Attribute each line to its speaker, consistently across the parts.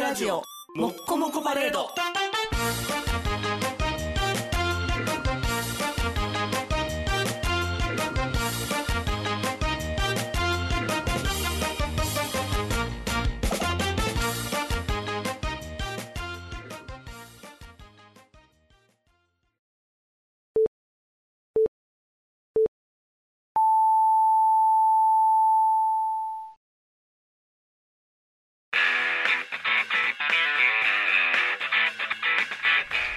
Speaker 1: ラジオもっこもこパレード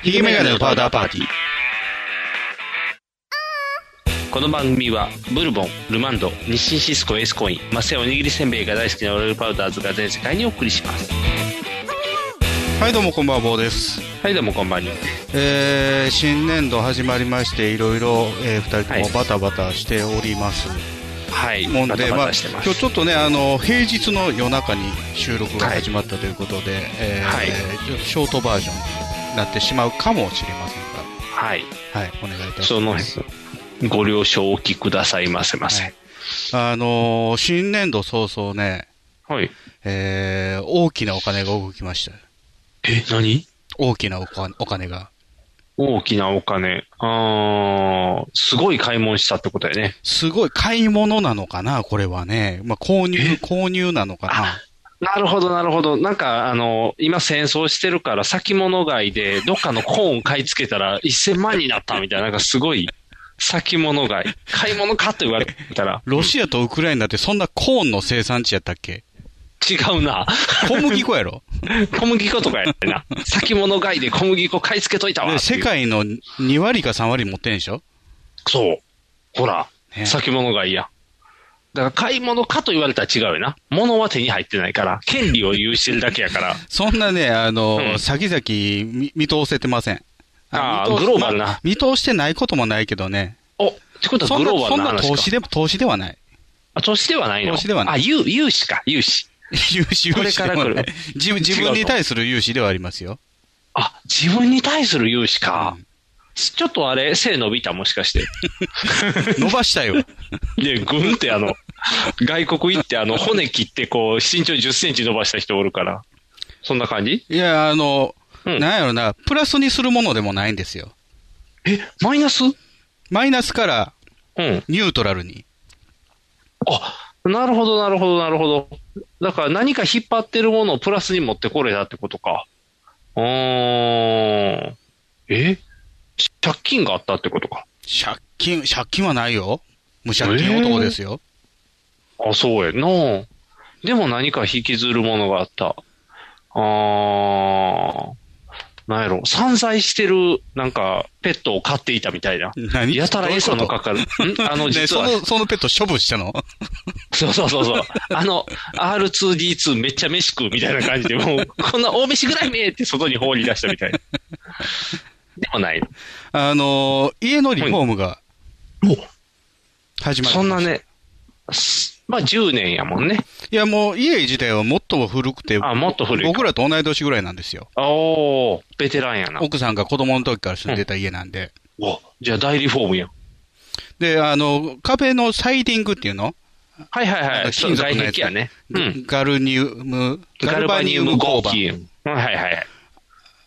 Speaker 2: ヒゲメガネのパウダーパーティー。この番組は、ブルボン、ルマンド、日清シスコエースコイン、マセオおにぎりせんべいが大好きなオレルパウダーズが全世界にお送りします。
Speaker 3: はい、どうもこんばんは、坊です。
Speaker 2: はい、どうもこんばんに。
Speaker 3: えー、新年度始まりまして、いろいろ、えー、二人と
Speaker 2: はい
Speaker 3: もバタバタしております。
Speaker 2: はい、
Speaker 3: もん
Speaker 2: バ
Speaker 3: で、
Speaker 2: タバタして
Speaker 3: 今
Speaker 2: ま
Speaker 3: 日
Speaker 2: す。
Speaker 3: ちょっとね、あの、平日の夜中に収録が始まったということで、えー
Speaker 2: はい
Speaker 3: ちょっとショートバージョンになってしまうかもしれません
Speaker 2: はい、
Speaker 3: が、はい、お願いいたします。
Speaker 2: その、ご了承お聞きくださいませませ。
Speaker 3: はい、あのー新年度早々ね、
Speaker 2: はい。
Speaker 3: えー、大きなお金が動きました。
Speaker 2: え、何
Speaker 3: 大きなお金お金が。
Speaker 2: 大きなお金。あー、すごい買い物したってことだよね。
Speaker 3: すごい買い物なのかなこれはね。まあ、購入、購入なのかな
Speaker 2: なるほど、なるほど。なんか、あの、今戦争してるから、先物買いで、どっかのコーン買い付けたら、1000万になったみたいな、なんかすごい、先物買い。買い物かと言われたら、
Speaker 3: ロシアとウクライナってそんなコーンの生産地やったっけ
Speaker 2: 違うな。
Speaker 3: 小麦粉や ろ
Speaker 2: 小麦粉とかやってな。先物買いで小麦粉買い付けといたわ
Speaker 3: で
Speaker 2: ってい
Speaker 3: 世
Speaker 2: う。
Speaker 3: 界の2割か3割持ってんでしょ
Speaker 2: そう。ほら、
Speaker 3: ね
Speaker 2: 先物買いや。だから、買い物かと言われたら違うよな。物は手に入ってないから、権利を有してるだけやから。
Speaker 3: そんなね、あの、
Speaker 2: うん
Speaker 3: 先々見見通せてません。
Speaker 2: ああ
Speaker 3: 見通
Speaker 2: グ
Speaker 3: し
Speaker 2: ローバルな
Speaker 3: まあ見通してないこともないけどね。
Speaker 2: お、ってことは
Speaker 3: そん
Speaker 2: グ
Speaker 3: な
Speaker 2: ローバ
Speaker 3: そ
Speaker 2: ル
Speaker 3: ん
Speaker 2: な
Speaker 3: な
Speaker 2: 話か。
Speaker 3: 投資で、投資ではない。
Speaker 2: あ投資ではないの
Speaker 3: 投資ではない
Speaker 2: あ、融融資か、融資。
Speaker 3: 融資、
Speaker 2: こ
Speaker 3: 融
Speaker 2: れ
Speaker 3: 資
Speaker 2: か
Speaker 3: で
Speaker 2: ら
Speaker 3: は
Speaker 2: 来
Speaker 3: な
Speaker 2: る
Speaker 3: い。 自分自分に対する融資ではありますよ。
Speaker 2: あ、自分に対する融資か。
Speaker 3: うん
Speaker 2: ちょっとあれ、背伸びたもしかして。
Speaker 3: 伸ばしたよ。
Speaker 2: で、ぐんってあの、外国行ってあの、骨切ってこう、身長10センチ伸ばした人おるから。そんな感じ
Speaker 3: いや、あの、
Speaker 2: うん
Speaker 3: なんやろな、プラスにするものでもないんですよ。
Speaker 2: え、マイナスう
Speaker 3: マイナスから
Speaker 2: ん。
Speaker 3: ニュートラルに。
Speaker 2: あ、なるほど、なるほど、なるほど。だから何か引っ張ってるものをプラスに持ってこれたってことか。うーん。え借金があったってことか。
Speaker 3: 借金、借金はないよ。無借金男ですよ。
Speaker 2: あ、そうやな。でも何か引きずるものがあった。あー。なんやろ、散財してる、なんか、ペットを飼っていたみたいな。
Speaker 3: 何
Speaker 2: やたら餌の
Speaker 3: どういう
Speaker 2: かかる。んあ
Speaker 3: こ
Speaker 2: の、
Speaker 3: とね
Speaker 2: 実
Speaker 3: そ
Speaker 2: は、
Speaker 3: の、そのペット処分したの
Speaker 2: そうそうそうそう。あの、R2D2 めっちゃ飯食うみたいな感じで、もう、こんな大飯ぐらい見えって外に放り出したみたいな。でもない。
Speaker 3: あのー、家のリフォームが始まりました
Speaker 2: そんな。ね、すまあ10年やもんね。
Speaker 3: いや、もう家自体はもっと古くて、
Speaker 2: あ、もっと古いか。
Speaker 3: 僕らと同い年ぐらいなんですよ。
Speaker 2: おー、ベテランやな。
Speaker 3: 奥さんが子供の時から住んでた家なんで。
Speaker 2: おじゃあ大リフォームやん。
Speaker 3: で、あの、壁のサイディングっていうの
Speaker 2: はいはい
Speaker 3: あ
Speaker 2: はい。
Speaker 3: の
Speaker 2: そ
Speaker 3: 金
Speaker 2: う
Speaker 3: 属
Speaker 2: 外
Speaker 3: のやつ
Speaker 2: 壁やね。うん。
Speaker 3: ガルニウム、
Speaker 2: ガルバニウム合金。うんはいはいはい。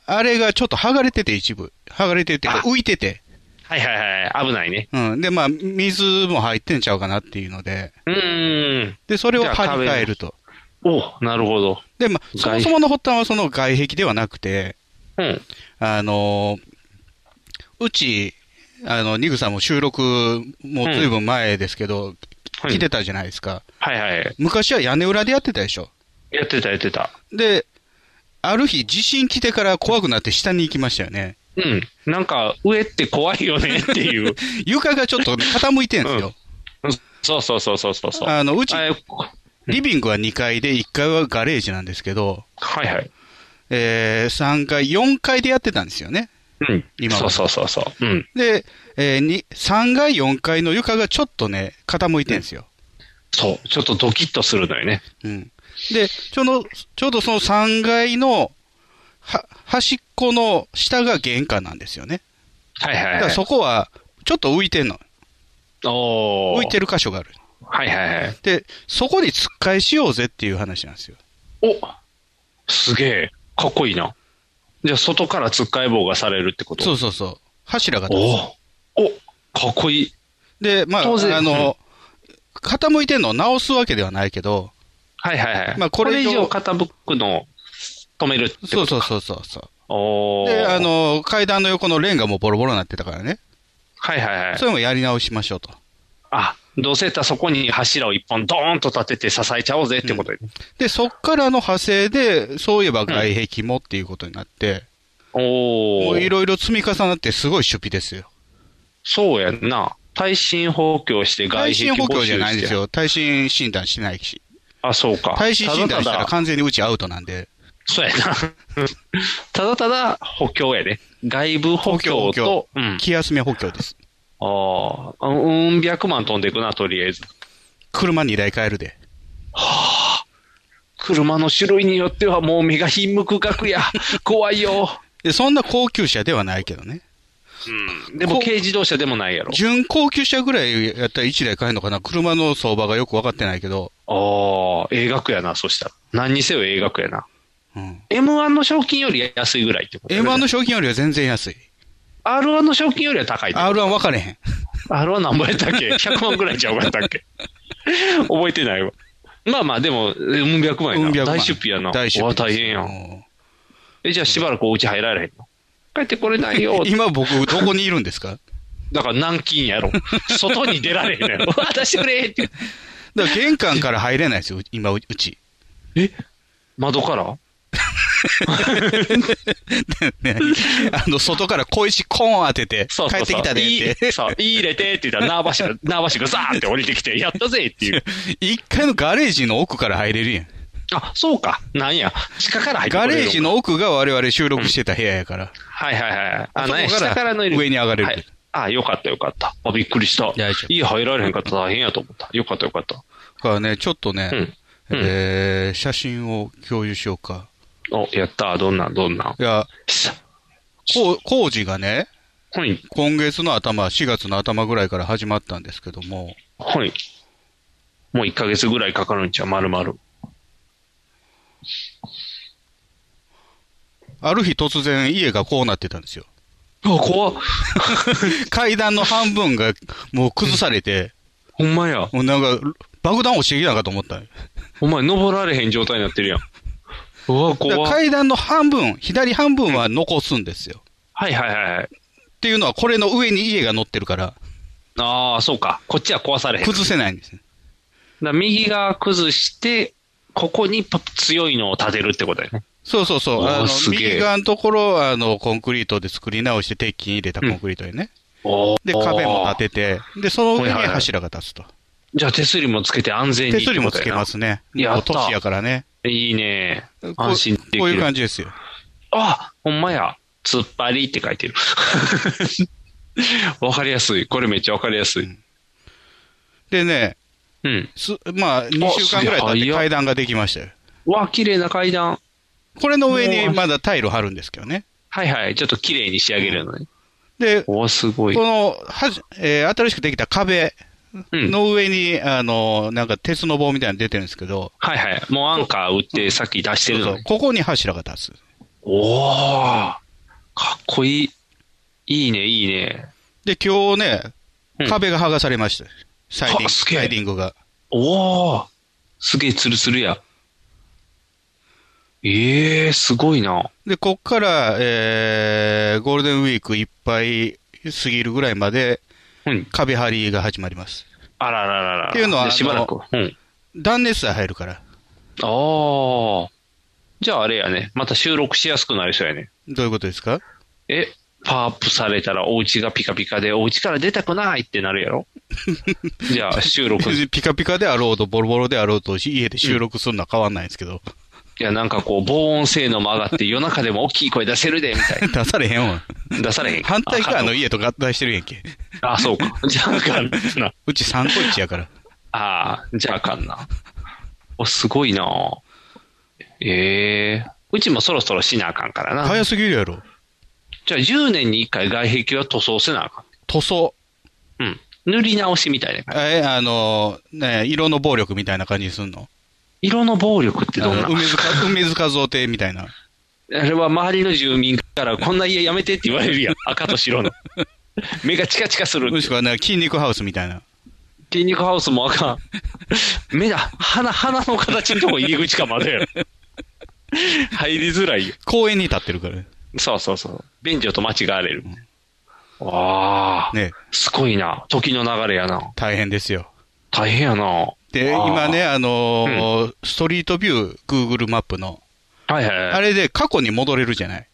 Speaker 3: あれがちょっと剥がれてて一部。剥がれてて、
Speaker 2: あ
Speaker 3: 浮いてて。
Speaker 2: はいはいはい。危ないね。
Speaker 3: うん。で、まあ、水も入ってんちゃうかなっていうので。
Speaker 2: うーん。
Speaker 3: で、それを張り替えると。
Speaker 2: おなるほど。
Speaker 3: で、まあ、そも
Speaker 2: 外
Speaker 3: そもの発端はその外壁ではなくて、
Speaker 2: うん。
Speaker 3: あのーうち、あの、ニグさんも収録、もうずいぶん前ですけど、
Speaker 2: はい
Speaker 3: 来てたじゃないですか。
Speaker 2: はいはい。
Speaker 3: 昔は屋根裏でやってたでしょ。
Speaker 2: やってたやってた。
Speaker 3: で、ある日地震来てから怖くなって下に行きましたよね。
Speaker 2: うん。なんか、上って怖いよねって いう。
Speaker 3: 床がちょっと傾いてんですよ。
Speaker 2: そうそうそうそうそうそう。
Speaker 3: あの、うち
Speaker 2: あ、えこ
Speaker 3: リビングは2階で1階はガレージなんですけど、
Speaker 2: はいはい。
Speaker 3: えー、3階、4階でやってたんですよね。
Speaker 2: うん。
Speaker 3: 今は
Speaker 2: そうそうそうそう。うん。
Speaker 3: で、えーに、3階、4階の床がちょっとね、傾いてんですよ。
Speaker 2: そう。ちょっとドキッとするのよね。
Speaker 3: うん。で、ちょうど、ちょうどその3階の、は、端っこの下が玄関なんですよね。
Speaker 2: はい
Speaker 3: だ
Speaker 2: はい
Speaker 3: か
Speaker 2: は
Speaker 3: ら
Speaker 2: い。
Speaker 3: そこは、ちょっと浮いてんの。
Speaker 2: おー
Speaker 3: 浮いてる箇所がある。
Speaker 2: はいはいはい。
Speaker 3: で、そこに突っかえしようぜっていう話なんですよ。
Speaker 2: おすげえ。かっこいいな。じゃあ、外からつっかえ棒がされるってこと。
Speaker 3: そううそうそう。柱が立つ。
Speaker 2: おおかっこいい。
Speaker 3: で、まあ、
Speaker 2: 当然
Speaker 3: あの、傾いてんのを直すわけではないけど、
Speaker 2: はいはいはい。
Speaker 3: まあこれ以
Speaker 2: 以
Speaker 3: 上
Speaker 2: 上傾くのを止めるってこと
Speaker 3: そうそうそうそうそう。
Speaker 2: おー
Speaker 3: で、あ、の、階段の横のレンガもボロボロになってたからね。
Speaker 2: はいはいはい
Speaker 3: そ。れもやり直しましょうと。
Speaker 2: あ、どうせやったらそこに柱を一本ドーンと立てて支えちゃおうぜってことで。
Speaker 3: で、そっからの派生で、そういえば外壁もっていうことになって、
Speaker 2: お
Speaker 3: も
Speaker 2: お
Speaker 3: ういろいろ積み重なってすごい出費ですよ。
Speaker 2: そうやんな。耐震補強して外
Speaker 3: 耐
Speaker 2: 壁
Speaker 3: 震補強じゃないん
Speaker 2: 募集
Speaker 3: です
Speaker 2: して。
Speaker 3: よ。耐震診断してないし。
Speaker 2: あ、そうか。
Speaker 3: 耐震診断したら
Speaker 2: だただ、
Speaker 3: 完全にうちアウトなんで。
Speaker 2: そうやな。 ただただ補強やで。外部補強
Speaker 3: 補強
Speaker 2: と、うん。
Speaker 3: 気休め補強です。
Speaker 2: ああ、うん、百万飛んでいくな、とりあえず。
Speaker 3: 車2台買えるで。
Speaker 2: 車の種類によってはもう目がひんむく額や。 怖いよ。
Speaker 3: で、そんな高級車ではないけどね。
Speaker 2: うん。でも
Speaker 3: こ
Speaker 2: 軽自動車でもないやろ。
Speaker 3: 準高級車ぐらいやったら1台買えるのかな車の相場がよく分かってないけど。
Speaker 2: ああ、映画やな、そしたら。何にせよ映画やな。
Speaker 3: うん。
Speaker 2: M1 の賞金より安いぐらいってこと、
Speaker 3: M1 の賞金よりは全然安い。
Speaker 2: R1 の賞金よりは高いってこと。
Speaker 3: R1 分かれへん。
Speaker 2: R1 何倍やった っけ ?100 万ぐらいちゃうかったっけ覚えてないわ。まあまあ、でも、うん、百万や
Speaker 3: うん
Speaker 2: な。
Speaker 3: 百万
Speaker 2: 大出費やな。
Speaker 3: 大出
Speaker 2: うわ
Speaker 3: 費。
Speaker 2: 大変や。
Speaker 3: うんん。
Speaker 2: え、じゃあしばらくお家入られへんの帰ってこれないよ。
Speaker 3: 今僕、どこにいるんですか
Speaker 2: だから軟禁やろ。外に出られへん やろ。渡してくれって。
Speaker 3: だから玄関から入れないですよ、今、うち。
Speaker 2: え窓から
Speaker 3: ね、あの、外から小石コーン当てて、
Speaker 2: そうそうそう。
Speaker 3: 帰ってきたでっ
Speaker 2: い
Speaker 3: て
Speaker 2: い。そう、いい入れてって言ったら、縄橋が、縄橋がザーって降りてきて、やったぜっていう。
Speaker 3: 一階のガレージの奥から入れるやん。
Speaker 2: あ、そうか。なんや。地下から入ってく
Speaker 3: ガ
Speaker 2: れる
Speaker 3: レージ。の奥が我々収録してた部屋やから。
Speaker 2: はいはいはい。あ、
Speaker 3: そこ
Speaker 2: なんや。
Speaker 3: から
Speaker 2: 下からの入り口
Speaker 3: 上に上がれる
Speaker 2: はいあ、よかったよかった。あ、びっくりした。
Speaker 3: 大丈夫
Speaker 2: 家入られへんかった。大変やと思った。よかったよかった。
Speaker 3: だからね、ちょっとね、
Speaker 2: うん。うん。
Speaker 3: えー、写真を共有しようか。
Speaker 2: お、やった。どんなん、どんなん。
Speaker 3: いや、
Speaker 2: さ
Speaker 3: こう工事がね、
Speaker 2: はい。
Speaker 3: 今月の頭、4月の頭ぐらいから始まったんですけども、
Speaker 2: はい。もう1ヶ月ぐらいかかるんちゃう丸々。
Speaker 3: ある日突然家がこうなってたんですよ。
Speaker 2: あ、怖っ。
Speaker 3: 階段の半分がもう崩されて、
Speaker 2: ほんまや。
Speaker 3: もうなんか爆弾落ちてきたんかと思った。
Speaker 2: お前、登られへん状態になってるやん。うわ、
Speaker 3: だから
Speaker 2: 怖っ。
Speaker 3: 階段の半分、左半分は残すんですよ。
Speaker 2: はいはいはいはい。
Speaker 3: っていうのは、これの上に家が乗ってるから、
Speaker 2: ああ、そうか。こっちは壊されへん。だか
Speaker 3: 崩せないんですね。
Speaker 2: ら右側崩して、ここにパ強いのを建てるってことだよね。
Speaker 3: そうそうそう。
Speaker 2: おー
Speaker 3: あの
Speaker 2: す、げえ
Speaker 3: 右側のところ、あの、コンクリートで作り直して、鉄筋入れたコンクリートにね。
Speaker 2: お
Speaker 3: で、壁も
Speaker 2: て
Speaker 3: 立てて、で、その上に
Speaker 2: はいはいはい
Speaker 3: 柱が立つと。
Speaker 2: じゃあ手すりもつけて安全に。
Speaker 3: 手すりもつけますすね。
Speaker 2: や
Speaker 3: もう
Speaker 2: った
Speaker 3: 都市やからね。
Speaker 2: いいね
Speaker 3: こ。う
Speaker 2: 安心できる。
Speaker 3: こういう感じですよ。
Speaker 2: あほんまや。突っ張りって書いてる。 わかりやすい。これめっちゃわかりやすい。
Speaker 3: でね、
Speaker 2: うん。
Speaker 3: すまあ、2週間ぐらい経っ
Speaker 2: すげ
Speaker 3: て
Speaker 2: え
Speaker 3: 階段ができましたよ。
Speaker 2: わ、綺麗な階段。
Speaker 3: これの上にまだタイル貼るんですけどね。
Speaker 2: はいはい。ちょっと綺麗に仕上げるのね。
Speaker 3: で、こ
Speaker 2: おすごい。
Speaker 3: の、はじ、えー新しくできた壁
Speaker 2: うん。
Speaker 3: の上に、あの、なんか鉄の棒みたいなの出てるんですけど、
Speaker 2: はいはい。もうアンカー打ってさっき出してる
Speaker 3: そう
Speaker 2: の
Speaker 3: そう
Speaker 2: ね。
Speaker 3: ここに柱が立つ。
Speaker 2: おー。かっこいい。いいね、いいね。
Speaker 3: で、今日ね
Speaker 2: う、ん
Speaker 3: 壁が剥がされました。サイディング、
Speaker 2: はすげえ
Speaker 3: サイディングが。
Speaker 2: おー。すげえツルツルや。ええー、すごいな。
Speaker 3: で、こっから、えー、ゴールデンウィークいっぱい過ぎるぐらいまで、
Speaker 2: うん。
Speaker 3: 壁張りが始まります。
Speaker 2: あららららら。
Speaker 3: っていうのはあ
Speaker 2: で
Speaker 3: の
Speaker 2: しばらく。うん。
Speaker 3: 断熱材入るから。
Speaker 2: ああ。じゃああれやね。また収録しやすくなりそうやね。
Speaker 3: どういうことですか
Speaker 2: え、パワーアップされたらお家がピカピカで、お家から出たくないってなるや ろじゃあ収録。
Speaker 3: 別
Speaker 2: い
Speaker 3: にピカピカであろうと、ボロボロであろうと、家で収録するのは変わんないんですけ ど、
Speaker 2: や、なんかこう、防音性能も上がって夜中でも大きい声出せるで、みたい
Speaker 3: 出されへんわ。
Speaker 2: な。出されへん。
Speaker 3: 反対側の
Speaker 2: あ
Speaker 3: 家と合体してるやんけ。
Speaker 2: かんのあ、そうか。じゃああかんな。
Speaker 3: うち3個1やから。
Speaker 2: ああ、じゃああかんな。お、すごいなええうちもそろそろしなあかんからな。
Speaker 3: 早すぎるやろ。
Speaker 2: じゃあ10年に1回外壁は塗装せなあか
Speaker 3: 塗装。
Speaker 2: ん。うん。塗り直しみたいな感じ
Speaker 3: え、あの、ね、色の暴力みたいな感じにすんの
Speaker 2: 色の暴力ってどん
Speaker 3: あ
Speaker 2: な
Speaker 3: の梅 塚、梅塚造亭みたいな。
Speaker 2: あれは周りの住民からこんな家やめてって言われ るやん。赤と白の。目がチカチカする
Speaker 3: も。しくはね、筋肉ハウスみたいな。
Speaker 2: 筋肉ハウスもあかん。目だ、鼻、鼻の形のとこ入り口かまでやろ。入りづらいよ。
Speaker 3: 公園に立ってるからね。
Speaker 2: そうそうそう。便所と間違われる。わあ、
Speaker 3: ね
Speaker 2: すごいな。時の流れやな。
Speaker 3: 大変ですよ。
Speaker 2: 大変やな。
Speaker 3: で、
Speaker 2: あー
Speaker 3: 今ね、あのーストリートビュー、Google マップの。
Speaker 2: はいはい
Speaker 3: あ
Speaker 2: はい。
Speaker 3: れで過去に戻れるじゃない。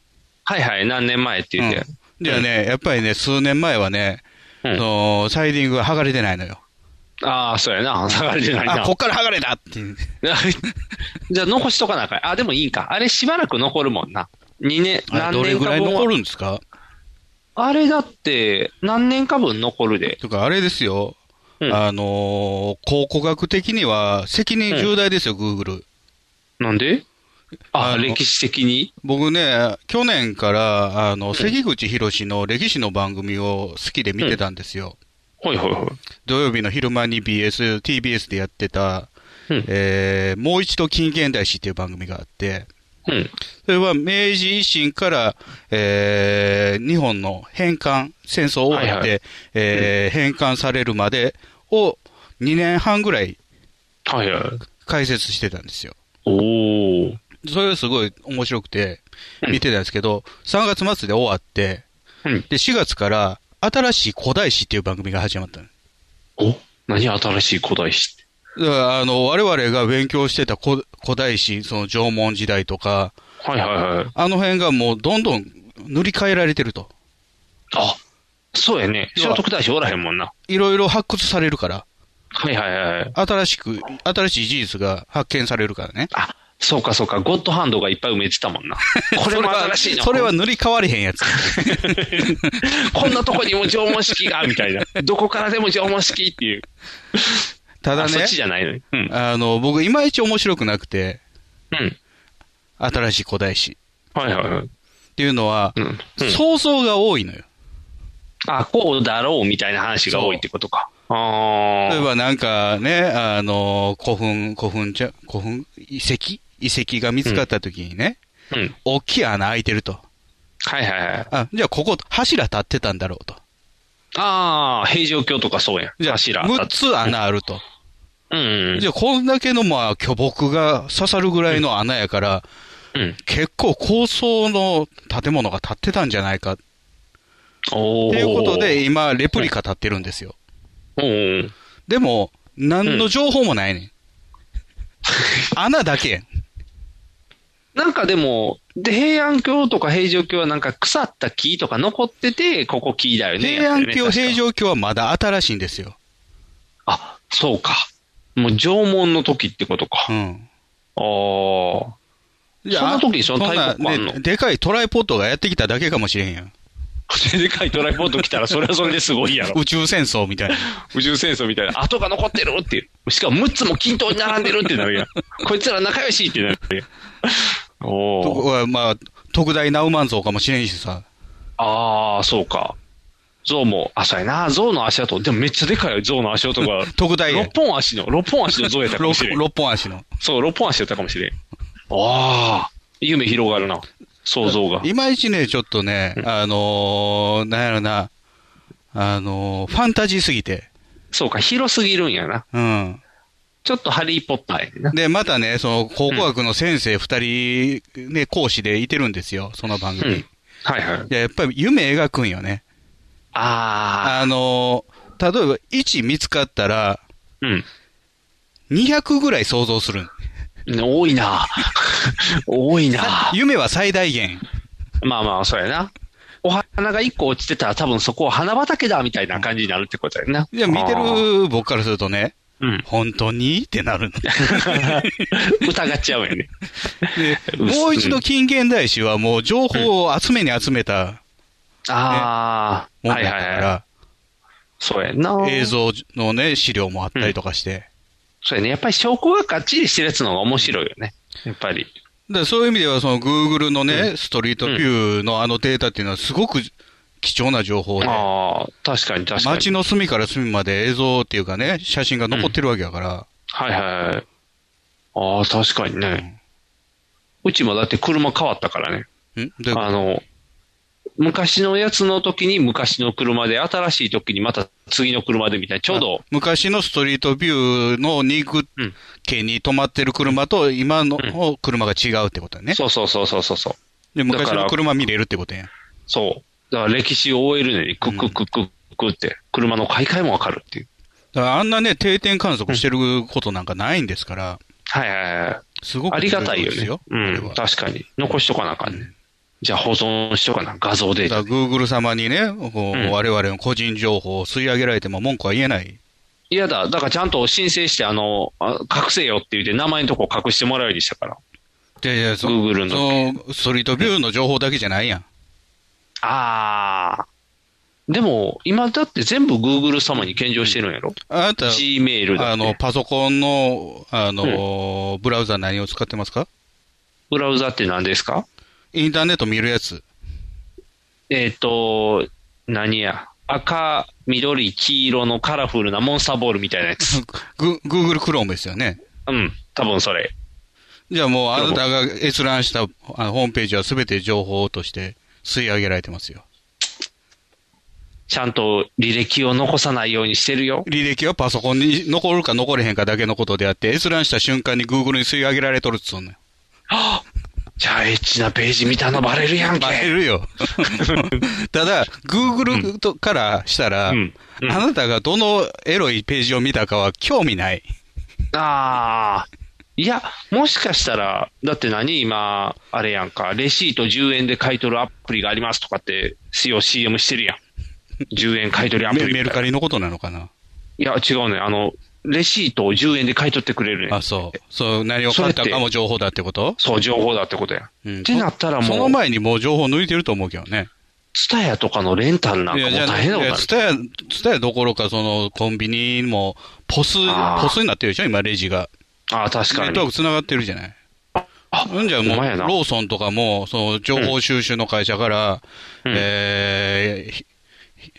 Speaker 2: はいはい。何年前って言って。
Speaker 3: うんではね、やっぱりね、数年前はね、
Speaker 2: うん
Speaker 3: あのーサイディングが剥がれてないのよ。
Speaker 2: ああ、そうやな。 下がれてない
Speaker 3: あ、
Speaker 2: な
Speaker 3: こ。っから剥がれたっていう。
Speaker 2: じゃあ残しとかなあかん。あ、でもいいんか。あれしばらく残るもんな。2年、
Speaker 3: あれ
Speaker 2: 何
Speaker 3: どれ
Speaker 2: 年
Speaker 3: ぐら
Speaker 2: か
Speaker 3: い
Speaker 2: 分
Speaker 3: 残
Speaker 2: は。
Speaker 3: るんですか
Speaker 2: あれだって、何年か分残るで。
Speaker 3: とか、あれですよ。
Speaker 2: うん
Speaker 3: あのー考古学的には責任重大ですよ、Google。
Speaker 2: なんであ
Speaker 3: あの
Speaker 2: 歴史的に
Speaker 3: 僕ね、去年から、あの、関口博の歴史の番組を好きで見てたんですよ。
Speaker 2: ほいほいほい。
Speaker 3: 土曜日の昼間に BS、TBS でやってた、
Speaker 2: うん
Speaker 3: えー、もう一度近現代史っていう番組があって、
Speaker 2: うん。
Speaker 3: それは明治維新から、えー日本の返還、戦争を終わって、
Speaker 2: はい
Speaker 3: えー返還されるまでを2年半ぐらい
Speaker 2: はいはい。
Speaker 3: 解説してたんですよ。
Speaker 2: おお。
Speaker 3: それがすごい面白くて
Speaker 2: うん
Speaker 3: 見てたんですけど、3月末で終わって、
Speaker 2: うん。
Speaker 3: で、4月から新しい古代史っていう番組が始まったの。
Speaker 2: お何新しい古代史って。
Speaker 3: だからあの、我々が勉強してた古古代史、その縄文時代とか、
Speaker 2: はいはいはい。
Speaker 3: あの辺がもうどんどん塗り替えられてると。
Speaker 2: あ、そうやね。聖
Speaker 3: 要は
Speaker 2: 徳太子おらへんもんな。
Speaker 3: いろいろ発掘されるから。
Speaker 2: はいはいはい。
Speaker 3: 新しく、新しい事実が発見されるからね。
Speaker 2: あ、そうかそうか。ゴッドハンドがいっぱい埋めてた もんな。これも新しいな。
Speaker 3: それは塗り替われへんや つ。
Speaker 2: こんなとこにも縄文式が、みたい な。どこからでも縄文式っていう。
Speaker 3: ただ
Speaker 2: あそ
Speaker 3: ね
Speaker 2: っち、じゃないのに。うん。
Speaker 3: あの、僕、いまいち面白くなくて、
Speaker 2: うん。
Speaker 3: 新しい古代史
Speaker 2: はいはいはい。
Speaker 3: っていうのは、
Speaker 2: うん。うん、
Speaker 3: 想像が多いのよ。
Speaker 2: あ、こうだろうみたいな話が多いってことか。ああ。
Speaker 3: 例えばなんかね、あの、古墳、古墳じゃ、古墳、遺跡遺跡が見つかった時にね、
Speaker 2: うん。
Speaker 3: 大きい穴開いてると。
Speaker 2: はいはいはい。
Speaker 3: あ、じゃあここ、柱立ってたんだろうと。
Speaker 2: ああ、平城京とかそうやん。
Speaker 3: じゃあ、
Speaker 2: 柱。
Speaker 3: 6つ穴あると。
Speaker 2: うん。うん
Speaker 3: じゃあ、こんだけの、まあ、巨木が刺さるぐらいの穴やから、
Speaker 2: うん。
Speaker 3: 結構高層の建物が建ってたんじゃないかって
Speaker 2: おー
Speaker 3: いうことで、、今、レプリカ建ってるんですよ。
Speaker 2: おー
Speaker 3: でも、何の情報もないねん。穴だ けやん。
Speaker 2: なんかでも、で、平安京とか平城京はなんか腐った木とか残ってて、ここ木だよね。
Speaker 3: 平安京、
Speaker 2: やってるね
Speaker 3: 平。
Speaker 2: 確か
Speaker 3: 城京はまだ新しいんですよ。
Speaker 2: あ、そうか。もう縄文の時ってことか。
Speaker 3: う
Speaker 2: あ
Speaker 3: ん。
Speaker 2: あ。そんな時にその
Speaker 3: んな
Speaker 2: 太鼓あんの
Speaker 3: ねでかいトライポッドがやってきただけかもしれへんやん。
Speaker 2: でかいトライポッド来たら、それはそれですごいやろ。
Speaker 3: 宇宙戦争みたいな。
Speaker 2: 宇宙戦争みたいな。跡が残ってるっていう。しかも6つも均等に並んでるってなるやん。こいつら仲良しってなるやん。お
Speaker 3: と
Speaker 2: お。
Speaker 3: こはまあ、特大ナウマン像かもしれんしさ。
Speaker 2: ああ、そうか。象も、あ、そうやな、象の足跡。でもめっちゃでかいよ、象の足跡 が。
Speaker 3: 特大や
Speaker 2: 六本足の、六本足の象やったかもし れん。
Speaker 3: 6本足の。
Speaker 2: そう、六本足やったかもしれん。ああ、夢広がるな、想像が。
Speaker 3: いまいちね、ちょっとね、あのー、なんやろな、あのー、ファンタジーすぎて。
Speaker 2: そうか、広すぎるんやな。
Speaker 3: うん。
Speaker 2: ちょっとハリー・ポッターやねんな。
Speaker 3: で、またね、その、考古学の先生二人、ね、講師でいてるんですよ、その番
Speaker 2: う
Speaker 3: 組。
Speaker 2: ん。はいはい。
Speaker 3: でやっぱり夢描くんよね。
Speaker 2: ああ、
Speaker 3: あのー、例えば1見つかったら、
Speaker 2: うん。
Speaker 3: 200ぐらい想像するん。
Speaker 2: 多いな 多いな
Speaker 3: 夢は最大限。
Speaker 2: まあまあ、そうやな。お花が一個落ちてたら多分そこは花畑だみたいな感じになるってことやな。
Speaker 3: じゃあ見て
Speaker 2: あー。
Speaker 3: る僕からするとね、
Speaker 2: うん。
Speaker 3: 本当にってな るの。
Speaker 2: 疑っ ちゃうよね。
Speaker 3: で、もう一度近現代史はもう情報を集めに集めた
Speaker 2: ああ、
Speaker 3: も
Speaker 2: は
Speaker 3: の
Speaker 2: い
Speaker 3: だ
Speaker 2: は
Speaker 3: か
Speaker 2: い
Speaker 3: ら、
Speaker 2: はい。そうやんな。
Speaker 3: 映像のね、資料もあったりとかして。
Speaker 2: そうやね。やっぱり証拠がかっちりしてるやつの方が面白いよね。やっぱり。
Speaker 3: だからそういう意味では、その Google のね、ストリートビューのあのデータっていうのはすごく貴重な情報で、
Speaker 2: ああ、確かに確かに。
Speaker 3: 街の隅から隅まで映像っていうかね、写真が残ってるわけだから、
Speaker 2: はいはいはい。ああ、確かにね。うちもだって車変わったからね。
Speaker 3: うん。んどういうこと
Speaker 2: あの、昔のやつの時に昔の車で、新しい時にまた次の車でみたいな、ちょうど
Speaker 3: あ、昔のストリートビューの肉
Speaker 2: うん
Speaker 3: 系に止まってる車と今の車が違うってことだね。
Speaker 2: そうそうそうそうそうそう。
Speaker 3: で、
Speaker 2: だから
Speaker 3: 昔の車見れるってことや。
Speaker 2: そう。だから歴史を終えるのに、クックックックックッって、車の買い替えもわかるっていう。
Speaker 3: だからあんなね、定点観測してることなんかないんですから、
Speaker 2: はいはいはい。
Speaker 3: すごく
Speaker 2: ありがたいよ
Speaker 3: です
Speaker 2: ね
Speaker 3: よ。。
Speaker 2: う
Speaker 3: これ
Speaker 2: ん
Speaker 3: は。だか
Speaker 2: 確かに。残しとかなあかんね。じゃあ保存しとかな。画像データ。
Speaker 3: ら Google 様にね、こう
Speaker 2: うん
Speaker 3: 我々の個人情報を吸い上げられても文句は言えない。
Speaker 2: いやだ。だからちゃんと申請して、あの、あ隠せよって言って名前のとこ隠してもらうようにしたから。
Speaker 3: で、そ
Speaker 2: Google の
Speaker 3: そのストリートビューの情報だけじゃないやん。
Speaker 2: あー。でも、今だって全部 Google 様に献上してるんやろ
Speaker 3: あなた、
Speaker 2: ?Gmail だ
Speaker 3: あ
Speaker 2: って
Speaker 3: の、。パソコンの、あの、ブラウザ何を使ってますか
Speaker 2: ブラウザって何ですか
Speaker 3: インターネット見るやつ。
Speaker 2: えっ、と、何や。赤、緑、黄色のカラフルなモンスターボールみたいな やつ。
Speaker 3: グ、Google Chrome ですよね。
Speaker 2: うん。多分それ。
Speaker 3: じゃあもう、あなたが閲覧したあのホームページはすべて情報として吸い上げられてますよ。
Speaker 2: ちゃんと履歴を残さないようにして るよ。
Speaker 3: 履歴はパソコンに残るか残れへんかだけのことであって、閲覧した瞬間に Google に吸い上げられとるっつうのよ。
Speaker 2: はあじゃあ、エッチなページ見たのバレるやんけ。
Speaker 3: バレる よ。ただ、Google とからしたら、
Speaker 2: うんうん
Speaker 3: あなたがどのエロいページを見たかは興味ない。
Speaker 2: ああ。いや、もしかしたら、だって何今、あれやんか、レシート10円で買い取るアプリがありますとかって、使用 CM してるやん。10円買い取りアプ
Speaker 3: メ
Speaker 2: リ。
Speaker 3: メルカリのことなのかな。
Speaker 2: いや、違うね。あの、レシートを10円で買い取ってくれるね
Speaker 3: あ、。そう。そう、何を買ったかも情報だってこと
Speaker 2: そう、情報だってことや。
Speaker 3: うん
Speaker 2: ってなったら
Speaker 3: その
Speaker 2: もう、
Speaker 3: 前にもう情報抜いてると思うけどね。
Speaker 2: ツタヤとかのレンタルなん
Speaker 3: い
Speaker 2: か
Speaker 3: や
Speaker 2: も
Speaker 3: じゃ
Speaker 2: う
Speaker 3: あ
Speaker 2: 大変なことになる
Speaker 3: ツ。タヤ、ツタヤどころか、その、コンビニも、ポス、
Speaker 2: あー
Speaker 3: ポスになってるでしょ今、レジが。
Speaker 2: ああ、確
Speaker 3: ネ
Speaker 2: か
Speaker 3: ットワー
Speaker 2: に。
Speaker 3: ク繋がってるじゃない。
Speaker 2: あ
Speaker 3: ほんじゃもう、
Speaker 2: ほんまやな
Speaker 3: ローソンとかも、その、情報収集の会社から、
Speaker 2: うん
Speaker 3: えーひ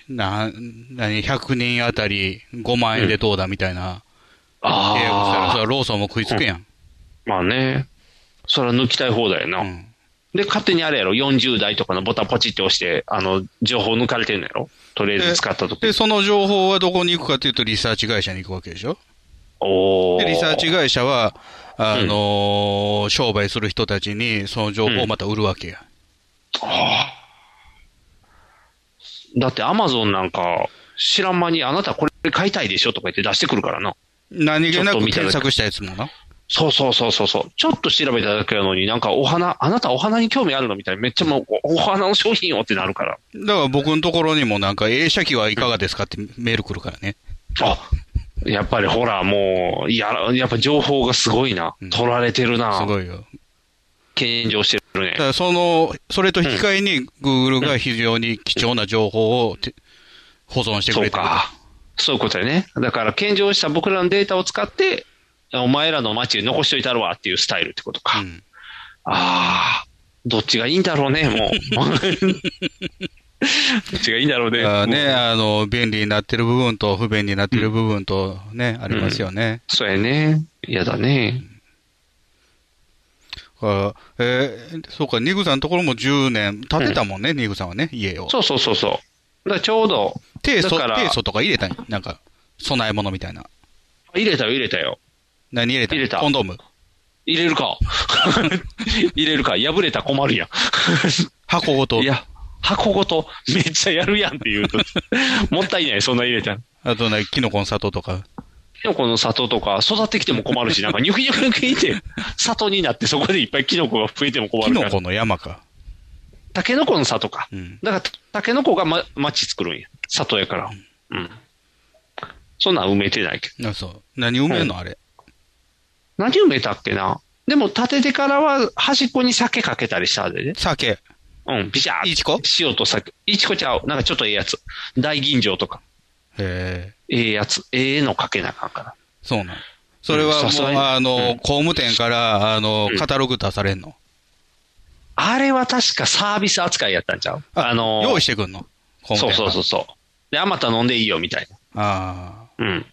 Speaker 3: な、なに、100人あたり5万円でどうだみたいな、
Speaker 2: あ
Speaker 3: 契約したら、
Speaker 2: あ
Speaker 3: そ。れはローソンも食いつくやん。
Speaker 2: まあね。それは抜きたい放題やな。
Speaker 3: うん
Speaker 2: で、勝手にあれやろ、40代とかのボタンポチって押して、あの、情報抜かれてんのやろとりあえず使ったとき
Speaker 3: で、。その情報はどこに行くかというと、リサーチ会社に行くわけでしょ
Speaker 2: おー
Speaker 3: で、リサーチ会社は、あのー商売する人たちに、その情報をまた売るわけや。
Speaker 2: だってアマゾンなんか、知らん間にあなたこれ買いたいでしょとか言って出してくるからな。
Speaker 3: 何気な
Speaker 2: ちょ
Speaker 3: く
Speaker 2: っと見ただけ
Speaker 3: 検索したやつもな。
Speaker 2: そうそうそうそうそう。ちょっと調べただけなのに、なんかお花、あなたお花に興味あるのみたいな。めっちゃもう、おお花の商品をってなるから。
Speaker 3: だから僕のところにもなんか、映写機はいかがですかってメール来るからね。
Speaker 2: あ、やっぱりほら、もう、やら、やっぱ情報がすごいな。取られてる
Speaker 3: す
Speaker 2: な。
Speaker 3: ごいよ。
Speaker 2: 献上してるね
Speaker 3: だか。らその、それと引き換えに、Google が非常に貴重な情報をて保存してく
Speaker 2: そ
Speaker 3: れ
Speaker 2: う
Speaker 3: てる。
Speaker 2: か。そういうことやね。だから、献上した僕らのデータを使って、お前らの街に残しといたるわっていうスタイルってことか。
Speaker 3: うん
Speaker 2: ああ、どっちがいいんだろう ね、もう。どっちがいいんだろう
Speaker 3: だ
Speaker 2: ね。
Speaker 3: からね、あの、便利になってる部分と不便になってる部分とね、ありますよね。
Speaker 2: そうやね。嫌だね。
Speaker 3: あえーそうか、ニグさんのところも10年建てたもんね、ニグさんはね、家を。
Speaker 2: そうそうそうそう。だからちょうど、
Speaker 3: 提訴、
Speaker 2: だから
Speaker 3: 提訴とか入れたんなんか、供え物みたいな。
Speaker 2: 入れたよ、入れたよ。
Speaker 3: 何入れたん
Speaker 2: 入れた
Speaker 3: コンドーム。
Speaker 2: 入れるか。 入れるか。破れたら困るや
Speaker 3: 箱ごと
Speaker 2: ん。い。や、箱ごと、めっちゃやるやんって言うと。 もったいない、そんな入れたら
Speaker 3: あとね、キノコの砂糖とか。
Speaker 2: キノコの里とか育ってきても困るし、なんかニョキニョキニョキって、里になってそこでいっぱいキノコが増えても困
Speaker 3: キ
Speaker 2: るか
Speaker 3: ノ
Speaker 2: ら。
Speaker 3: コの山か。
Speaker 2: タケノコの里か。
Speaker 3: うん。
Speaker 2: だから、タケノコが、ま、町作るんや。里やから。うん。そんなん埋めてないけど。
Speaker 3: あそう。何埋めんの、あれ。
Speaker 2: 何埋めたっけなでも、建ててからは端っこに酒かけたりしたでね。
Speaker 3: 酒。
Speaker 2: うん、ビシャー
Speaker 3: いちこ
Speaker 2: 塩と酒。いちこちゃう。なんかちょっとええやつ。大吟醸とか。
Speaker 3: へえ。
Speaker 2: ええやつ。ええのかけなあかんから。
Speaker 3: そうなん。それは
Speaker 2: うん
Speaker 3: も
Speaker 2: さすが
Speaker 3: う、
Speaker 2: に
Speaker 3: あ
Speaker 2: う
Speaker 3: の
Speaker 2: ん、
Speaker 3: 工務店から、あの
Speaker 2: う、ん
Speaker 3: カタログ出されんの。
Speaker 2: あれは確かサービス扱いやったんちゃうあのー
Speaker 3: 用意してくんの。工務
Speaker 2: そう
Speaker 3: 店。
Speaker 2: そうそううそう。で、あまた飲んでいいよみたいな。
Speaker 3: ああ。
Speaker 2: うん。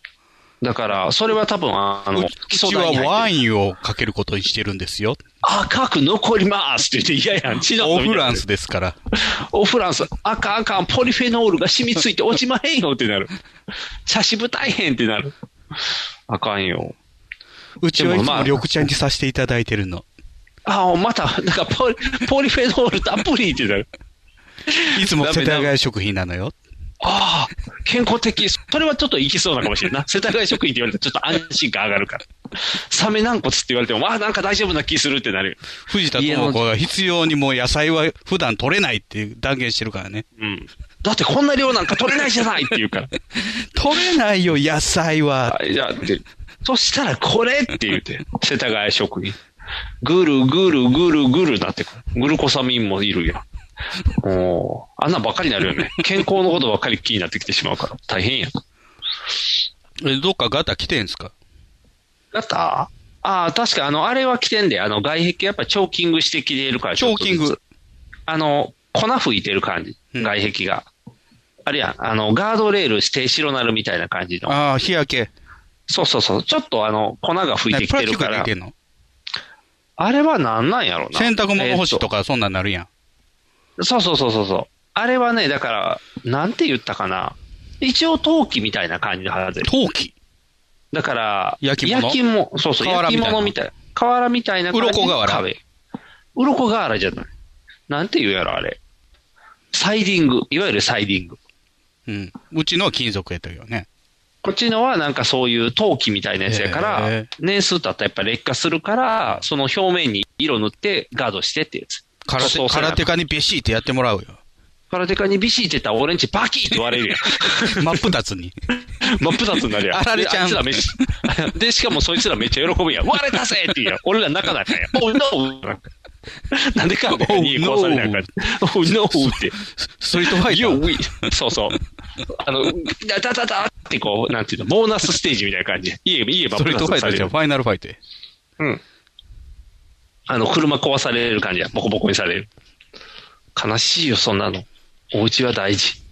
Speaker 2: だから、それは多分、あの、基
Speaker 3: う
Speaker 2: 礎
Speaker 3: ち
Speaker 2: 代
Speaker 3: は
Speaker 2: に入ってる
Speaker 3: ワインをかけることにしてるんですよ。
Speaker 2: 赤く残りますって言って、いやいや、血だ
Speaker 3: オフラン
Speaker 2: ス。
Speaker 3: スですから。
Speaker 2: オフランス。赤赤、ポリフェノールが染み ついて落ちまへんよってなる。茶渋大変ってなる。あかんよ。
Speaker 3: うちはいつ
Speaker 2: でもま
Speaker 3: も
Speaker 2: あ
Speaker 3: 緑茶にさせていただいてるの。
Speaker 2: ああ、また、なんかポリ、ポリフェノールたっぷりってなる。
Speaker 3: いつも
Speaker 2: ダメ
Speaker 3: 世
Speaker 2: ダメ
Speaker 3: 田谷食品なのよ。
Speaker 2: ああ、健康的。それはちょっといきそうなかもし れんな。世田谷職員って言われたらちょっと安心感上がるから。サメ軟骨って言われても、ああ、なんか大丈夫な気するってなるよ。
Speaker 3: 藤田智子が必要にもう野菜は普段取れないって断言してるからね。
Speaker 2: うん。だってこんな量なんか取れないじゃないって言うから。
Speaker 3: 取れないよ、野菜は。
Speaker 2: あいや、で、そしたらこれって言う て、世田谷職員。ぐるぐるぐるぐるなってくる。グルコサミンもいるやん。おーあんなばっかりになるよね。健康のことばっかり気になってきてしまうから。大変やん。
Speaker 3: えどっかガタ来てんすか
Speaker 2: だったああ、確か、あの、あれは来てんで、あの、外壁やっぱチョーキングしてきているから。
Speaker 3: チョーキング
Speaker 2: ちょっとずつ。あの、粉吹いてる感じ。
Speaker 3: うん
Speaker 2: 外壁が。あれやん、あの、ガードレールして白なるみたいな感じの。
Speaker 3: ああ、日焼け。
Speaker 2: そうそうそう。ちょっとあの、粉が吹いてき
Speaker 3: プラ
Speaker 2: て
Speaker 3: スチ
Speaker 2: る
Speaker 3: ック
Speaker 2: か
Speaker 3: で
Speaker 2: ら。
Speaker 3: いてんの
Speaker 2: あれはなんなんやろな。
Speaker 3: 洗濯物干しと
Speaker 2: か。
Speaker 3: かそんなんなるやん。
Speaker 2: そうそうそうそうそう。あれはね、だから、なんて言ったかな。一応陶器みたいな感じのはず。
Speaker 3: 陶器
Speaker 2: だから、
Speaker 3: 焼き物
Speaker 2: 物そうそう、
Speaker 3: 瓦
Speaker 2: 焼
Speaker 3: み
Speaker 2: き
Speaker 3: たいな
Speaker 2: 物みたい。瓦みたいな感じ
Speaker 3: 鱗瓦
Speaker 2: 壁。鱗瓦じゃない。なんて言うやろ、あれ。サイディング。いわゆるサイディング。
Speaker 3: うん。うちのは金属やったけどね。
Speaker 2: こっちのはなんかそういう陶器みたいなやつやから、
Speaker 3: へえ
Speaker 2: 年数経ったらやっぱ劣化するから、その表面に色塗ってガードしてってやつ。
Speaker 3: 空
Speaker 2: そ
Speaker 3: 手
Speaker 2: うそう
Speaker 3: 空手家にビシーってやってもらうよ。
Speaker 2: 空手家にビシってたら俺んちバキって割れるやん。
Speaker 3: 真っ二つに。
Speaker 2: 真っ二つになるやん。
Speaker 3: あられちゃう
Speaker 2: であいつらめっちゃで、しかもそいつらめっちゃ喜ぶやん。割れたぜって言うやん。俺ら泣かなあかんやん。おう、ノーなんでかんで
Speaker 3: Oh,
Speaker 2: 家壊されなあかん。おう、ノーって。
Speaker 3: ストリートファイタ
Speaker 2: You
Speaker 3: ー。
Speaker 2: win. そうそう。あの、ダダダダってこう、なんていうの、ボーナスステージみたいな感じ。家、家ば
Speaker 3: ストリートファイターじゃんファイナルファイターや。
Speaker 2: うん。あの、車壊される感じや。ボコボコにされる。悲しいよ、そんなの。お家は大事。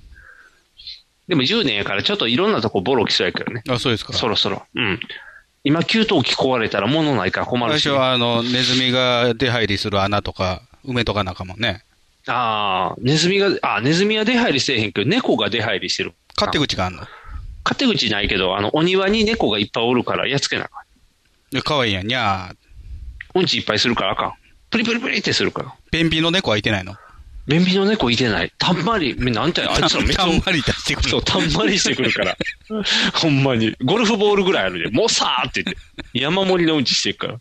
Speaker 2: でも10年やから、ちょっといろんなとこボロきそうやけどね。
Speaker 3: あ、そうですか。
Speaker 2: そろそろ。うん。今、給湯器壊れたら物ないから困
Speaker 3: 最
Speaker 2: る
Speaker 3: 初
Speaker 2: し。
Speaker 3: は、あの、ネズミが出入りする穴とか、埋めとかなんかもね。
Speaker 2: ああ、ネズミが、あネズミは出入りせえへんけど、猫が出入りしてる。
Speaker 3: 勝手口があんの。
Speaker 2: 勝手口ないけど、あの、お庭に猫がいっぱいおるから、やっつけなあか
Speaker 3: で、可愛いやん。にゃー。
Speaker 2: ん。うんちいっぱいするからあかん。プリプリプリってするから。
Speaker 3: 便秘の猫はいてないの
Speaker 2: 便秘の猫いてない。たんまり、なんて、あいつらめっち
Speaker 3: た
Speaker 2: ゃ
Speaker 3: んまり出してくる。
Speaker 2: そう、たんまりしてくる から。ほんまに。ゴルフボールぐらいあるで、もうさーって言って。山盛りのうんちしてるから。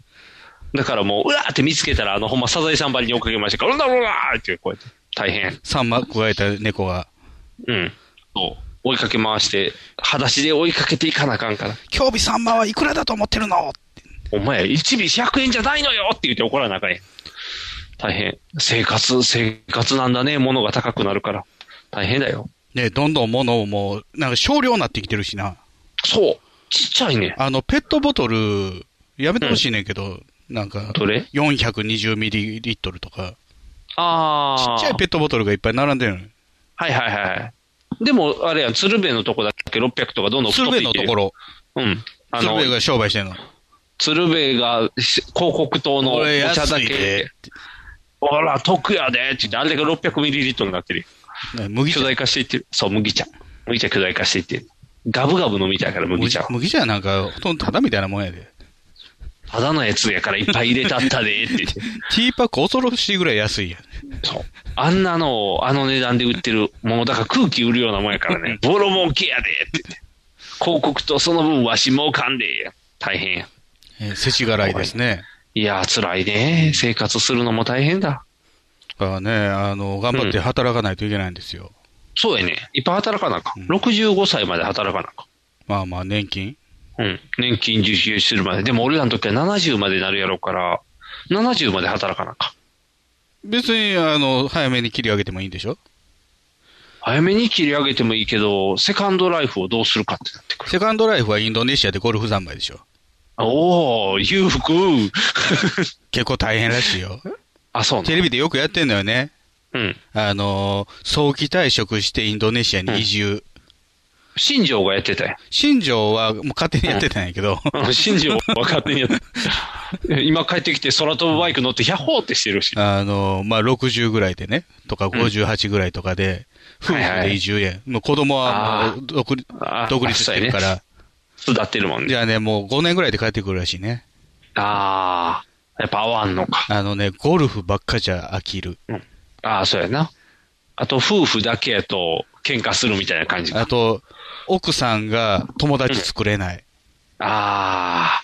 Speaker 2: だからもう、うわーって見つけたら、あの、ほんま、サザエさんばりに追っかけましたから、うらうらうらーって、こうやって。大変。
Speaker 3: サンマ加えた猫が、
Speaker 2: うん。そう。追いかけ回して、裸足で追いかけていかなあかんから。
Speaker 3: 今日日サンマはいくらだと思ってるの
Speaker 2: お前、一尾100円じゃないのよって言って怒らなあかんやん。大変。生活、生活なんだね。物が高くなるから。大変だよ。
Speaker 3: ね、どんどん物をもう、なんか少量になってきてるしな。
Speaker 2: そう。ちっちゃいね。
Speaker 3: あの、ペットボトル、やめてほしいねんけど、なんか、
Speaker 2: どれ
Speaker 3: 420ミリリットルとか、
Speaker 2: あ
Speaker 3: ち
Speaker 2: あ。
Speaker 3: っちゃいペットボトルがいっぱい並んでるのよ
Speaker 2: はいはいはい。でも、あれやん、鶴瓶のとこだっけ、600とかどんどん太
Speaker 3: 鶴
Speaker 2: ってい
Speaker 3: 瓶
Speaker 2: って
Speaker 3: のところ、
Speaker 2: うん。あ
Speaker 3: 鶴
Speaker 2: の、
Speaker 3: 瓶が商売してんの。
Speaker 2: 鶴瓶がし広告塔のお
Speaker 3: 俺
Speaker 2: 茶
Speaker 3: 安
Speaker 2: だ
Speaker 3: い
Speaker 2: け
Speaker 3: で。、
Speaker 2: ほら、得やでって言って、あれが600ミリリットルになってるよ。
Speaker 3: ね麦茶
Speaker 2: 巨大化していってる。そう、麦茶。麦茶巨大化していってる。ガブガブ飲みたいから、麦茶は。
Speaker 3: 麦茶なんか、ほとんどただみたいなもんやで。
Speaker 2: ただのやつやからいっぱい入れたったでって 言って。
Speaker 3: ティーパック恐ろしいぐらい安いやん。
Speaker 2: そう。あんなのを、あの値段で売ってる、もうだから空気売るようなもんやか らね。ボロ儲けやでって言って。広告とその分わし儲かんでや。大変や。
Speaker 3: えー、世知辛いですね。
Speaker 2: いやー、辛いね。生活するのも大変だ。
Speaker 3: だからね、あの、頑張って働かないといけないんですよ。
Speaker 2: そうやね。いっぱい働かなあか
Speaker 3: うん
Speaker 2: ん。65歳まで働かなあか
Speaker 3: まあまあ、年金
Speaker 2: ん。うん。年金受給するまで。でも俺らの時は70までなるやろうから、70まで働かなあかん。
Speaker 3: 別に、あの、早めに切り上げてもいいんでしょ
Speaker 2: 早めに切り上げてもいいけど、セカンドライフをどうするかってなってくる。
Speaker 3: セカンドライフはインドネシアでゴルフ三昧でしょ
Speaker 2: おー、裕福。
Speaker 3: 結構大変らしいよ。
Speaker 2: あ、そうね。
Speaker 3: テレビでよくやってんのよね。
Speaker 2: うん。
Speaker 3: あの、早期退職してインドネシアに移住。
Speaker 2: 新庄がやってたよ。
Speaker 3: 新庄はもう勝手にやってたんやけど、
Speaker 2: うん新庄は勝手にや って。今帰ってきて空飛ぶバイク乗って、ヤッホーってしてるし。
Speaker 3: あの、まあ、60ぐらいでね、とか58ぐらいとかで、夫婦
Speaker 2: はいは
Speaker 3: で
Speaker 2: い
Speaker 3: 移住や。もう子供はもう独立
Speaker 2: あー
Speaker 3: 独立してるか
Speaker 2: あ
Speaker 3: ら。
Speaker 2: 巣立ってるもん
Speaker 3: じ
Speaker 2: ね。
Speaker 3: ゃ あね、もう5年ぐらいで帰ってくるらしいね。
Speaker 2: ああ、やっぱ合わんのか。
Speaker 3: あのね、ゴルフばっかじゃ飽きる。
Speaker 2: ああ、そうやな。あと、夫婦だけやと喧嘩するみたいな感じか。
Speaker 3: あと、奥さんが友達作れない。
Speaker 2: ああ、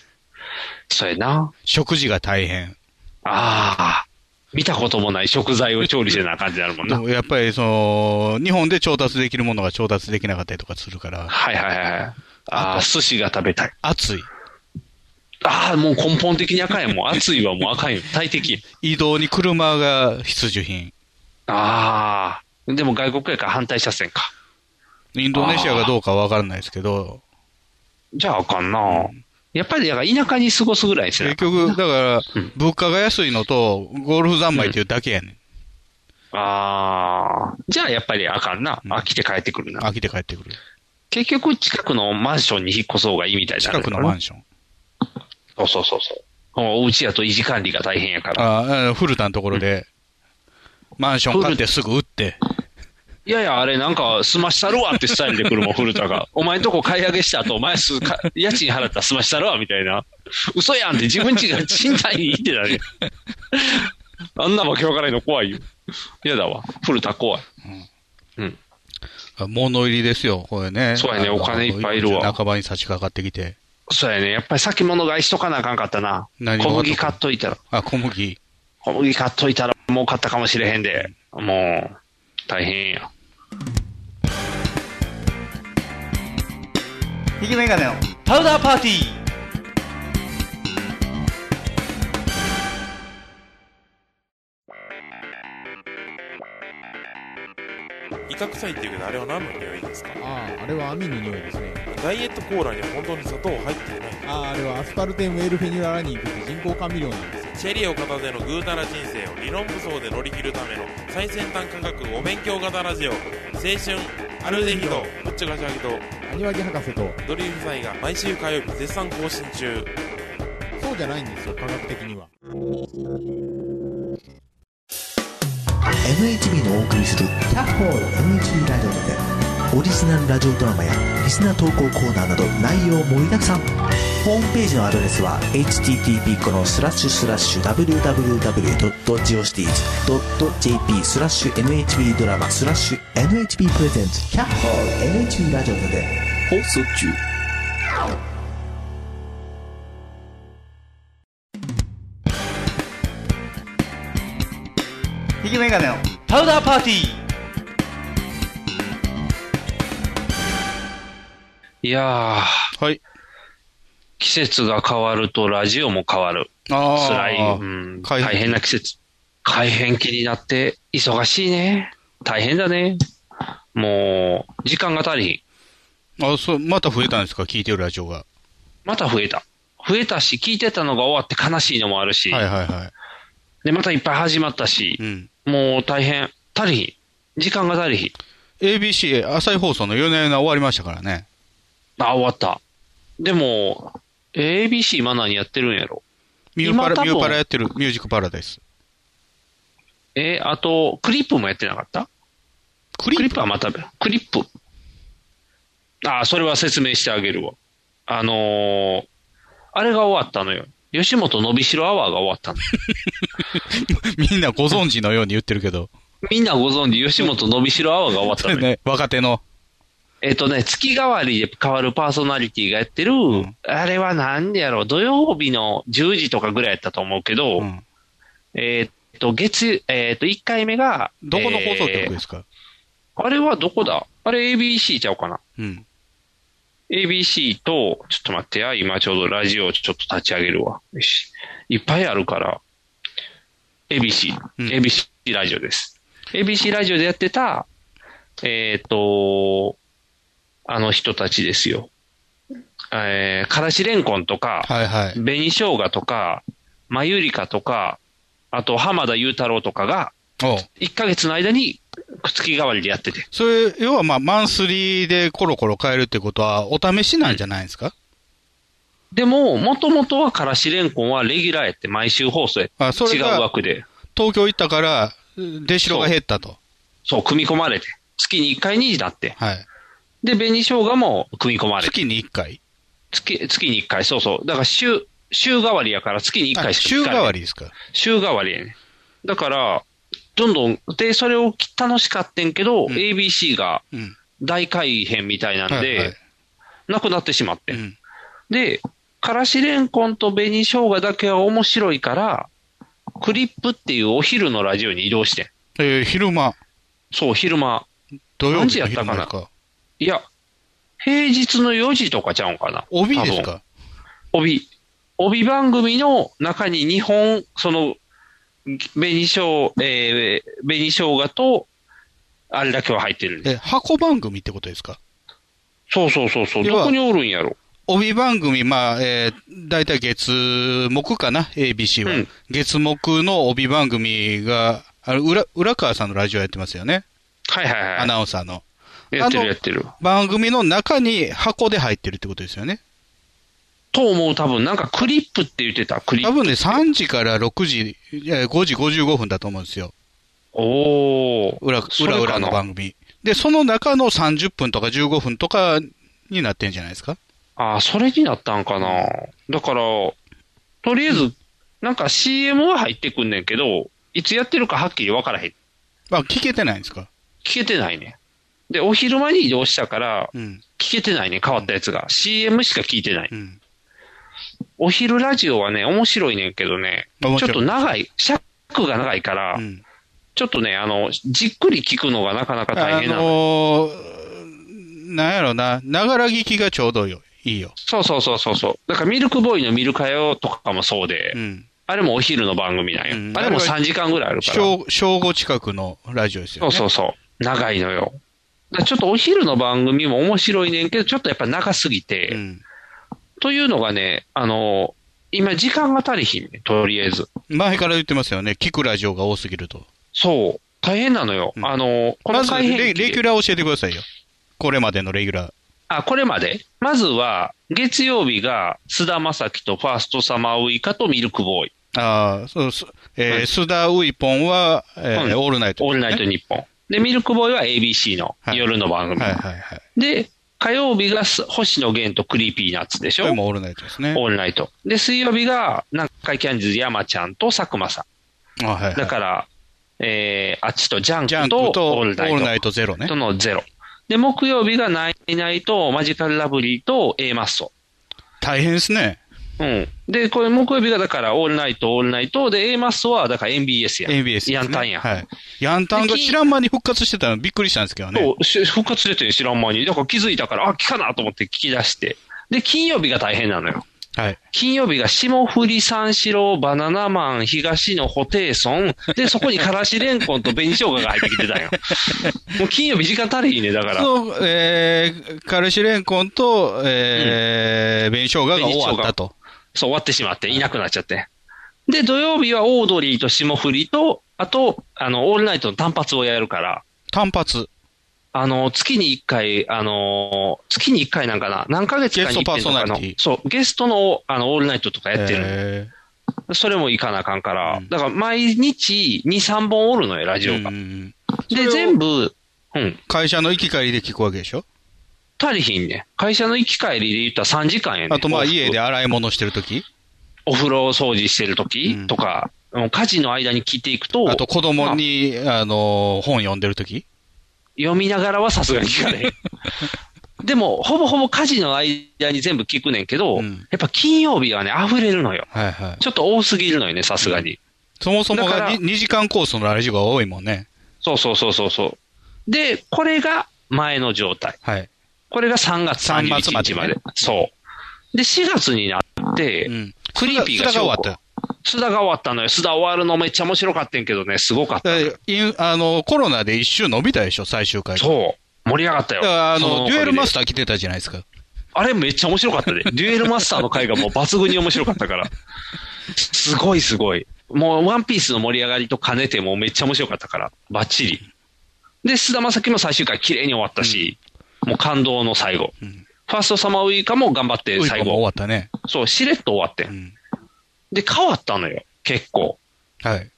Speaker 2: そうやな。
Speaker 3: 食事が大変。
Speaker 2: ああ、見たこともない食材を調理せなあかんじになるもん
Speaker 3: で
Speaker 2: な。
Speaker 3: もやっぱりその、日本で調達できるものが調達できなかったりとかするから、
Speaker 2: はいはいはいはい。ああ、寿司が食べたい。
Speaker 3: 暑い。
Speaker 2: ああ、もう根本的に赤いもん。熱いはもう赤いよ。大敵。
Speaker 3: 移動に車が必需品。
Speaker 2: ああ、でも外国やから反対車線か。
Speaker 3: インドネシアがどうかわからないですけど、
Speaker 2: じゃああかんな。やっぱり、だから田舎に過ごすぐらいです
Speaker 3: 結
Speaker 2: ね。
Speaker 3: 局、だから
Speaker 2: うん、
Speaker 3: 物価が安いのと、ゴルフ三昧っていうだけやね
Speaker 2: ああ、じゃあやっぱりあかんな。飽きて帰ってくる
Speaker 3: ん。
Speaker 2: な。
Speaker 3: 飽きて帰ってくる。
Speaker 2: 結局、近くのマンションに引っ越そうがいいみたいな
Speaker 3: 近くのマン
Speaker 2: シ
Speaker 3: ション。
Speaker 2: ョン。そうそうそうそう。お家やと維持管理が大変やから。
Speaker 3: ああ、古田のところで、マンション買ってすぐ売って、
Speaker 2: いやいや、あれなんか、済ましたるわってスタイルで来 るもん、古田が。お前んとこ買い上げした後、お前すか家賃払ったら済ましたるわ、みたいな。嘘やんって自分ちが賃貸に行ってたね。 あんなわけわからないの怖いよ。嫌だわ。古田怖い。
Speaker 3: あ物入りですよ、これね。
Speaker 2: そうやね
Speaker 3: あの
Speaker 2: お金いっぱいいるわ
Speaker 3: 半ばに差し掛かってきて。
Speaker 2: そうやね。やっぱり先物買いしとかなあかんかったな。
Speaker 3: 何が
Speaker 2: 小麦買っといたら。
Speaker 3: あ、小麦。
Speaker 2: 小麦買っといたら儲かったかもしれへんで。もう、大変や。
Speaker 4: 引きメガネのパウダーパーティー
Speaker 5: 威嚇臭いっていうけどあれは何の匂いですか
Speaker 6: あああれは網の匂いですね
Speaker 5: ダイエットコーラには本当に砂糖入っていない
Speaker 6: あああれはアスパルテンウェルフェニュララニンという人工甘味料なんですよ
Speaker 5: チェリーを片手のぐうたら人生を理論武装で乗り切るための最先端科学お勉強型ラジオ青春アルデヒドぶっちゃかしゃぎと
Speaker 6: アニワギ博士と
Speaker 5: ドリームフイが毎週火曜日絶賛更新中
Speaker 6: そうじゃないんですよ科学的には
Speaker 7: NHB のお送りする「キャッホール NHB ラジオ」でオリジナルラジオドラマやリスナー投稿コーナーなど内容盛りだくさんホームページのアドレスは http このスラッシュスラッシュ www.geocities.jp スラッシュ NHB ドラマスラッシュ NHB プレゼンツキャッホール NHB ラジオで放送中
Speaker 4: 引きメガネのパウダーパーティー
Speaker 2: いやー、
Speaker 3: はい。
Speaker 2: 季節が変わるとラジオも変わる。
Speaker 3: ああ。
Speaker 2: 辛い、うん、
Speaker 3: 改
Speaker 2: 大
Speaker 3: 変
Speaker 2: 変な季節。改変期になって、忙しいね。大変だね。もう、時間が足りひん。
Speaker 3: あ、そう、また増えたんですか聞いてるラジオが。
Speaker 2: また増えた。増えたし、聞いてたのが終わって悲しいのもあるし、
Speaker 3: はいはいは
Speaker 2: で、またいっぱい始まった
Speaker 3: い。
Speaker 2: し
Speaker 3: う、ん。
Speaker 2: もう大変。足りひん。時間が足りひん。
Speaker 3: ABC、朝日放送の夜な夜な終わりましたからね。
Speaker 2: あ、終わった。でも、ABC 今何やってるんやろ。
Speaker 3: ミューパ
Speaker 2: 今多
Speaker 3: ラ、
Speaker 2: 分
Speaker 3: ミューパラやってる、ミュージックパラダイス。
Speaker 2: えあと、クリップもやってなかった
Speaker 3: ク
Speaker 2: クリップはまた、クリップ。ああ、それは説明してあげるわ。あのーあれが終わったのよ。吉本のびしろアワーが終 わったの。
Speaker 3: みんなご存知のように言ってるけど。
Speaker 2: みんなご存知、吉本のびしろアワーが終わったのよ。
Speaker 3: ね、 若手の。
Speaker 2: えっとね、月替わりで変わるパーソナリティがやってる、
Speaker 3: ん
Speaker 2: あれは何でやろう、土曜日の10時とかぐらいやったと思うけど、
Speaker 3: うん。
Speaker 2: えっと、月、えっと、1回目が、
Speaker 3: どこの放送
Speaker 2: え
Speaker 3: 局
Speaker 2: ー
Speaker 3: ですか、
Speaker 2: あれはどこだあれ ABC ちゃうかな
Speaker 3: うん。
Speaker 2: ABC と、ちょっと待ってや、今ちょうどラジオをちょっと立ち上げるわ。よし。いっぱいあるから、ABC、
Speaker 3: うん
Speaker 2: ABC ラジオです。ABC ラジオでやってた、えっ、と、あの人たちですよ。えー、からしれんこんとか、
Speaker 3: はいはい。
Speaker 2: 紅生姜とか、まゆりかとか、あと浜田雄太郎とかが、
Speaker 3: おう
Speaker 2: 1ヶ月の間にくっつき代わりでやってて。
Speaker 3: それ、要はまあ、マンスリーでコロコロ変えるってことは、お試しなんじゃないですか、
Speaker 2: でも、もともとはからしれんこんはレギュラーやって毎週放送やって
Speaker 3: あそれ
Speaker 2: 違う
Speaker 3: が
Speaker 2: 枠で。
Speaker 3: 東京行ったから、出城が減ったと。
Speaker 2: そう、組み込まれて。月に1回2時だって。
Speaker 3: はい。
Speaker 2: で、紅生姜も組み込まれて。
Speaker 3: 月に1回。
Speaker 2: 月、月に1回、そうそう。だから週、週替わりやから月に1
Speaker 3: あ
Speaker 2: 回しか
Speaker 3: 週
Speaker 2: 聞かれ
Speaker 3: 替
Speaker 2: へん
Speaker 3: わりですか。
Speaker 2: 週替わりやね。だから、どんどん、で、それを楽しかってんけど、
Speaker 3: ん
Speaker 2: ABC が
Speaker 3: うん。
Speaker 2: 大改編みたいなんで、
Speaker 3: はいはい
Speaker 2: なくなってしまって。
Speaker 3: うん。
Speaker 2: で、からしれんこんと紅生姜だけは面白いから、クリップっていうお昼のラジオに移動してん。
Speaker 3: えー昼間、
Speaker 2: そう、昼間。
Speaker 3: 土曜
Speaker 2: 何
Speaker 3: 日
Speaker 2: 時や
Speaker 3: の
Speaker 2: った
Speaker 3: 昼
Speaker 2: かな
Speaker 3: 間ですか。
Speaker 2: いや、平日の4時とかちゃうんかな。
Speaker 3: 帯です
Speaker 2: 多分
Speaker 3: か
Speaker 2: 帯。帯番組の中に2本、その、紅しょう、えー、紅しょうがと、あれだけは入ってるんで
Speaker 3: え、
Speaker 2: す。
Speaker 3: 箱番組ってことですか
Speaker 2: そうそうそうそう。
Speaker 3: 要は
Speaker 2: どこにおるんやろ。
Speaker 3: 帯番組、まあ、えー、大体月、木かな ?ABC は。
Speaker 2: うん
Speaker 3: 月、木の帯番組が、あの、浦、浦川さんのラジオやってますよね。
Speaker 2: はいはい
Speaker 3: ア
Speaker 2: は
Speaker 3: ナウンサーの。
Speaker 2: い。やって
Speaker 3: あ
Speaker 2: る
Speaker 3: の
Speaker 2: やってる。
Speaker 3: 番組の中に箱で入ってるってことですよね。
Speaker 2: と思う多分、なんかクリップって言ってた。クリッ
Speaker 3: 多
Speaker 2: プ。
Speaker 3: 分ね、3時から6時、いや5時55分だと思うんですよ。
Speaker 2: おー。
Speaker 3: 裏、
Speaker 2: それ
Speaker 3: 裏裏
Speaker 2: かな
Speaker 3: の番組。で、その中の30分とか15分とかになってんじゃないですか。
Speaker 2: ああ、それになったんかな。だから、とりあえず、なんか CM は入ってくんねんけど、いつやってるかはっきりわからへん。
Speaker 3: まあ、聞けてないんですか。
Speaker 2: 聞けてないね。で、お昼間に移動したから、
Speaker 3: うん。
Speaker 2: 聞けてないね、変わったやつが。CM しか聞いてない。
Speaker 3: うん。
Speaker 2: お昼ラジオはね、面白いねんけどね、ちょ
Speaker 3: 面
Speaker 2: っ
Speaker 3: 白い
Speaker 2: と長い、尺が長いから、
Speaker 3: うん。
Speaker 2: ちょっとね、あの、じっくり聞くのがなかなか大
Speaker 3: あ
Speaker 2: 変なの。
Speaker 3: のー、なんやろな、ながら聞きがちょうどよいいよ。
Speaker 2: そうそうそうそうそう。だからミルクボーイのミルカヨとかもそうで、
Speaker 3: うん。
Speaker 2: あれもお昼の番組なんよ。
Speaker 3: うん
Speaker 2: あれも
Speaker 3: あれは
Speaker 2: 3時間ぐらいあるから。
Speaker 3: 正正午近くのラジオですよ
Speaker 2: そ
Speaker 3: ね。
Speaker 2: うそうそう。長いのよ。だからちょっとお昼の番組も面白いねんけど、ちょっとやっぱ長すぎて、
Speaker 3: ん。
Speaker 2: というのがね、あの、今時間が足りひんねんとりあえず。
Speaker 3: 前から言ってますよね。聞くラジオが多すぎると。
Speaker 2: そう。大変なのよ。
Speaker 3: うん
Speaker 2: あの、こ
Speaker 3: ま
Speaker 2: の
Speaker 3: ず
Speaker 2: 改
Speaker 3: レ、レ
Speaker 2: 編期
Speaker 3: ギュ
Speaker 2: で
Speaker 3: ラー教えてくださいよ。これまでのレギュラー。
Speaker 2: あ、これまで。まずは、月曜日が、菅田将暉とファーストサマーウイカとミルクボーイ。
Speaker 3: ああ、そう、すえー
Speaker 2: はい
Speaker 3: 須田ウイポンは、えー
Speaker 2: うん
Speaker 3: オールナイト、
Speaker 2: オールナイト
Speaker 3: に。
Speaker 2: ニッポン。で、ミルクボーイは ABC の
Speaker 3: はい
Speaker 2: 夜の番組。
Speaker 3: はいはいはい。
Speaker 2: で、火曜日がす星野源とクリーピーナッツでし
Speaker 3: こ
Speaker 2: ょ
Speaker 3: れもオールナイトですね。
Speaker 2: オールナイト。で、水曜日が、南海キャンディーズ山ちゃんと佐久間さ
Speaker 3: あはいはい
Speaker 2: ん。だから、えー、あっちとジャン
Speaker 3: ジャン
Speaker 2: ク
Speaker 3: クと
Speaker 2: と
Speaker 3: オ
Speaker 2: オ
Speaker 3: ール
Speaker 2: ールナ
Speaker 3: ナ
Speaker 2: イ
Speaker 3: イトゼロね
Speaker 2: トと。のゼロ。で、木曜日がナイナイとマジカルラブリーと A マッソ。
Speaker 3: 大変ですね。
Speaker 2: うん。で、これ木曜日がだからオールナイト、オールナイト。で、A マッソはだから NBS や。
Speaker 3: NBS ですね。
Speaker 2: ヤンタンや。
Speaker 3: はい。ヤンタンが知らん間に復活してたのびっくりしたんですけどね。
Speaker 2: そうし復活出て知らん間に。だから気づいたから、あ、来たなと思って聞き出して。で、金曜日が大変なのよ。
Speaker 3: はい。
Speaker 2: 金曜日が霜降り三四郎、バナナマン、東野、ホテイソン。 で、そこにからしれんこんと紅生姜が入ってきてたんよ。もう金曜日時間足りひんね、だから。
Speaker 3: そう、えー、カルシレンコンと、えー、紅生姜が終わったと。
Speaker 2: そう、終わってしまって、いなくなっちゃって。で、土曜日はオードリーと霜降りと、あと、あの、オールナイトの単発をやるから、
Speaker 3: 単発。
Speaker 2: あの、月に一回、あの、月に一回なんかな、何ヶ月かに一遍とかの
Speaker 3: ゲストパーソナリティ
Speaker 2: そう、ゲストの、あの、オールナイトとかやってるの。
Speaker 3: え
Speaker 2: それも行かなあかんから、
Speaker 3: うん
Speaker 2: だから毎日2、3本おるのよ、ラジオ
Speaker 3: ー、
Speaker 2: が。
Speaker 3: うん
Speaker 2: で、全部、うん、
Speaker 3: 会社の行き帰りで聞くわけでしょ
Speaker 2: 足りひんね。会社の行き帰りで言ったら3時間やね
Speaker 3: あとまあ家で
Speaker 2: お
Speaker 3: 洗い物してるとき
Speaker 2: お風呂掃除してる時
Speaker 3: うん
Speaker 2: とか、もう家事の間に聞いていくと、
Speaker 3: あと子供に、あのー、本読んでるとき
Speaker 2: 読みながらはさすがに聞かれへん。でも、ほぼほぼ家事の間に全部聞くねんけど、
Speaker 3: うん
Speaker 2: やっぱ金曜日はね、溢れるのよ。
Speaker 3: はいはい。
Speaker 2: ちょっと多すぎるのよね、さすがに。
Speaker 3: そもそも
Speaker 2: だ
Speaker 3: が
Speaker 2: から
Speaker 3: 2, 時間コースのラジオが多いもんね。
Speaker 2: そうそうそうそうそう。で、これが前の状態。
Speaker 3: はい。
Speaker 2: これが3月
Speaker 3: 3
Speaker 2: 31
Speaker 3: 月
Speaker 2: 日
Speaker 3: ま
Speaker 2: ま
Speaker 3: で
Speaker 2: で。
Speaker 3: ね
Speaker 2: そう。で、4月になって、
Speaker 3: うん。
Speaker 2: クリーピーが
Speaker 3: 須田
Speaker 2: 終
Speaker 3: が
Speaker 2: わっ
Speaker 3: 終わ
Speaker 2: た
Speaker 3: っ。
Speaker 2: 須田が終わったのよ。須田終わるのめっちゃ面白かったんけどね、すごかったた。
Speaker 3: だからインあの、コロナで一周伸びたでしょ、最終回が。
Speaker 2: そう。盛り上がったよ。
Speaker 3: だからあ
Speaker 2: そ
Speaker 3: の、
Speaker 2: お
Speaker 3: デ
Speaker 2: かげ
Speaker 3: ュ
Speaker 2: で
Speaker 3: エルマスター来てたじゃないですか。
Speaker 2: あれめっちゃ面白かったで。 デュエルマスターの回がもう抜群に面白かったから。すごいすごい。もうワンピースの盛り上がりと兼ねてもうめっちゃ面白かったから。バッチリ。で、菅田将暉も最終回綺麗に終わったし、もう感動の最後。
Speaker 3: うん
Speaker 2: ファーストサマーウイカも頑張って
Speaker 3: ウイカ
Speaker 2: 最
Speaker 3: も終
Speaker 2: 後
Speaker 3: わ。ったね。
Speaker 2: そう、しれっと終わって。
Speaker 3: うんん。
Speaker 2: で、変わったのよ、結構。
Speaker 3: はい。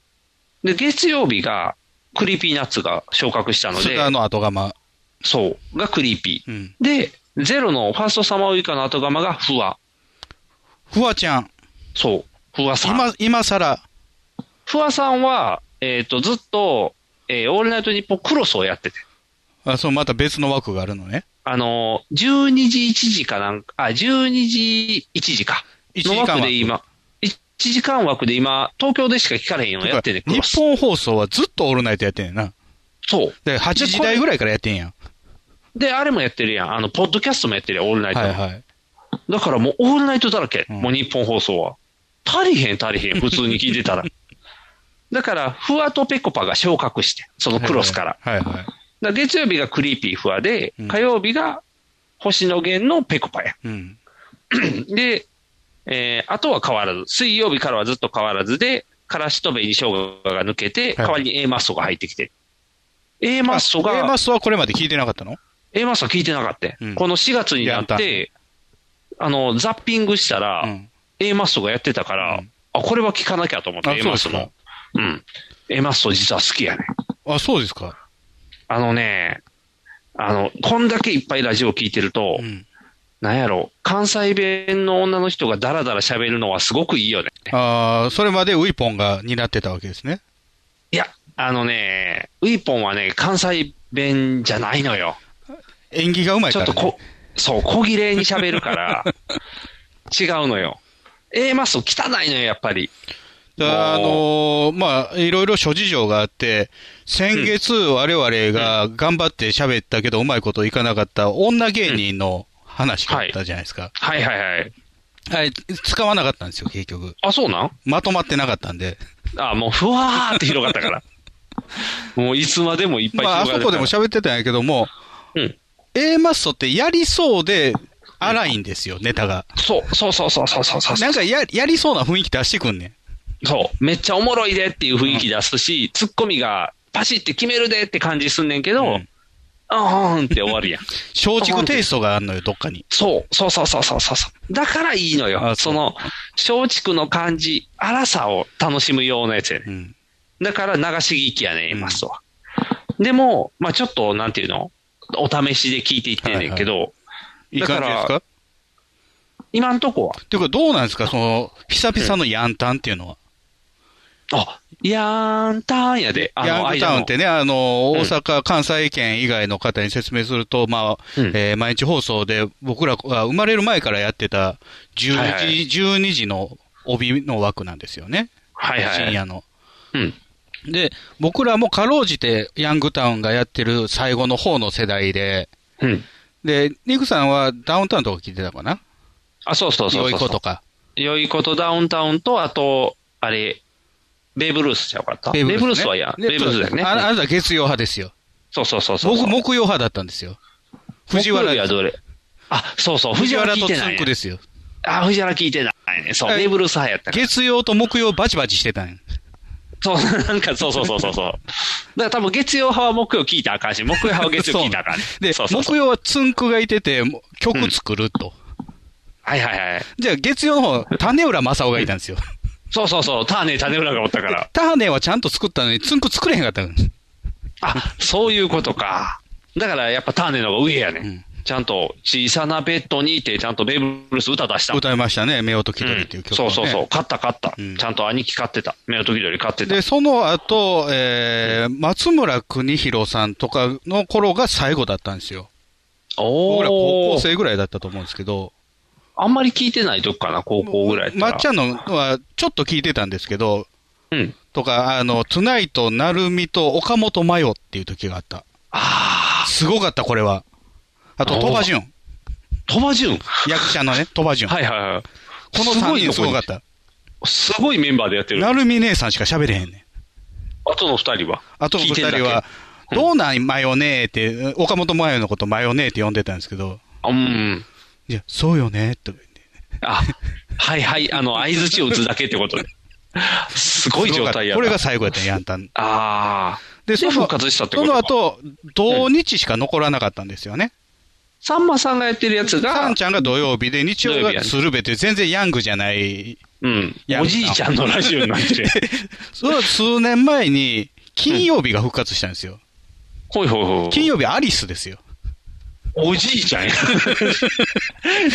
Speaker 2: で、月曜日が、クリーピーナッツが昇格したので、
Speaker 3: 菅の後釜。
Speaker 2: そう、がクリーピー。
Speaker 3: うん。
Speaker 2: で、ゼロのファーストサマーウイカの後釜がフワ。
Speaker 3: フワちゃん。
Speaker 2: そう、フワさん。
Speaker 3: 今、今さら、
Speaker 2: フワさんは、えっ、と、ずっと、えーオールナイトニッポンクロスをやってて。
Speaker 3: あそう、また別の枠があるのね。
Speaker 2: あのー、12時1時かなんか、あ、12時1時か。
Speaker 3: 1時
Speaker 2: の
Speaker 3: 間枠
Speaker 2: 枠で今、1時間枠で今、東京でしか聞かれへんのやってんねん、ク
Speaker 3: 日
Speaker 2: ロス。
Speaker 3: 本放送はずっとオールナイトやってんねんな。
Speaker 2: そう。
Speaker 3: で、8時台ぐらいからやってんやん。
Speaker 2: で、あれもやってるやん。あの、ポッドキャストもやってるやん、オールナイトの。
Speaker 3: はいはい。
Speaker 2: だからもうオールナイトだらけ、
Speaker 3: うん
Speaker 2: もう日本放送は。足りへん足りへん、普通に聞いてたら。 だから、フワとペコパが昇格して、そのクロスから。
Speaker 3: はいはい。
Speaker 2: だから月曜日がクリーピーフワで
Speaker 3: うん、
Speaker 2: 火曜日が星野源のペコパや。
Speaker 3: うん。
Speaker 2: で、えーあとは変わらず、水曜日からはずっと変わらずで、からしとべにしょうがが抜けて、代わりに A マッソが入ってきて。A マッソが、
Speaker 3: A マッソはこれまで聞いてなかったの
Speaker 2: A マッソは聞いてなかった。
Speaker 3: うん
Speaker 2: この4月になっ、
Speaker 3: やって
Speaker 2: あの、ザッピングしたら、
Speaker 3: うん
Speaker 2: A マッソがやってたから、
Speaker 3: うん
Speaker 2: あ、これは聞かなきゃと思って、
Speaker 3: あ
Speaker 2: A
Speaker 3: そう
Speaker 2: マ
Speaker 3: で
Speaker 2: ッ
Speaker 3: す
Speaker 2: ソ
Speaker 3: か
Speaker 2: の。うん。A マッソ実は好きやね。
Speaker 3: あ、そうですか。
Speaker 2: あのね、あの、こんだけいっぱいラジオ聞いてると、
Speaker 3: うん。
Speaker 2: なんやろ、関西弁の女の人がダラダラ喋るのはすごくいいよね。
Speaker 3: ああ、それまでウイポンが担ってたわけですね。
Speaker 2: いや、あのね、ウィポンはね、関西弁じゃないのよ。
Speaker 3: 演技がうまい
Speaker 2: ち
Speaker 3: か
Speaker 2: ょっ
Speaker 3: ら、ね。
Speaker 2: とこ、そう、小切れに喋 るから、違うのよ。A マッソ汚いのよ、やっぱり。
Speaker 3: あのーまあ、いろいろ諸事情があって、先月、我々が頑張って喋ったけど、うまいこといかなかった女芸人の話があったじゃないですか。
Speaker 2: はいはいはい。
Speaker 3: はい、使わなかったんですよ、結局。
Speaker 2: あ、そうなん
Speaker 3: まとまってなかったんで。
Speaker 2: あ、もうふわーって広がっ たから。もういつまでもいっぱい広
Speaker 3: まあ、
Speaker 2: が
Speaker 3: あ
Speaker 2: って
Speaker 3: そこでも喋ってたんやけども、
Speaker 2: うん。
Speaker 3: A マッソってやりそうで、荒いんですよ、ネタが。
Speaker 2: そう、そうそうそうそうそうそう。
Speaker 3: なんかや、やりそうな雰囲気出してくんねん。
Speaker 2: そう。めっちゃおもろいでっていう雰囲気出すし、ツッコミがパシって決めるでって感じすんねんけど、
Speaker 3: うん
Speaker 2: あーんって終わるやん。
Speaker 3: 松竹テイストがあんのよ、どっかに。
Speaker 2: そう、そうそうそうそうそうそう。だからいいのよ。
Speaker 3: あ
Speaker 2: そ
Speaker 3: そう
Speaker 2: の、松竹の感じ、荒さを楽しむようなやつやね
Speaker 3: う。ん。
Speaker 2: だから流し聞きやね、マストは。でも、まあちょっと、なんていうのお試しで聞いていってんねんけど、
Speaker 3: いい感じです
Speaker 2: だ
Speaker 3: か
Speaker 2: 今んとこは、
Speaker 3: っていうか、どうなんですか、その、久々のヤンタンっていうのは。
Speaker 2: あ、ヤーンターンやで、あ
Speaker 3: ヤ
Speaker 2: の、
Speaker 3: ングタウンってね、あの、大阪、関西圏以外の方に説明すると、まあ、
Speaker 2: うん
Speaker 3: えー毎日放送で僕らが生まれる前からやってた11時、
Speaker 2: はいはい
Speaker 3: 12時の帯の枠なんですよね。
Speaker 2: はいはい
Speaker 3: 深夜の。
Speaker 2: うん。
Speaker 3: で、僕らもかろうじてヤングタウンがやってる最後の方の世代で、
Speaker 2: うん。
Speaker 3: で、ニクさんはダウンタウンとか聞いてたかな
Speaker 2: あ、そうそうそうそうそう。
Speaker 3: 良いことか。
Speaker 2: 良いことダウンタウンと、あと、あれ、ベーブ・ルースちゃうかったベーブ・ルース
Speaker 3: ね
Speaker 2: はや、
Speaker 3: で
Speaker 2: ベーブ・ルースだよね。
Speaker 3: ああ
Speaker 2: うん
Speaker 3: なた月曜派ですよ。
Speaker 2: そうそうそうそう。
Speaker 3: 僕、木曜派だったんですよ。藤
Speaker 2: 木曜
Speaker 3: 原
Speaker 2: 日はどれあ、そうそう、藤
Speaker 3: 藤原
Speaker 2: 原聞い
Speaker 3: と
Speaker 2: て
Speaker 3: つ
Speaker 2: ない、
Speaker 3: んく
Speaker 2: ね
Speaker 3: で。すよ。
Speaker 2: あ、藤原聞いてないね。そう、
Speaker 3: はい
Speaker 2: ベーブ・ルース派やったから。
Speaker 3: 月曜と木曜バチバチしてたんや。
Speaker 2: そう、なんか、そうそうそうそうそう。だから多分月曜派は木曜聞いたらあかんし、木曜派は月曜聞いたらあかん、ね
Speaker 3: で
Speaker 2: そうそうそう
Speaker 3: 木曜はつんくがいてて、もう曲作ると。
Speaker 2: はいはいはい。
Speaker 3: じゃあ月曜の方、種浦正夫がいたんですよ。
Speaker 2: そうそうそう、ターネ、種村がおったから。
Speaker 3: 種はちゃんと作ったのに、つんく作れへんかったの
Speaker 2: あ、そういうことか。だからやっぱターネの方が上やね。
Speaker 3: うん
Speaker 2: ちゃんと、小さなベッドにって、ちゃんとベーブ・ルース歌出したもん。
Speaker 3: 歌いましたね、目をときどりっていう曲、ね
Speaker 2: そうそうそう、勝った勝った、
Speaker 3: うん
Speaker 2: ちゃんと兄貴勝ってた、目の時々勝ってた
Speaker 3: で、、その後、えー、松村邦弘さんとかの頃が最後だったんですよ。
Speaker 2: お
Speaker 3: 僕ら高校
Speaker 2: ー
Speaker 3: 生ぐらいだったと思うんですけど、
Speaker 2: あんまり聞いてない時かな、高校ぐらいやった
Speaker 3: ま
Speaker 2: ら
Speaker 3: っちゃんのはちょっと聞いてたんですけど、
Speaker 2: うん、
Speaker 3: とか、あの、トゥナイト、なるみと岡本真代っていう時があった。
Speaker 2: あ
Speaker 3: すごかった、これは。あと、
Speaker 2: おー
Speaker 3: 鳥羽潤。
Speaker 2: ー、鳥羽潤、
Speaker 3: 役者 のね、鳥羽潤。
Speaker 2: はいはいはい、
Speaker 3: この
Speaker 2: す
Speaker 3: 3
Speaker 2: ごい
Speaker 3: 人
Speaker 2: と
Speaker 3: す
Speaker 2: こに
Speaker 3: ごかった。
Speaker 2: すごいメンバーでやってる、
Speaker 3: なるみ姉さんしか喋れへんねん。
Speaker 2: あとの二人は、
Speaker 3: あとの2
Speaker 2: 聞いてるだ
Speaker 3: 人
Speaker 2: け
Speaker 3: は、
Speaker 2: うん
Speaker 3: どうなん、マヨネーって、岡本真代のことマヨネーって呼んでたんですけど、
Speaker 2: うん、
Speaker 3: いや、そうよね、と。
Speaker 2: あはいはい、あの 相づちを打つだけってことで、すごい状態やな
Speaker 3: こ れが最後やったんや、ヤンタン。
Speaker 2: あ
Speaker 3: で、そ
Speaker 2: で、
Speaker 3: の
Speaker 2: 復、活したって
Speaker 3: そ
Speaker 2: こと
Speaker 3: の
Speaker 2: か。
Speaker 3: 後、土日しか残らなかったんですよね。
Speaker 2: さんまさんがやってるやつ
Speaker 3: さ
Speaker 2: が
Speaker 3: ん、ちゃんが土曜日で、日曜
Speaker 2: 土曜日
Speaker 3: が
Speaker 2: やね
Speaker 3: 鶴瓶って全然ヤングじゃない。
Speaker 2: うん
Speaker 3: い。や
Speaker 2: おじいちゃんのラジオに なって。
Speaker 3: それは数年前に、金曜日が復活したんですよ。
Speaker 2: ほいほいほい。
Speaker 3: 金曜日アリスですよ。
Speaker 2: おじいち ゃんや。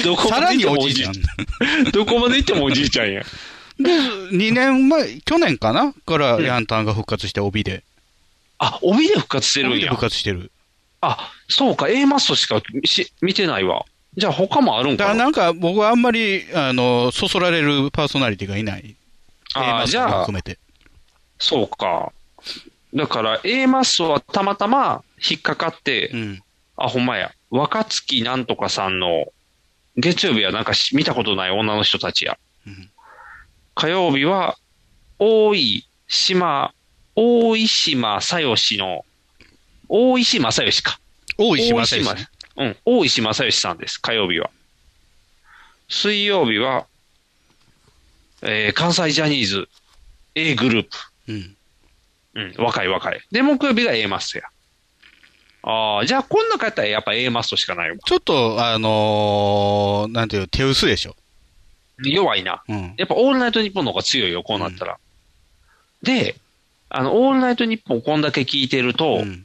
Speaker 2: どこ
Speaker 3: さ
Speaker 2: ま
Speaker 3: ら
Speaker 2: で
Speaker 3: に
Speaker 2: 行っても
Speaker 3: お
Speaker 2: お
Speaker 3: じい
Speaker 2: じい
Speaker 3: ちゃん。
Speaker 2: ち
Speaker 3: で、
Speaker 2: ゃん。どこまで行ってもおじいちゃんや。
Speaker 3: 2年前、去年かなから
Speaker 2: うん
Speaker 3: ヤンタンが復活して帯で。
Speaker 2: あ、帯で復活してるん
Speaker 3: 帯で
Speaker 2: や
Speaker 3: 復。活してる。
Speaker 2: あ、そうか、A マストしかし見てないわ。じゃあ他もあるん
Speaker 3: だか
Speaker 2: からな。
Speaker 3: なんか僕はあんまり、あの、そそられるパーソナリティがいない。
Speaker 2: あ
Speaker 3: A マ
Speaker 2: ー
Speaker 3: ス
Speaker 2: じ
Speaker 3: とか
Speaker 2: ゃあ
Speaker 3: 含、めて。
Speaker 2: そうか。だから、A マストはたまたま引っかかって、
Speaker 3: うん。
Speaker 2: あ、ほんまや。若月なんとかさんの、月曜日はなんかし見たことない女の人たちや。
Speaker 3: うん
Speaker 2: 火曜日は、大井島、大井島さよしの、大石正義か。
Speaker 3: 大石正義
Speaker 2: 大石正うん、大石正義さんです、火曜日は。水曜日は、えー関西ジャニーズ A グループ。
Speaker 3: うん。
Speaker 2: うん、若い若い。で、木曜日が A マストや。ああ、じゃあ、こん中やったらやっぱ A マストしかないわ。
Speaker 3: ちょっと、あのーなんていう、手薄でしょ。
Speaker 2: 弱いな。
Speaker 3: うん。
Speaker 2: やっぱ、オールナイトニッポンの方が強いよ、こうなったら。で、あの、オールナイトニッポンこんだけ聞いてると、
Speaker 3: うん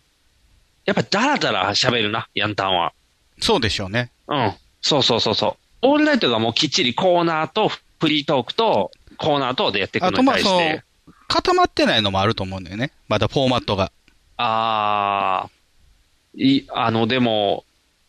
Speaker 2: やっぱダラダラ喋るな、ヤンタンは。
Speaker 3: そうでしょうね。
Speaker 2: うん。そうそうそうそう。オールナイトがもうきっちりコーナーとフリートークとコーナーとでやっていく
Speaker 3: あ
Speaker 2: の
Speaker 3: と、
Speaker 2: に
Speaker 3: まあ、
Speaker 2: 対し
Speaker 3: その
Speaker 2: て。、
Speaker 3: 固まってないのもあると思うんだよね。まだフォーマットが。
Speaker 2: ああい、あの、でも、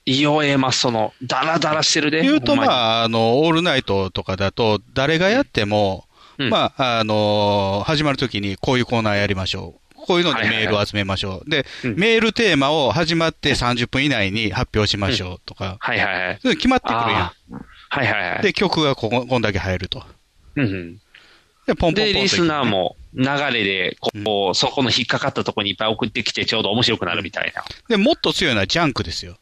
Speaker 2: いよえます、その、ダラダラしてるで。
Speaker 3: 言うと、
Speaker 2: ほんまに
Speaker 3: まあ、あの、オールナイトとかだと、誰がやっても、
Speaker 2: うん
Speaker 3: まあ、あのー始まるときに、こういうコーナーやりましょう。こういうのでメールを集めましょう。で、
Speaker 2: うん
Speaker 3: メールテーマを始まって30分以内に発表しましょうとか、
Speaker 2: はいはいはい。
Speaker 3: そういうの決まってくるや
Speaker 2: あーはいはいは
Speaker 3: ん。
Speaker 2: い。
Speaker 3: で、曲がこここんだけ入ると。
Speaker 2: うんうん
Speaker 3: で、ポンポンポンと
Speaker 2: で、
Speaker 3: いく
Speaker 2: リスナー。も流れで、こう、そこの引っかかったとこにいっぱい送ってきて、ちょうど面白くなるみたいな。
Speaker 3: で、もっと強いのはジャンクですよ。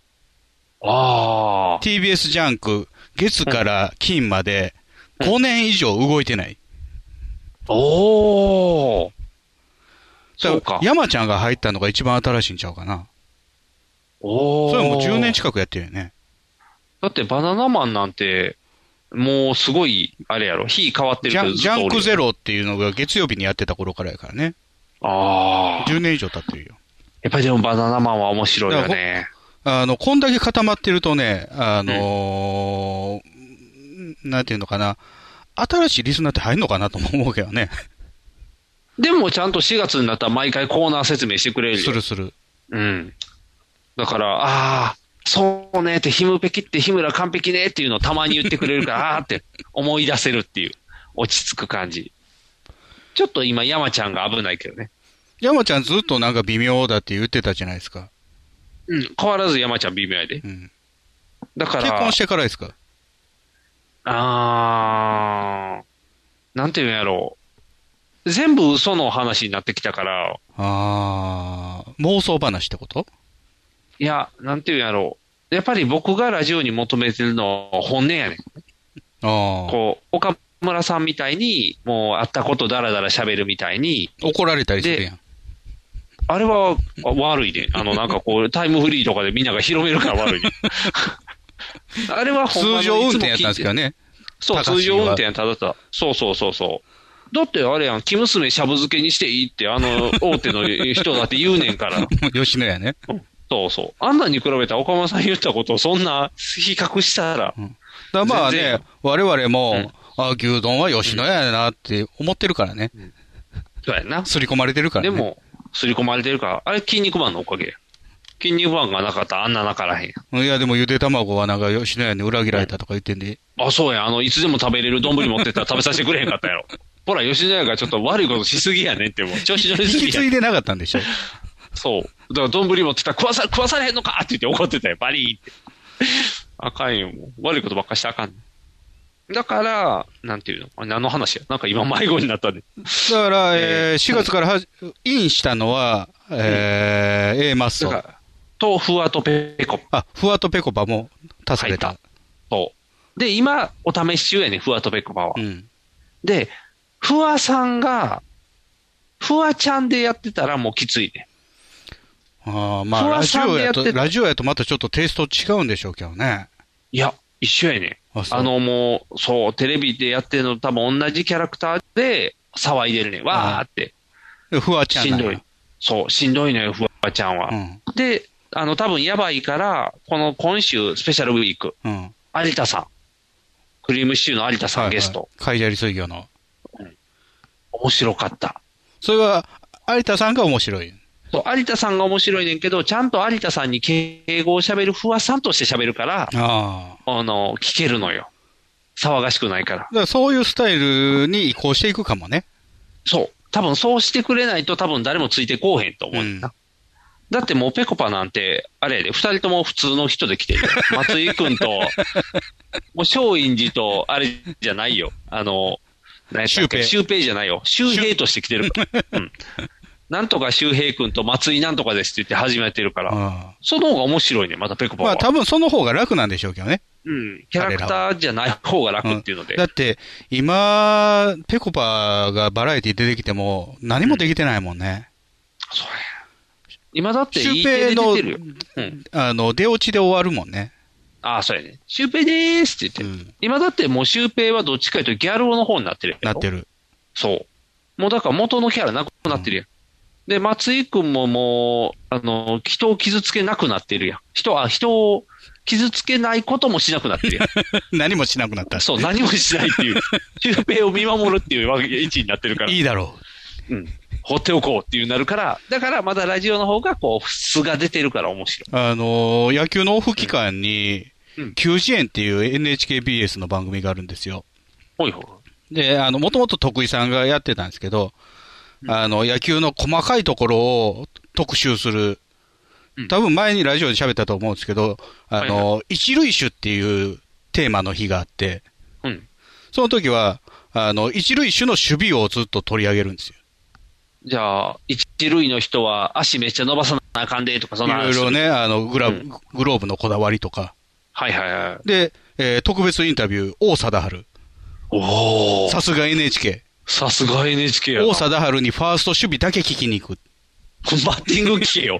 Speaker 2: ああ。
Speaker 3: TBS ジャンク、月から金まで5年以上動いてない。
Speaker 2: おお。そうか。
Speaker 3: 山ちゃんが入ったのが一番新しいんちゃうかな。
Speaker 2: おお。
Speaker 3: それはもう10年近くやってるよね。
Speaker 2: だってバナナマンなんて、もうすごい、あれやろ、日変わってる
Speaker 3: ジ
Speaker 2: け
Speaker 3: ャ
Speaker 2: ど
Speaker 3: ン
Speaker 2: ずっ
Speaker 3: ジ
Speaker 2: とおる
Speaker 3: ャン
Speaker 2: よ
Speaker 3: クゼロっていうのが月曜日にやってた頃からやからね。
Speaker 2: ああ。
Speaker 3: 10年以上経ってるよ。
Speaker 2: やっぱりでもバナナマンは面白いよね。
Speaker 3: あの、こんだけ固まってるとね、あのーなんていうのかな。新しいリスナーって入んのかなとも思うけどね。
Speaker 2: でもちゃんと4月になったら毎回コーナー説明してくれるよ。
Speaker 3: するする。
Speaker 2: うん。だから、ああ、そうねって、ヒムペキって日村完璧ねっていうのをたまに言ってくれ るから、ああーって思い出せるっていう、落ち着く感じ。ちょっと今山ちゃんが危ないけどね。
Speaker 3: 山ちゃんずっとなんか微妙だって言ってたじゃないですか。
Speaker 2: うん、変わらず山ちゃん微妙やで。
Speaker 3: うん、
Speaker 2: だから、
Speaker 3: 結婚してからですか
Speaker 2: あー、なんていうんやろう。全部嘘の話になってきたか
Speaker 3: あ
Speaker 2: ら、
Speaker 3: あ、妄想話ってこと
Speaker 2: いや、なんていうんやろう。やっぱり僕がラジオに求めてるのは本音や
Speaker 3: あ
Speaker 2: ねん。
Speaker 3: あ。
Speaker 2: こう、岡村さんみたいに、もう会ったことだらだら喋るみたいに、
Speaker 3: 怒られたりするやん。
Speaker 2: あれはあ悪いね。あの、なんか こう、タイムフリーとかでみんなが広めるから悪いね。あれはほん
Speaker 3: 通
Speaker 2: まに
Speaker 3: 常運転やったんですけどね。
Speaker 2: そ
Speaker 3: 高
Speaker 2: う、
Speaker 3: 橋は
Speaker 2: 通常運転はただた。そうそうそうそう。だってあれやん、生娘しゃぶ漬けにしていいって、あの大手の人だって言うねんから。
Speaker 3: 吉野家ね。
Speaker 2: そうそう。あんなんに比べたら岡村さん言ったことをそんな比較したら、
Speaker 3: だからまあ
Speaker 2: 全
Speaker 3: ね
Speaker 2: 然、
Speaker 3: 我々も、
Speaker 2: うん
Speaker 3: あ牛丼は吉野家やなって思ってるからね。
Speaker 2: そうやな。
Speaker 3: 刷り込まれてるから
Speaker 2: で
Speaker 3: ね。
Speaker 2: も、刷り込まれてるから、あれ筋肉マンのおかげや。筋肉マンがなかったらあんななからへんや
Speaker 3: いや、でもゆで卵はなんか吉野家に裏切られたとか言ってんで、
Speaker 2: ん。あ、そうやん。あの、いつでも食べれる丼持ってったら食べさせてくれへんかったやろ。ほら、吉野家がちょっと悪いことしすぎやねんってもう、調子乗り
Speaker 3: 引
Speaker 2: すぎ
Speaker 3: き
Speaker 2: や
Speaker 3: 継いでなかったんでしょ。
Speaker 2: そう。だから、丼持ってたら食わさ、食わされへんのかって言って怒ってたよ。バリーって。あかんよ、もう。悪いことばっかしてあかん。だから、なんていうのあれ何の話やなんか今迷子になったね。
Speaker 3: だから、え
Speaker 2: えー
Speaker 3: ー4月からはじインしたのは、えー A マッ
Speaker 2: だ
Speaker 3: ソ
Speaker 2: か。ら、と、ふわとぺこ
Speaker 3: あ、ふわとぺこぱも足され
Speaker 2: 入
Speaker 3: た
Speaker 2: っ。と。で、今、お試し中やねんふわとぺこぱは。
Speaker 3: うん。
Speaker 2: で、ふわさんが、ふわちゃんでやってたらもうきついね。
Speaker 3: あーま
Speaker 2: そ
Speaker 3: あ、
Speaker 2: ら
Speaker 3: ラジオや
Speaker 2: さん
Speaker 3: と、
Speaker 2: でやって
Speaker 3: ラジオやとまたちょっとテイスト違うんでしょうけどね。
Speaker 2: いや、一緒やね。
Speaker 3: あ
Speaker 2: あ
Speaker 3: そう
Speaker 2: の、もう、そう、テレビでやってるの多分同じキャラクターで騒いでるね。わーって。
Speaker 3: フワちゃん
Speaker 2: しん
Speaker 3: なんや
Speaker 2: どい。そう、しんどいのよ、ふわちゃんは。
Speaker 3: うん。
Speaker 2: で、あの、多分やばいから、この今週、スペシャルウィーク、
Speaker 3: うん。
Speaker 2: 有田さん。クリームシチューの有田さん、ゲスト。。
Speaker 3: カイジャリ水魚の。
Speaker 2: 面白かった。
Speaker 3: それは、有田さんが面白い。
Speaker 2: そう、有田さんが面白いねんけど、ちゃんと有田さんに敬語を喋る、不わさんとして喋るから、
Speaker 3: ああ。
Speaker 2: あの、聞けるのよ。騒がしくないから。
Speaker 3: だからそういうスタイルに移行していくかもね。
Speaker 2: そう。多分そうしてくれないと多分誰もついてこうへんと思う、んだな。だってもうペコパなんて、あれやで、二人とも普通の人で来 てるよ。松井くんと、もう松陰寺と、あれじゃないよ。あの、何やったっけ
Speaker 3: シュ
Speaker 2: シュウペイじゃないよ。周平として来てるから。うん。なんとか周平くんと松井なんとかですって言って始めてるから。
Speaker 3: あ
Speaker 2: その方が面白いね、またペコ
Speaker 3: あ
Speaker 2: パ
Speaker 3: ま
Speaker 2: は。
Speaker 3: あ多分その方が楽なんでしょうけどね。
Speaker 2: うん。キャラクターじゃない方が楽っていうので。
Speaker 3: んだって、今、ぺこぱがバラエティ出てきても、何もできてないもんね。
Speaker 2: そうや。今だって
Speaker 3: シュ
Speaker 2: E
Speaker 3: ウ
Speaker 2: テ
Speaker 3: ペ
Speaker 2: レ
Speaker 3: イ
Speaker 2: 出
Speaker 3: の
Speaker 2: てるよ。うん。
Speaker 3: あの、出落ちで終わるもんね。
Speaker 2: ああ、そうやね。シュウペイでーすって
Speaker 3: う
Speaker 2: 言って。
Speaker 3: ん。
Speaker 2: 今だってもうシュウペイはどっちかというとギャル男の方になってる
Speaker 3: なって
Speaker 2: る。
Speaker 3: る。
Speaker 2: そう。もうだから元のキャラなくなってるやん。で、松井くんももう、あの、人を傷つけなくなってるやん。人、あ、人を傷つけないこともしなくなって るやん。
Speaker 3: 何もしなくなった。
Speaker 2: そう、何もしないっていう。シュウペイを見守るっていうわけ位置になってるから。
Speaker 3: いいだろ
Speaker 2: うん。放っておこうっていうなるから、だからまだラジオの方がこう、素が出てるから面白い。
Speaker 3: う。あの、野球のオフ期間に
Speaker 2: うん、
Speaker 3: 球児園っていう NHKBS の番組があるんですよ。
Speaker 2: ほいほい。
Speaker 3: で、あの、もともと徳井さんがやってたんですけど、あの、野球の細かいところを特集する
Speaker 2: うん。
Speaker 3: 多分前にラジオで喋ったと思うんですけど、あ
Speaker 2: はい
Speaker 3: の、一塁手っていうテーマの日があって、
Speaker 2: うん。
Speaker 3: その時は、あの、一塁手の守備をずっと取り上げるんですよ。
Speaker 2: じゃあ、一塁の人は足めっちゃ伸ばさなあかんでとか、そ
Speaker 3: い
Speaker 2: んな
Speaker 3: ろい
Speaker 2: 話
Speaker 3: ろね、あの、グラ、
Speaker 2: うん
Speaker 3: グローブのこだわりとか。
Speaker 2: はいはいはい。
Speaker 3: で、えー特別インタビュー、王貞治。
Speaker 2: おお。
Speaker 3: さすが NHK。
Speaker 2: さすが NHK やな。
Speaker 3: 王貞治にファースト守備だけ聞きに行く。
Speaker 2: バッティング聞けよ。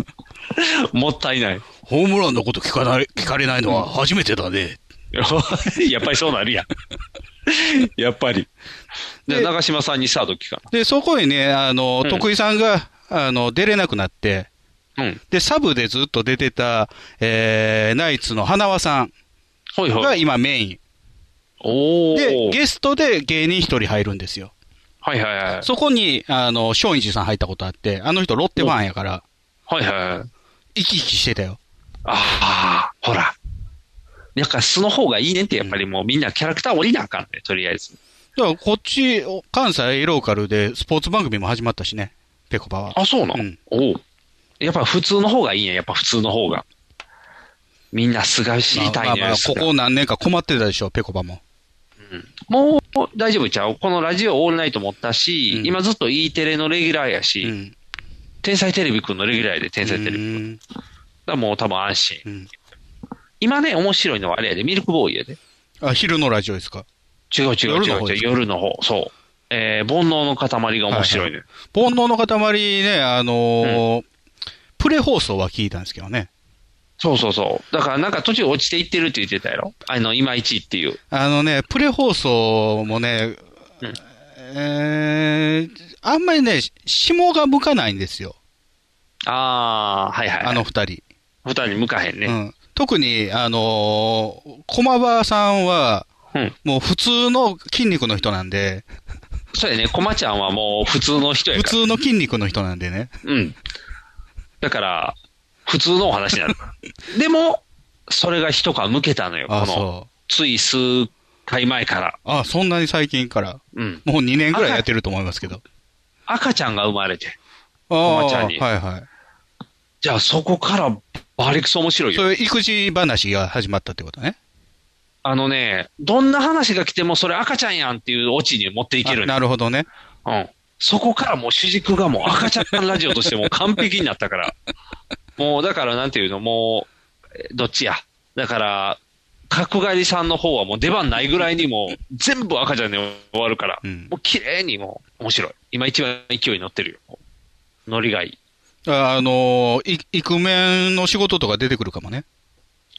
Speaker 2: もったいない。
Speaker 3: ホームランのこと聞かない、聞かれないのは初めてだね。
Speaker 2: やっぱりそうなるやん。やっぱり。
Speaker 3: で
Speaker 2: で、長嶋さんにサード聞か
Speaker 3: で、そこにね、あの、
Speaker 2: うん
Speaker 3: 徳井さんが、あの、出れなくなって、
Speaker 2: な。うん。
Speaker 3: で、サブでずっと出てた、えー、ナイツの花輪さん
Speaker 2: ほいほ
Speaker 3: が
Speaker 2: い。
Speaker 3: 今メイン。
Speaker 2: おお。
Speaker 3: で、ゲストで芸人一人入るんですよ。
Speaker 2: はいはいはい。
Speaker 3: そこに、あの、松陰寺さん入ったことあって、あの人ロッテファンやから、
Speaker 2: はいはいはい。
Speaker 3: 生き生きしてたよ。
Speaker 2: ああ、ほら。なんか素の方がいいねんって、やっぱりもうみんなキャラクター降りなあかんね、とりあえず。
Speaker 3: だからこっち、お関西ローカルでスポーツ番組も始まったしね、ぺこぱは。
Speaker 2: あ、そうな
Speaker 3: う
Speaker 2: の、
Speaker 3: ん
Speaker 2: おうやっぱ普通の方がいいんや、やっぱ普通の方が。みんな素が知りたい
Speaker 3: まあ
Speaker 2: ね、
Speaker 3: まあまあ
Speaker 2: 素
Speaker 3: こ
Speaker 2: が
Speaker 3: こ何年か困ってたでしょ、ぺこぱも。
Speaker 2: もう大丈夫ちゃうこのラジオオールナイト持ったし、
Speaker 3: うん
Speaker 2: 今ずっと E テレのレギュラーやし、
Speaker 3: うん。
Speaker 2: 天才テレビくんのレギュラーやで、天才テレビくん。だ
Speaker 3: うん
Speaker 2: からもう多分安心。
Speaker 3: うん
Speaker 2: 今ね、面白いのはあれやで、ミルクボーイやで。
Speaker 3: あ、昼のラジオですか。
Speaker 2: 違う違う違う違
Speaker 3: 夜の方で
Speaker 2: う、
Speaker 3: すか
Speaker 2: 夜の方、そう。えー、煩悩の塊が面白いね。
Speaker 3: 煩悩の塊ね、あのープレ放送は聞いたんですけどね。
Speaker 2: そうそうそう。だからなんか途中落ちていってるって言ってたやろあの、いまいちっていう。
Speaker 3: あのね、プレ放送もね、
Speaker 2: うん
Speaker 3: えーあんまりね、下が向かないんですよ、
Speaker 2: あー、はいはい、はい。
Speaker 3: あの二人。
Speaker 2: 二人向かへんね。
Speaker 3: うん、特に、あのー駒場さんは、
Speaker 2: うん
Speaker 3: もう普通の筋肉の人なんで、
Speaker 2: そうやね、コマちゃんはもう普通の人や
Speaker 3: 普
Speaker 2: から。
Speaker 3: 通の筋肉の人なんでね。
Speaker 2: うん。だから、普通のお話 になるから。でも、それが一皮むけたのよ。
Speaker 3: あ
Speaker 2: こ
Speaker 3: あ、
Speaker 2: の、
Speaker 3: そう。
Speaker 2: つい数回前から。
Speaker 3: ああ、そんなに最近から。
Speaker 2: うん。
Speaker 3: もう2年ぐらいやってると思いますけど。
Speaker 2: 赤ちゃんが生まれて。
Speaker 3: あ
Speaker 2: マ
Speaker 3: あ、
Speaker 2: ちゃん
Speaker 3: はい
Speaker 2: に
Speaker 3: は
Speaker 2: じゃあそこから、バリクソ面白
Speaker 3: い。
Speaker 2: い
Speaker 3: そ
Speaker 2: よ。
Speaker 3: ういう育児話が始まったってことね。
Speaker 2: あのね、どんな話が来てもそれ赤ちゃんやんっていうオチに持っていける
Speaker 3: あ
Speaker 2: ね
Speaker 3: なるほどね。
Speaker 2: うん。そこからもう主軸がもう赤ちゃんラジオとしてもう完璧になった から。もうだからなんていうの、もう、えどっちや。だから、角刈りさんの方はもう出番ないぐらいにもう全部赤ちゃんで終わるから、
Speaker 3: うん
Speaker 2: もう綺麗にもう面白い。今一番勢いに乗ってるよ。ノリがいい。
Speaker 3: あのー、イイクメンの仕事とか出てくるかもね。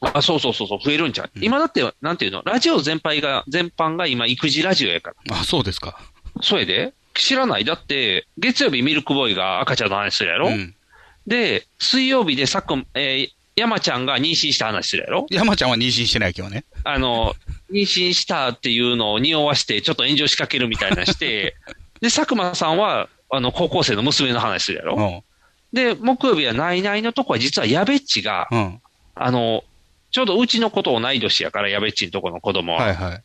Speaker 2: あ、そうそうそうそう、増えるんじゃん。
Speaker 3: うん
Speaker 2: 今だって、なんていうの、ラジオ全般が、全般が今、育児ラジオやから。
Speaker 3: あ、そうですか。
Speaker 2: それで知らないだって、月曜日ミルクボーイが赤ちゃんの話するやろ、
Speaker 3: うん。
Speaker 2: で、水曜日でさっくん、えー山ちゃんが妊娠した話するやろ
Speaker 3: 山ちゃんは妊娠してない今日ね。
Speaker 2: あの、妊娠したっていうのを匂わして、ちょっと炎上しかけるみたいな して、で、佐久間さんは、あの、高校生の娘の話するやろ、
Speaker 3: うん。
Speaker 2: で、木曜日はないないのとこは、実はやべっちが、
Speaker 3: うん。
Speaker 2: あの、ちょうどうちの子と同い年やから、やべっちのとこの子供は。
Speaker 3: はいはい。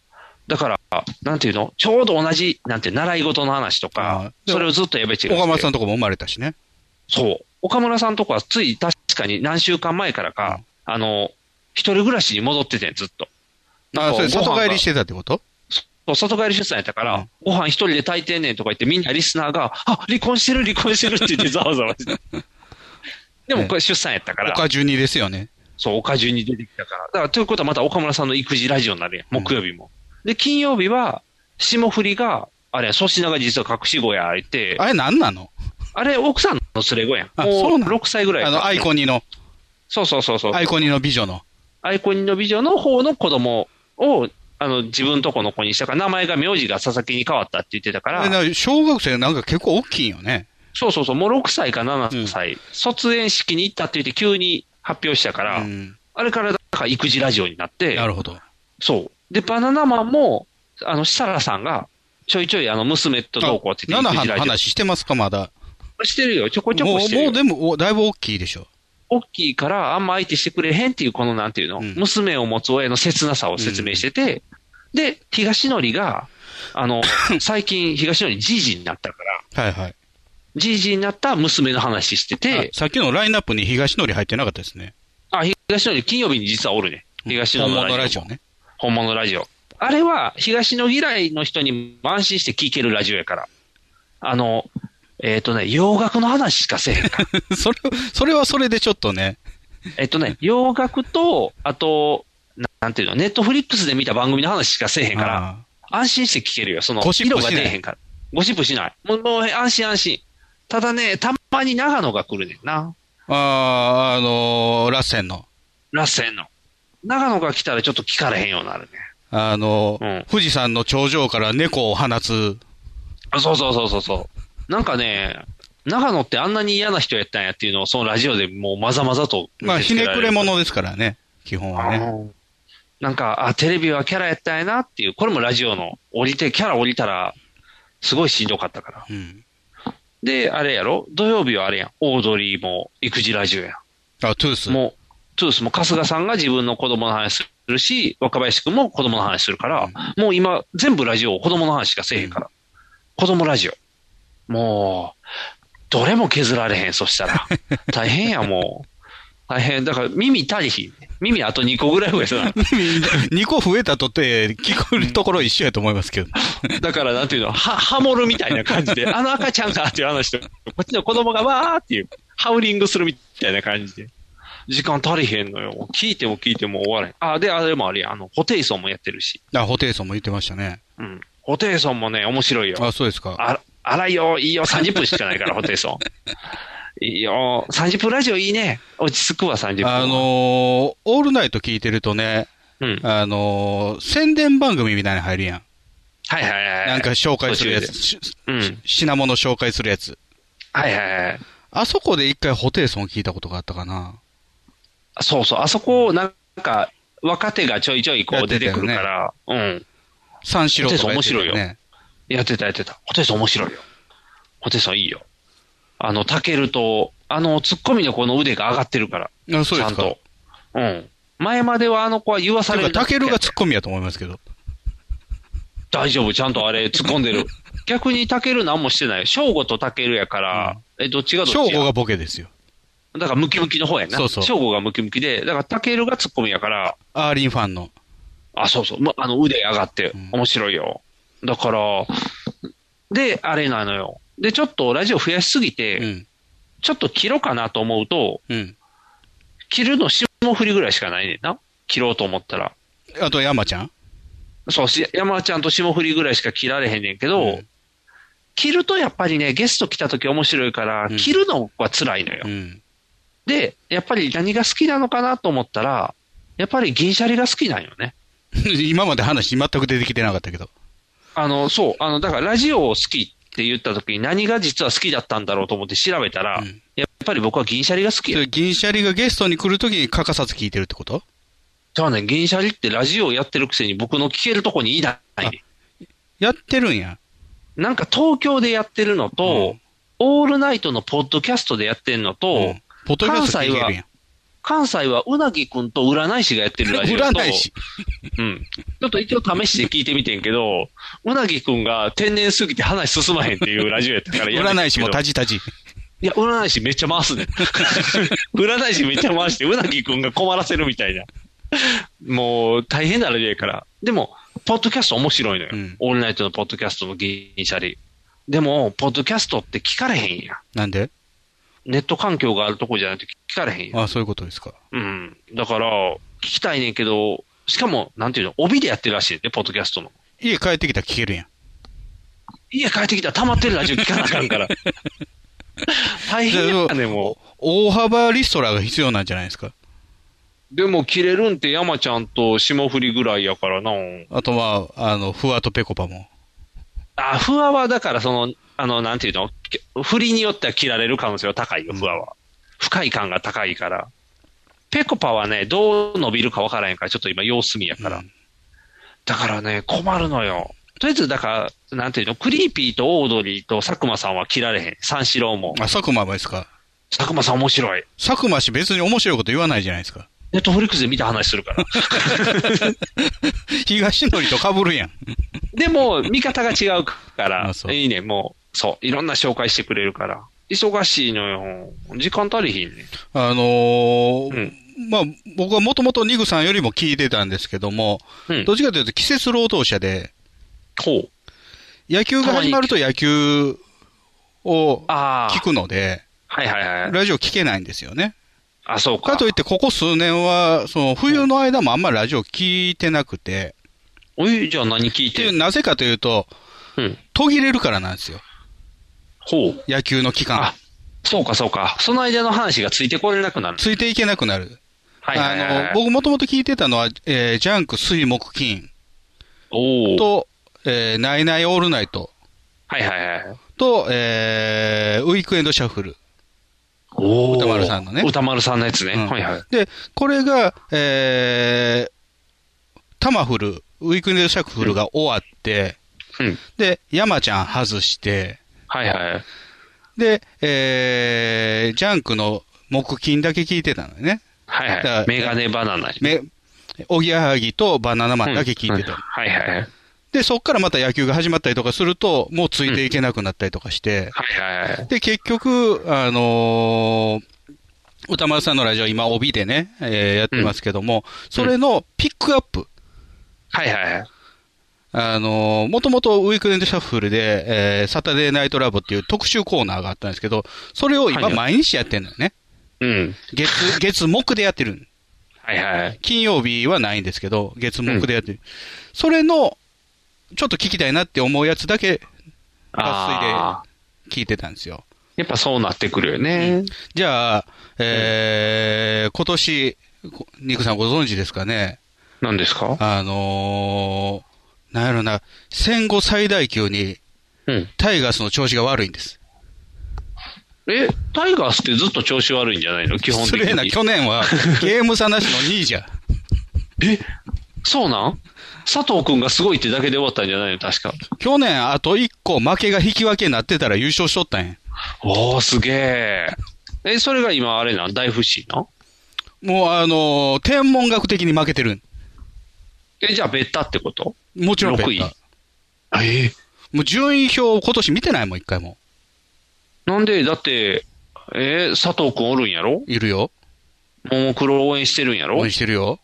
Speaker 2: だから、なんていうのちょうど同じ、なんて、習い事の話と
Speaker 3: ああ
Speaker 2: か、それをずっとやべっちがして。
Speaker 3: 岡村さんとこも生まれたしね。
Speaker 2: そう。岡村さんとこはつい確かに何週間前からか、あの、一人暮らしに戻っててん、ずっと。な
Speaker 3: あ、
Speaker 2: んか
Speaker 3: それ
Speaker 2: ご飯
Speaker 3: 外
Speaker 2: が
Speaker 3: 帰りしてたってこと
Speaker 2: そう外帰り出産やったから、
Speaker 3: うん
Speaker 2: ご飯一人で炊いてんねんとか言って、みんなリスナーが、あ、離婚してる、離婚してるって言ってざわざ わして。でもこれ出産やったから、
Speaker 3: 岡十二ですよね。
Speaker 2: そう、おかじゅうに出てきたから。だから、ということはまた岡村さんの育児ラジオになるやん、木曜日も。で、金曜日は、霜降りが、あれや、粗品が実は隠し子や、言って、
Speaker 3: あれ何なの
Speaker 2: あれ、奥さんの連れ子やん。
Speaker 3: あそ
Speaker 2: も
Speaker 3: う
Speaker 2: う
Speaker 3: なん
Speaker 2: 6歳ぐらいや
Speaker 3: あ
Speaker 2: から
Speaker 3: の、アイコニの、
Speaker 2: そうそうそうそう。
Speaker 3: アイコニの美女の。
Speaker 2: アイコニの美女の方の子供を、あの、自分とこの子にしたから、名前が、名字が佐々木に変わったって言ってたか
Speaker 3: あれ
Speaker 2: ら、
Speaker 3: な小学生なんか結構大きいよね。
Speaker 2: そうそうそう、もう6歳か7歳、卒園式に行ったって言って急に発表したから、
Speaker 3: うん。
Speaker 2: あれから、だから育児ラジオになって
Speaker 3: な、るほど。
Speaker 2: そう。で、バナナマンも、あの、設楽さんが、ちょいちょい、あの、娘とどうこうって言って、
Speaker 3: 7
Speaker 2: 育児
Speaker 3: の
Speaker 2: ラジ
Speaker 3: 話してますか、まだ。
Speaker 2: オしてるよ、ちょこちょ
Speaker 3: も
Speaker 2: こ
Speaker 3: う、
Speaker 2: してる
Speaker 3: も
Speaker 2: よ
Speaker 3: う。でも、おだいぶ大きいでしょ。
Speaker 2: 大きいから、あんま相手してくれへんっていう、このなんていうの、
Speaker 3: うん
Speaker 2: 娘を持つ親の切なさを説明してて、で、東のりが、あ の、最近、東のりじいじになったから、
Speaker 3: はいはい。
Speaker 2: じいじになった娘の話してて
Speaker 3: あ、さっきのラインナップに東のり入ってなかったですね。
Speaker 2: あ、東のり金曜日に実はおるね。東の
Speaker 3: 本
Speaker 2: り
Speaker 3: 物ラジオね。
Speaker 2: 本物ラジオ。あれは、東の嫌いの人にも安心して聞けるラジオやから。あの、えっ、とね、洋楽の話しかせえへんか ら。
Speaker 3: それ、それはそれでちょっとね。
Speaker 2: えっとね、洋楽と、あと、ななんていうの、ネットフリックスで見た番組の話しかせえへんから、
Speaker 3: あ
Speaker 2: 安心して聞けるよ。その、
Speaker 3: ゴシップ
Speaker 2: 色
Speaker 3: しな
Speaker 2: が
Speaker 3: い
Speaker 2: 出えへんから。ゴシップしない。もう、もう安心安心。ただね、たまに長野が来るねんな。
Speaker 3: ーあー、あのーラッセンの、
Speaker 2: ラッセンの。長野が来たらちょっと聞かれへんようになるね。
Speaker 3: あのー
Speaker 2: うん
Speaker 3: 富士山の頂上から猫を放つ、
Speaker 2: あそうそうそうそうそう。なんかね、長野ってあんなに嫌な人やったんやっていうのを、そのラジオでもうまざまざと見
Speaker 3: まあ、
Speaker 2: せつ
Speaker 3: ひ
Speaker 2: け
Speaker 3: ね
Speaker 2: ら
Speaker 3: く
Speaker 2: れ
Speaker 3: れ
Speaker 2: る。
Speaker 3: 者ですからね、基本はね。
Speaker 2: あーなんか、あ、テレビはキャラやったんやなっていう、これもラジオの、降りて、キャラ降りたら、すごいしんどかったから。
Speaker 3: うん。
Speaker 2: で、あれやろ土曜日はあれやん。オードリーも育児ラジオや
Speaker 3: あ、トゥース。
Speaker 2: ん。もう、トゥースも春日さんが自分の子供の話するし、若林くんも子供の話するから、もう今、全部ラジオ、子供の話しかせえへんから。子供ラジオ。もう、どれも削られへん、そした ら。大変や、もう。大変。だから、耳足りひん。耳あと2個ぐらい増えて な。
Speaker 3: 2個増えたとて、聞こえるところ一緒やと思いますけど、
Speaker 2: だから、なんていうの、は、ハモるみたいな感じ で、あの赤ちゃんかっていう話と、こっちの子供がわーっていう、ハウリングするみたいな感じで。時間足りへんのよ。聞いても聞いても終われん。あ、で、あれもあれや、あの、ホテイソンもやってるし。
Speaker 3: あ、ホテイソンも言ってましたね。
Speaker 2: うん。ホテイソンもね、面白いよ。
Speaker 3: あ、そうですか。
Speaker 2: あ、荒いよ、いいよ、30分しかな いから、ホテイソン。いいよ、30分ラジオいいね。落ち着くわ、30分。
Speaker 3: あ、のーオールナイト聞いてるとね、
Speaker 2: うん。
Speaker 3: あのー宣伝番組みたいに入るやん。
Speaker 2: はいはいはい。
Speaker 3: なんか、紹介するやつ、し
Speaker 2: うん。
Speaker 3: 品物紹介するやつ。
Speaker 2: はいはいはい。
Speaker 3: あそこで一回ホテイソン聞いたことがあったかな。
Speaker 2: そうそう、あそこをなんか、若手がちょいちょいこ
Speaker 3: やっ
Speaker 2: う
Speaker 3: て
Speaker 2: 出
Speaker 3: たよね
Speaker 2: てくるから、うん。
Speaker 3: 三四郎とかやってた
Speaker 2: ホテイソン面白い
Speaker 3: ね。
Speaker 2: やってた、やってた。ホテイソン面白いよ。ホテイソンいいよ。あの、タケルと、あの、ツッコミのこの腕が上がってるから、
Speaker 3: あそう
Speaker 2: ち
Speaker 3: で
Speaker 2: ゃ
Speaker 3: す
Speaker 2: ん
Speaker 3: か。
Speaker 2: と。うん。前まではあの子は言わさ
Speaker 3: て
Speaker 2: れ
Speaker 3: か、
Speaker 2: る。
Speaker 3: タケルがツッコミやと思いますけど。
Speaker 2: 大丈夫、ちゃんとあれ突っ込 んでる。逆にタケル何もしてない。翔吾とタケルやから、え、どっちがどっち
Speaker 3: 翔
Speaker 2: や
Speaker 3: 吾がボケですよ。
Speaker 2: だからムキムキの方やな。
Speaker 3: そうそう
Speaker 2: 翔吾がムキムキで、だからタケルがツッコミやから、
Speaker 3: アーリンファンの。
Speaker 2: あ、そうそう。ま、あの、腕上がって
Speaker 3: ん、
Speaker 2: 面白いよ。だから、で、あれなのよ。で、ちょっとラジオ増やしすぎて、
Speaker 3: うん。
Speaker 2: ちょっと切ろうかなと思うと、
Speaker 3: うん。
Speaker 2: 切るの霜降りぐらいしかないねんな。切ろうと思ったら。
Speaker 3: あと、山ちゃん
Speaker 2: そうし、山ちゃんと霜降りぐらいしか切られへんねんけど、
Speaker 3: うん
Speaker 2: 切るとやっぱりね、ゲスト来た時面白いから
Speaker 3: うん、
Speaker 2: 切るのは辛いのよ。
Speaker 3: うん。
Speaker 2: で、やっぱり何が好きなのかなと思ったら、やっぱり銀シャリが好きなんよね。
Speaker 3: 今まで話全く出てきてなかったけど。
Speaker 2: あの、そう、あの、だからラジオを好きって言った時に何が実は好きだったんだろうと思って調べたら、
Speaker 3: うん
Speaker 2: やっぱり僕は銀シャリが好き
Speaker 3: そ
Speaker 2: や。
Speaker 3: れ銀シャリがゲストに来るときに欠かさず聞いてるってこと
Speaker 2: そうね、銀シャリってラジオをやってるくせに僕の聞けるとこにいない、ね。
Speaker 3: やってるんや。
Speaker 2: なんか東京でやってるの
Speaker 3: う
Speaker 2: と、
Speaker 3: ん
Speaker 2: オールナイトのポッドキャストでやってるのと、
Speaker 3: うんポッドキャスト聞いてるやん。
Speaker 2: 関西はうなぎくんと占い師がやってるラジオと。
Speaker 3: 占い師。
Speaker 2: うん。ちょっと一応試して聞いてみてんけど、うなぎくんが天然すぎて話進まへんっていうラジオやったからやめてんけ ど
Speaker 3: 占い師もたじたじ。
Speaker 2: いや、占い師めっちゃ 回すね。占い師めっちゃ回して、うなぎくんが困らせるみたいな。もう、大変なラジオやから。でも、ポッドキャスト面白いのよ。
Speaker 3: うん
Speaker 2: オールナイトのポッドキャストの銀シャリ。でも、ポッドキャストって聞かれへんやん。
Speaker 3: なんで
Speaker 2: ネット環境があるとこじゃないと聞かれへんやん。
Speaker 3: あそういうことですか。
Speaker 2: うん。だから、聞きたいねんけど、しかも、なんていうの、帯でやってるらしいね、ポッドキャストの。
Speaker 3: 家帰ってきたら聞けるやん。
Speaker 2: 家帰ってきたら溜まってるラジオ聞かなあか んから。大変やね、も
Speaker 3: 大幅リストラが必要なんじゃないですか。
Speaker 2: う。でも、切れるんって山ちゃんと霜降りぐらいやからな。
Speaker 3: あとまあ、あの、ふわとぺこぱも。
Speaker 2: あ、ふわはだから、その、あの、なんていうの、き振りによっては切られる可能性は高いよ、ふわは。不快感が高いから。ペコパはね、どう伸びるかわからへんから、ちょっと今様子見やから。
Speaker 3: うん
Speaker 2: だからね、困るのよ。とりあえず、だから、なんていうの、クリーピーとオードリーと佐久間さんは切られへん。三四郎も。
Speaker 3: あ、佐久間もですか。
Speaker 2: 佐久間さん面白い。
Speaker 3: 佐久間氏別に面白いこと言わないじゃないです か。
Speaker 2: ネットフリックスで見た話するから。
Speaker 3: 東のりと被るやん。
Speaker 2: でも、見方が違うか
Speaker 3: あそう
Speaker 2: ら、いいね、もう、そう、いろんな紹介してくれるから。忙しいのよ。時間足りひんね。
Speaker 3: あのー
Speaker 2: うん
Speaker 3: まあ、僕はもともとニグさんよりも聞いてたんですけども、
Speaker 2: うん
Speaker 3: どっちかというと季節労働者で、
Speaker 2: ほう。
Speaker 3: 野球が始まると野球を
Speaker 2: ああ。
Speaker 3: 聞くので、
Speaker 2: はいはいはい。
Speaker 3: ラジオ聞けないんですよね。
Speaker 2: あ、そうか。
Speaker 3: かといって、ここ数年は、その冬の間もあんまりラジオ聞いてなくて、
Speaker 2: おい、じゃあ何聞い
Speaker 3: って
Speaker 2: て
Speaker 3: いう、
Speaker 2: ん
Speaker 3: なぜかというと、
Speaker 2: うん。
Speaker 3: 途切れるからなんですよ。
Speaker 2: ほう。
Speaker 3: 野球の期間
Speaker 2: あ。、そうかそうか。その間の話がついてこれなくなる。
Speaker 3: ついていけなくなる。
Speaker 2: はいはいはいはい。
Speaker 3: あの、僕もともと聞いてたのは、えージャンク、水、木、金
Speaker 2: おお。
Speaker 3: と、えーナイナイオールナイト
Speaker 2: はいはいはい。
Speaker 3: と、えーウィークエンドシャッフル。
Speaker 2: おお。
Speaker 3: 歌丸さんのね
Speaker 2: 歌丸さんのやつね。
Speaker 3: うん
Speaker 2: はいはい。
Speaker 3: で、これが、えータマフル、ウィークエンドシャッフルが終わって、
Speaker 2: うん。
Speaker 3: で、山ちゃん外して、
Speaker 2: はいはい。
Speaker 3: で、えージャンクの木金だけ聞いてたのよね。
Speaker 2: はい
Speaker 3: だか
Speaker 2: は
Speaker 3: ら
Speaker 2: い。メガネバナナに。
Speaker 3: め、おぎやはぎとバナナマンだけ聞いて
Speaker 2: うん
Speaker 3: た。
Speaker 2: はいはいはい。
Speaker 3: で、そっからまた野球が始まったりとかすると、もうついていけなくなったりとかして、
Speaker 2: はいはいはい。
Speaker 3: で、結局、あのー歌丸さんのラジオ、今、帯でね、えーやってますけども、それのピックアップ、
Speaker 2: はいはいはい。
Speaker 3: あのー、もともとウィークエンドシャッフルで、えーサタデーナイトラボっていう特集コーナーがあったんですけど、それを今
Speaker 2: はい
Speaker 3: 毎日やってるのよね。
Speaker 2: うん。
Speaker 3: 月、月、木でやってる。
Speaker 2: はいはい。
Speaker 3: 金曜日はないんですけど、月、木でやってる。それの、ちょっと聞きたいなって思うやつだけ
Speaker 2: ああ。
Speaker 3: 聞いてたんですよ。
Speaker 2: やっぱそうなってくるよね。
Speaker 3: じゃあ、えー今年、こニクさんご存知ですかね
Speaker 2: 何ですか
Speaker 3: あのー、なんやろな、戦後最大級に
Speaker 2: うん。
Speaker 3: タイガースの調子が悪いんです。
Speaker 2: え、タイガースってずっと調子悪いんじゃないの基本
Speaker 3: 失
Speaker 2: 的
Speaker 3: 礼な、
Speaker 2: に。
Speaker 3: 去年 はゲーム差なしの2位じゃ。
Speaker 2: そうなん佐藤くんがすごいってだけで終わったんじゃないの確か。
Speaker 3: 去年あと1個負けが引き分けになってたら優勝しとったんや。
Speaker 2: おー、すげえ。え、それが今あれなん大不振な
Speaker 3: もうあのー天文学的に負けてるん。
Speaker 2: え、じゃあ別タってこと
Speaker 3: もちろん
Speaker 2: 6
Speaker 3: ベ
Speaker 2: 位
Speaker 3: ッタ。
Speaker 2: ええ
Speaker 3: もう順位表今年見てないもん、一回も。
Speaker 2: なんで、だって、えー佐藤くんおるんやろ
Speaker 3: いるよ。
Speaker 2: ももクロ応援してるんやろ
Speaker 3: 応援してるよ。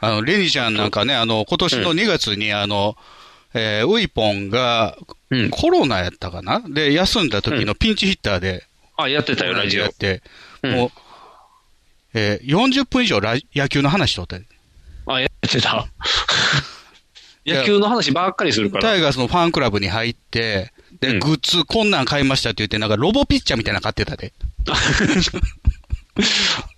Speaker 3: あの、レニちゃんなんかね、あの、今年の2月に、あの、えーウイポンが
Speaker 2: うん。
Speaker 3: コロナやったかなで、休んだ時のピンチヒッターで、
Speaker 2: あ、やってたよ、ラジオ
Speaker 3: やっ。て、
Speaker 2: うん
Speaker 3: もう、えー40分以上ラジ野球の話しとった。
Speaker 2: あ、やってた。
Speaker 3: いや
Speaker 2: 野球の話ばっかりするから。
Speaker 3: タイガースのファンクラブに入って、で、
Speaker 2: うん
Speaker 3: グッズこんなん買いましたって言って、なんかロボピッチャーみたいなの買ってたで。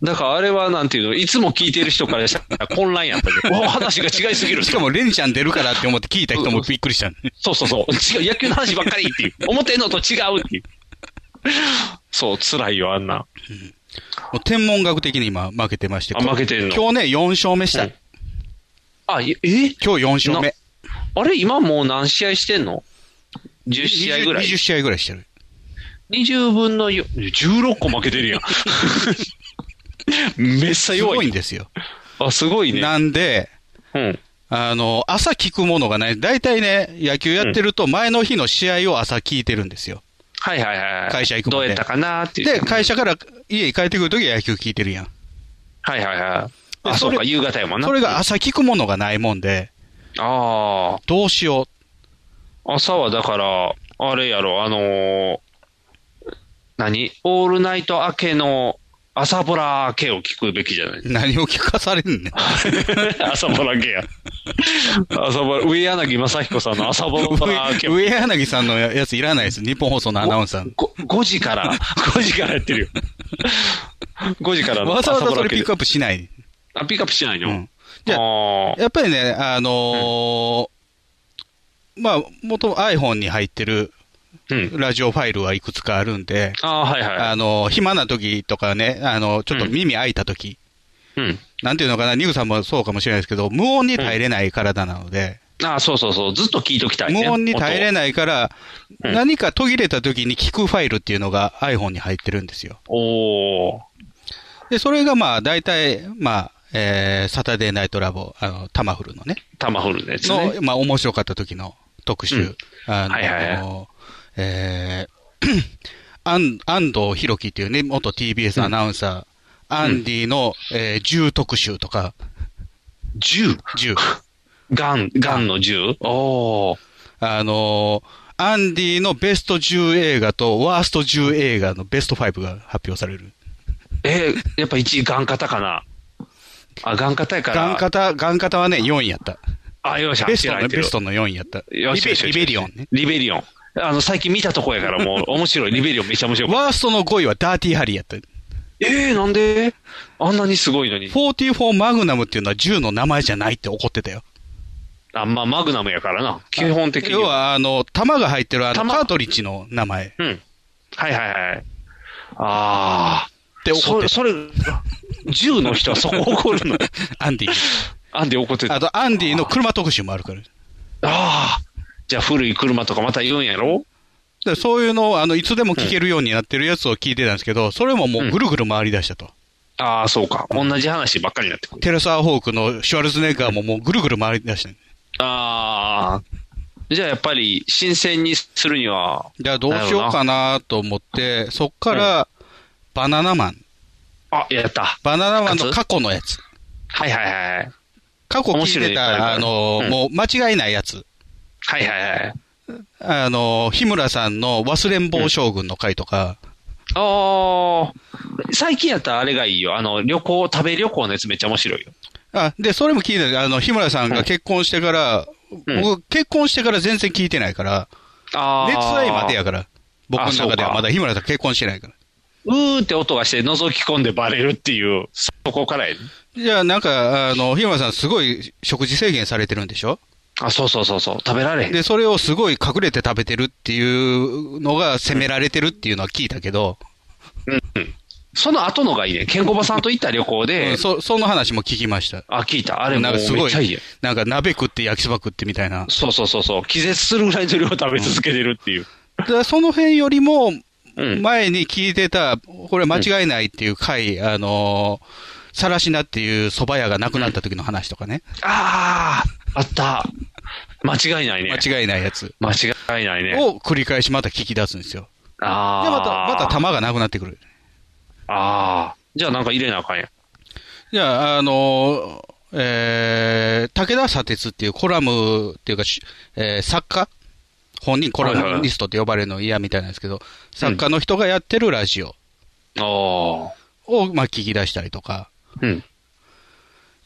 Speaker 2: だからあれはなんていうの、いつも聞いてる人からしたら混乱やった で。お話が違いすぎる。
Speaker 3: しかも、レンちゃん出るからって思って聞いた人も
Speaker 2: うん
Speaker 3: びっくりしたね。
Speaker 2: そうそうそう。違う、野球の話ばっかりっていう。思ってんのと違うっていう。そう、辛いよ、あんな。
Speaker 3: もう天文学的に今負けてまして。
Speaker 2: あ負けてんの
Speaker 3: 今日ね、4勝目した。
Speaker 2: うんあ、いえ
Speaker 3: 今日4勝目。
Speaker 2: あれ、今もう何試合してんの ?10 試合ぐらい
Speaker 3: 20, 20試合ぐらいしてる。
Speaker 2: 20分の4、16個負けて るやん。めっちゃ
Speaker 3: す
Speaker 2: 弱い。
Speaker 3: ごいんですよ。
Speaker 2: あ、すごいね。
Speaker 3: なんで、
Speaker 2: うん。
Speaker 3: あの、朝聞くものがない。大体ね、野球やってると前の日の試合を朝聞いてるんですよ。
Speaker 2: はいはいはい。
Speaker 3: 会社行く
Speaker 2: ど
Speaker 3: もん
Speaker 2: う
Speaker 3: ね
Speaker 2: やったかなってい
Speaker 3: で、
Speaker 2: う。
Speaker 3: 会社から家に帰ってくるときは野球聞いてるやん。
Speaker 2: はいはいはい。
Speaker 3: で
Speaker 2: あ、
Speaker 3: そ
Speaker 2: そ
Speaker 3: れ
Speaker 2: うか、夕方やもんな。
Speaker 3: それが
Speaker 2: あ
Speaker 3: 朝聞くものがないもんで、
Speaker 2: あ
Speaker 3: どうしよう。
Speaker 2: ー、朝はだから、あれやろ、あのー何オールナイト明けの朝ボラ明けを聞くべきじゃ ない
Speaker 3: 何を聞かされ んねん。
Speaker 2: 朝ボラ明けや。朝ボラ、上柳正彦さんの朝ボラ明け。
Speaker 3: 上柳さんのやついらないです。日本放送のアナウンサー。
Speaker 2: ご5時から、5時からやってるよ。5時からの
Speaker 3: わざわざそれピック
Speaker 2: アッ
Speaker 3: アップしない。
Speaker 2: プ。あ、ピックアップしないの、
Speaker 3: うんじゃあ
Speaker 2: あー
Speaker 3: やっぱりね、あのーまあ、元 iPhone に入ってる
Speaker 2: うん。
Speaker 3: ラジオファイルはいくつかあるんで、
Speaker 2: あーはいは
Speaker 3: あのー暇な時とかね、あのーちょっと耳開いた時、
Speaker 2: い。うん。
Speaker 3: なんていうのかな、ニグさんもそうかもしれないですけど、無音に耐えれない体なので、
Speaker 2: あーそうそうそう。ずっと聞いときたい、ね。
Speaker 3: 無音に耐えれ
Speaker 2: い。
Speaker 3: ないから、
Speaker 2: うん
Speaker 3: 何か途切れた時に聞くファイルっていうのが iPhone に入ってるんですよ。
Speaker 2: おー。
Speaker 3: で、それがまあ、大体、まあ、えーサタデーナイトラボ、あの、タマフルのね、
Speaker 2: 玉振るのやつね。
Speaker 3: の、まあ、面白かった時の特集。
Speaker 2: うん
Speaker 3: あの、
Speaker 2: はいはい
Speaker 3: えー 安安藤博樹っていうね、元 TBS アナウンサー、アンディの、えー銃特集とか、
Speaker 2: 銃
Speaker 3: 銃。
Speaker 2: ガン、ガンの銃おー。
Speaker 3: あのーアンディのベスト10映画とワースト10映画のベスト5が発表される。
Speaker 2: えーやっぱ1位ガン型かなあ、ガン型やか
Speaker 3: ガ
Speaker 2: ら。
Speaker 3: ン。方、ガン方はね、4位やった。
Speaker 2: あ、よし、
Speaker 3: ベス
Speaker 2: あ
Speaker 3: トの、ベ
Speaker 2: っちら
Speaker 3: ス
Speaker 2: 入って
Speaker 3: トの4位やった。
Speaker 2: る
Speaker 3: リ
Speaker 2: よし
Speaker 3: ベ
Speaker 2: よしよ
Speaker 3: リ
Speaker 2: し
Speaker 3: ベリオンね。
Speaker 2: リベリオン。あの、最近見たとこやから もう面白い。リベリオンめっちゃ面白い。
Speaker 3: ワーストの5位はダーティーハリーやった。
Speaker 2: ええなんであんなにすごいのに。
Speaker 3: 44マグナムっていうのは銃の名前じゃないって怒ってたよ。
Speaker 2: あ、まあ、マグナムやからな。基本的に。
Speaker 3: 要。は、あの、弾が入ってるあの
Speaker 2: 弾
Speaker 3: カートリッジの名前っ
Speaker 2: うん。はいはいはい。ああ。
Speaker 3: て怒
Speaker 2: そ
Speaker 3: って
Speaker 2: れ、
Speaker 3: た。
Speaker 2: それ、銃の人はそこ怒 るの。
Speaker 3: アンディ。
Speaker 2: あんで怒ってた。
Speaker 3: あ
Speaker 2: あ
Speaker 3: と、アンディの車特集もあるから。だか
Speaker 2: あー。じゃあ古い車とかまた言うんやろ
Speaker 3: らそういうのを、あの、いつでも聴けるようになってるやつを聞いてたんですけど、それももうぐるぐる回り出したと。
Speaker 2: ああ、そうか。同じ話ばっかりになってくる。
Speaker 3: テレサーホークのシュワルツェネッガーももうぐるぐる回り出した。
Speaker 2: ああ。じゃあやっぱり新鮮にするには、
Speaker 3: じゃあどうしようかなと思って、そっから、バナナマン。
Speaker 2: あ、やった。
Speaker 3: バナナマンの
Speaker 2: 復
Speaker 3: 過去のやつ。
Speaker 2: はいはいはい。
Speaker 3: 過去聞いて
Speaker 2: 面白いね
Speaker 3: た、あの、
Speaker 2: うん
Speaker 3: もう間違いないやつ。
Speaker 2: はいはいはい。
Speaker 3: あの、日村さんの忘れん坊将軍の回とか、
Speaker 2: ああ、最近やったらあれがいいよ。あの、旅行、食べ旅行のやつめっちゃ面白いよ。
Speaker 3: あ、で、それも聞いてた。あの、日村さんが結婚してから、
Speaker 2: うん
Speaker 3: 僕、結婚してから全然聞いてないから、
Speaker 2: ああ。
Speaker 3: 熱愛までやから。僕の中で
Speaker 2: そう
Speaker 3: は
Speaker 2: か
Speaker 3: まだ日村さん結婚してないから。
Speaker 2: うーって音がして覗き込んでバレるっていう、そこからやね。
Speaker 3: じゃあ、なんか、あの、日村さんすごい食事制限されてるんでしょ
Speaker 2: あ、そうそうそうそう。食べられへん。
Speaker 3: で、それをすごい隠れて食べてるっていうのが責められてるっていうのは聞いたけど、
Speaker 2: その後のがいいね。ケンコバさんと行った旅行
Speaker 3: う
Speaker 2: で
Speaker 3: ん、そその話も聞きました。
Speaker 2: あ、聞いた。あれも
Speaker 3: なん
Speaker 2: う
Speaker 3: か
Speaker 2: めっ
Speaker 3: すごい
Speaker 2: ちゃいいやん。、
Speaker 3: なんか鍋食って焼きそば食ってみたいな。
Speaker 2: そうそうそうそう。気絶するぐらいの量を食べ続けてるっていう。
Speaker 3: だからその辺よりも、
Speaker 2: うん。
Speaker 3: 前に聞いてた、これ間違いないっていう回、あのー、さらしなっていう蕎麦屋がなくなった時の話とかね。
Speaker 2: ああ、あった。間違いないね。
Speaker 3: 間違いないやつ
Speaker 2: 間違いないね。
Speaker 3: を繰り返しまた聞き出すんですよ。
Speaker 2: あ
Speaker 3: で、
Speaker 2: あ。
Speaker 3: また、また
Speaker 2: ま。
Speaker 3: 玉がなくなってくる。
Speaker 2: ああ。じゃあなんか入れなあかんやん。
Speaker 3: じゃあ、あのー、えー、武田砂鉄っていうコラムっていうか、しえー作家本人コラムニストって呼ばれるの嫌みたいなんですけど、作家の人がやってるラジオ
Speaker 2: ああ。
Speaker 3: を、まあ、聞き出したりとか、
Speaker 2: うん。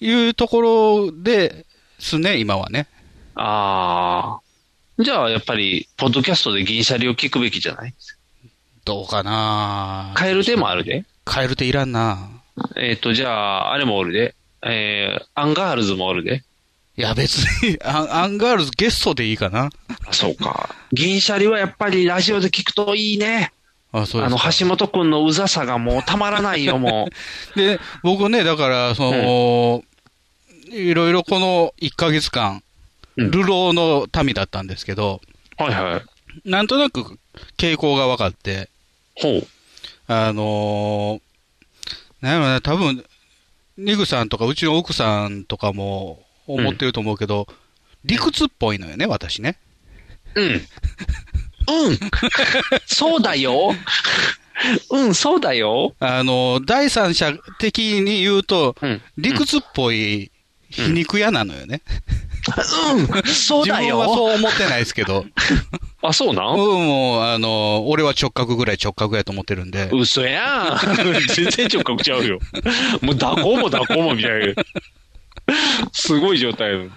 Speaker 3: いうところですね、今はね。
Speaker 2: ああ。じゃあ、やっぱり、ポッドキャストで銀シャリを聞くべきじゃない
Speaker 3: どうかな
Speaker 2: カエルでもあるで。
Speaker 3: カエル手いらんな
Speaker 2: えっ、と、じゃあ、あれもおるで。えー、アンガールズもおるで。
Speaker 3: いや、別に アン、アンガールズゲストでいいかな
Speaker 2: あそうか。銀シャリはやっぱりラジオで聞くといいね。
Speaker 3: あ、そう
Speaker 2: あ
Speaker 3: です
Speaker 2: の、
Speaker 3: か
Speaker 2: 橋本くんのうざさがもうたまらないよ、もう。
Speaker 3: で、僕ね、だから、その、いろいろこの1ヶ月間、
Speaker 2: うん
Speaker 3: 流浪の民だったんですけど、
Speaker 2: はいはい。
Speaker 3: なんとなく傾向が分かって、
Speaker 2: ほう。
Speaker 3: あのー、なんやろな、多分、ニグさんとか、うちの奥さんとかも思ってると思うけど、理屈っぽいのよね、私ね。
Speaker 2: うん。 うん。そうだよ。 うん、そうだよ。
Speaker 3: あのー、第三者的に言うと、
Speaker 2: うん。
Speaker 3: 理屈っぽい皮肉屋なのよね。
Speaker 2: うん、そう
Speaker 3: 自
Speaker 2: だ
Speaker 3: 分は
Speaker 2: よ。
Speaker 3: そう思ってないですけど。
Speaker 2: あ、 そうなん
Speaker 3: 僕も、あの、俺は直角ぐらい直角やと思ってるんで。
Speaker 2: 嘘やん。 全然直角ちゃうよ。もう、だこもだこもみたいな。すごい状態やの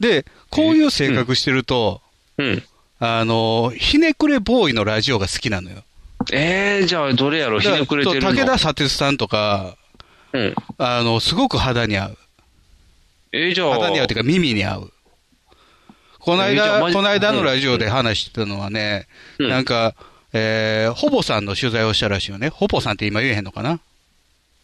Speaker 3: で、こういう性格してると、
Speaker 2: うん。
Speaker 3: あの、ひねくれボーイのラジオが好きなのよ。
Speaker 2: えー、じゃあ、どれやろうひねくれてる
Speaker 3: だ
Speaker 2: の
Speaker 3: から武田砂鉄さんとか、
Speaker 2: うん。
Speaker 3: あの、すごく肌に合う。
Speaker 2: えー、じゃあ、
Speaker 3: 肌に合うっていうか耳に合う。この
Speaker 2: えじゃあ
Speaker 3: 間、
Speaker 2: マジ
Speaker 3: この間のラジオで話してたのはね、
Speaker 2: うん
Speaker 3: なんか、えー、ほぼさんの取材をしたらしいよね。ほぼさんって今言えへんのかな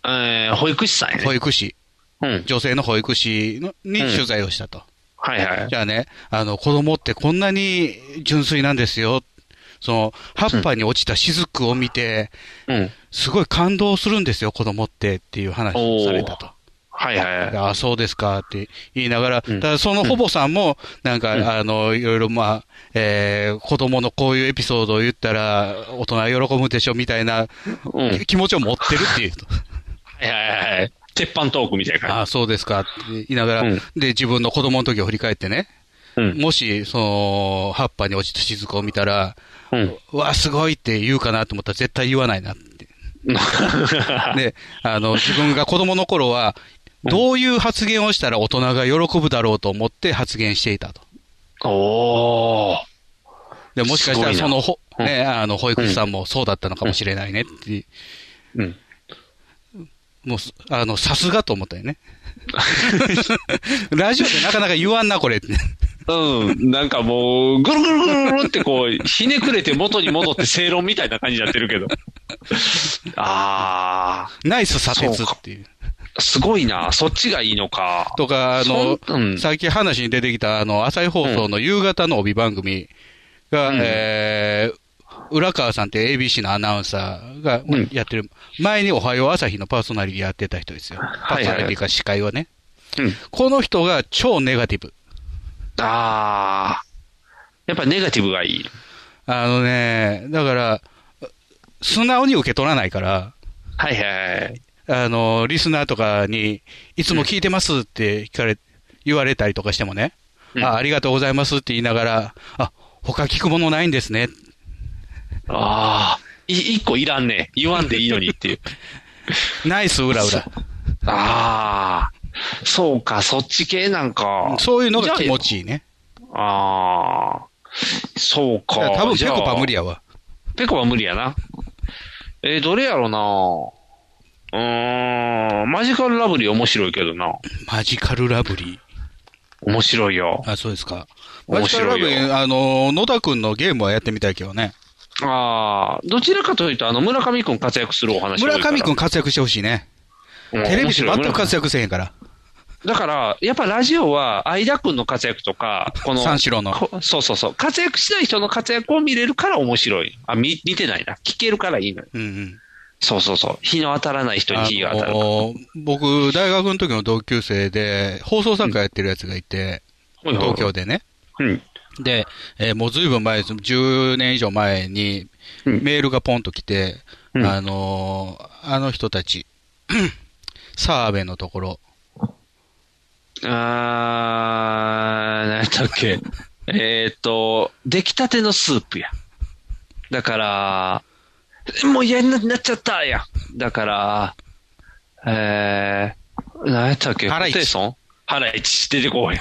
Speaker 2: えー、保育士さんやね。
Speaker 3: 保育士。
Speaker 2: うん。
Speaker 3: 女性の保育士のに取材をしたと。
Speaker 2: はいはい
Speaker 3: じ。ゃあね、あの、子供ってこんなに純粋なんですよ。その、葉っぱに落ちた雫を見て、
Speaker 2: うん。
Speaker 3: すごい感動するんですよ、子供ってっていう話をされたと。
Speaker 2: はいはい。
Speaker 3: ああ、そうですかって言いながら、
Speaker 2: うん
Speaker 3: ただそのほぼさんも、なんか、
Speaker 2: うん
Speaker 3: あの、いろいろまあ、えー、子供のこういうエピソードを言ったら、大人喜ぶでしょみたいな
Speaker 2: うん。はい
Speaker 3: 気持ちを持ってるっていうと。
Speaker 2: はいはい。鉄板トークみたいな
Speaker 3: あ
Speaker 2: 感
Speaker 3: あ、そうですかって言いながら、
Speaker 2: うん
Speaker 3: で、自分の子供の時を振り返ってね、
Speaker 2: じ。うん。
Speaker 3: もし、その、葉っぱに落ちた雫を見たら、
Speaker 2: うん。
Speaker 3: うわ、すごいって言うかなと思ったら絶対言わないなって。で、あの、自分が子供の頃は、どういう発言をしたら大人が喜ぶだろうと思って発言していたと。
Speaker 2: おー。
Speaker 3: で、もしかしたら
Speaker 2: す
Speaker 3: そ
Speaker 2: ごいな
Speaker 3: の、ほ
Speaker 2: うん
Speaker 3: ね、あの、保育士さんもそうだったのかもしれないねって、
Speaker 2: うん。
Speaker 3: もうす、あの、さすがと思ったよ ね。ラジオでなかなか言わんな、これって。
Speaker 2: うん。なんかもう、ぐるぐるぐるぐるってこう、ひねくれて元に戻って正論みたいな感じになってるけど。あ
Speaker 3: ナイス砂鉄っていう。
Speaker 2: ー、すごいな。そっちがいいのか。
Speaker 3: とか、あの、
Speaker 2: そんうん
Speaker 3: 最近話に出てきた、あの、朝日放送の夕方の帯番組が、
Speaker 2: うん
Speaker 3: えー、浦川さんって ABC のアナウンサーが
Speaker 2: うん
Speaker 3: やってる、前におはよう朝日のパーソナリティやってた人ですよ。パ
Speaker 2: は
Speaker 3: ー
Speaker 2: いはい
Speaker 3: ソナリティか司会はね。
Speaker 2: うん。
Speaker 3: この人が超ネガティブ。
Speaker 2: あー。やっぱネガティブがいい。
Speaker 3: あのね、だから、素直に受け取らないから、
Speaker 2: はいはいはい。
Speaker 3: あの、リスナーとかに、いつも聞いてますって聞かれ、言われたりとかしてもね、
Speaker 2: うん
Speaker 3: あ、ありがとうございますって言いながら、あ、他聞くものないんですね。
Speaker 2: あー。い一個いらんね。言わんでいいのにっていう。
Speaker 3: ナイス、裏裏。
Speaker 2: あー。そうか、そっち系なんか。
Speaker 3: そういうのが気持
Speaker 2: ち。
Speaker 3: ちいいね。
Speaker 2: ああ。そう
Speaker 3: だか
Speaker 2: か。
Speaker 3: ら多分、ぺこぱ無理
Speaker 2: や。
Speaker 3: やわ。
Speaker 2: ペコパ無理やな。えーどれやろなうーん、マジカルラブリー面白いけどな。
Speaker 3: マジカルラブリー。
Speaker 2: 面白いよ。
Speaker 3: あ、そうですか。マ
Speaker 2: 面
Speaker 3: ジカルラ
Speaker 2: 白
Speaker 3: ブ
Speaker 2: い
Speaker 3: リ
Speaker 2: よ
Speaker 3: ー、あの、野田くんのゲームはやってみたいけどね。
Speaker 2: ああ、どちらかというと、あの、村上くん活躍するお話
Speaker 3: 村上く
Speaker 2: ん
Speaker 3: ん、活躍してほしいね。
Speaker 2: うん
Speaker 3: テレビ
Speaker 2: 面
Speaker 3: で
Speaker 2: 白い
Speaker 3: 全く活躍せへんから。
Speaker 2: だから、やっぱラジオは、相田くんの活躍とか、この、
Speaker 3: 三四郎の
Speaker 2: こそうそうそう。活躍しない人の活躍を見れるから面白い。あ、見、見てないな。聞けるからいいのよ。
Speaker 3: うんうん。
Speaker 2: そうそうそう。日の当たらない人に
Speaker 3: あ
Speaker 2: 日が当たるから。
Speaker 3: の僕、大学の時の同級生で、放送作家やってるやつがいて、東京でね。
Speaker 2: うん。
Speaker 3: で、えーもうずいぶん前です、10年以上前に、
Speaker 2: うん
Speaker 3: メールがポンと来て、
Speaker 2: うん
Speaker 3: あのーあの人たち、 澤部のところ、
Speaker 2: あー、何やったっ け。えーっと、出来たてのスープや。だから、もう嫌になっちゃったや。だから、えー、何やったっけ
Speaker 3: ハライチ
Speaker 2: ホテイソンハライチ出てこうや。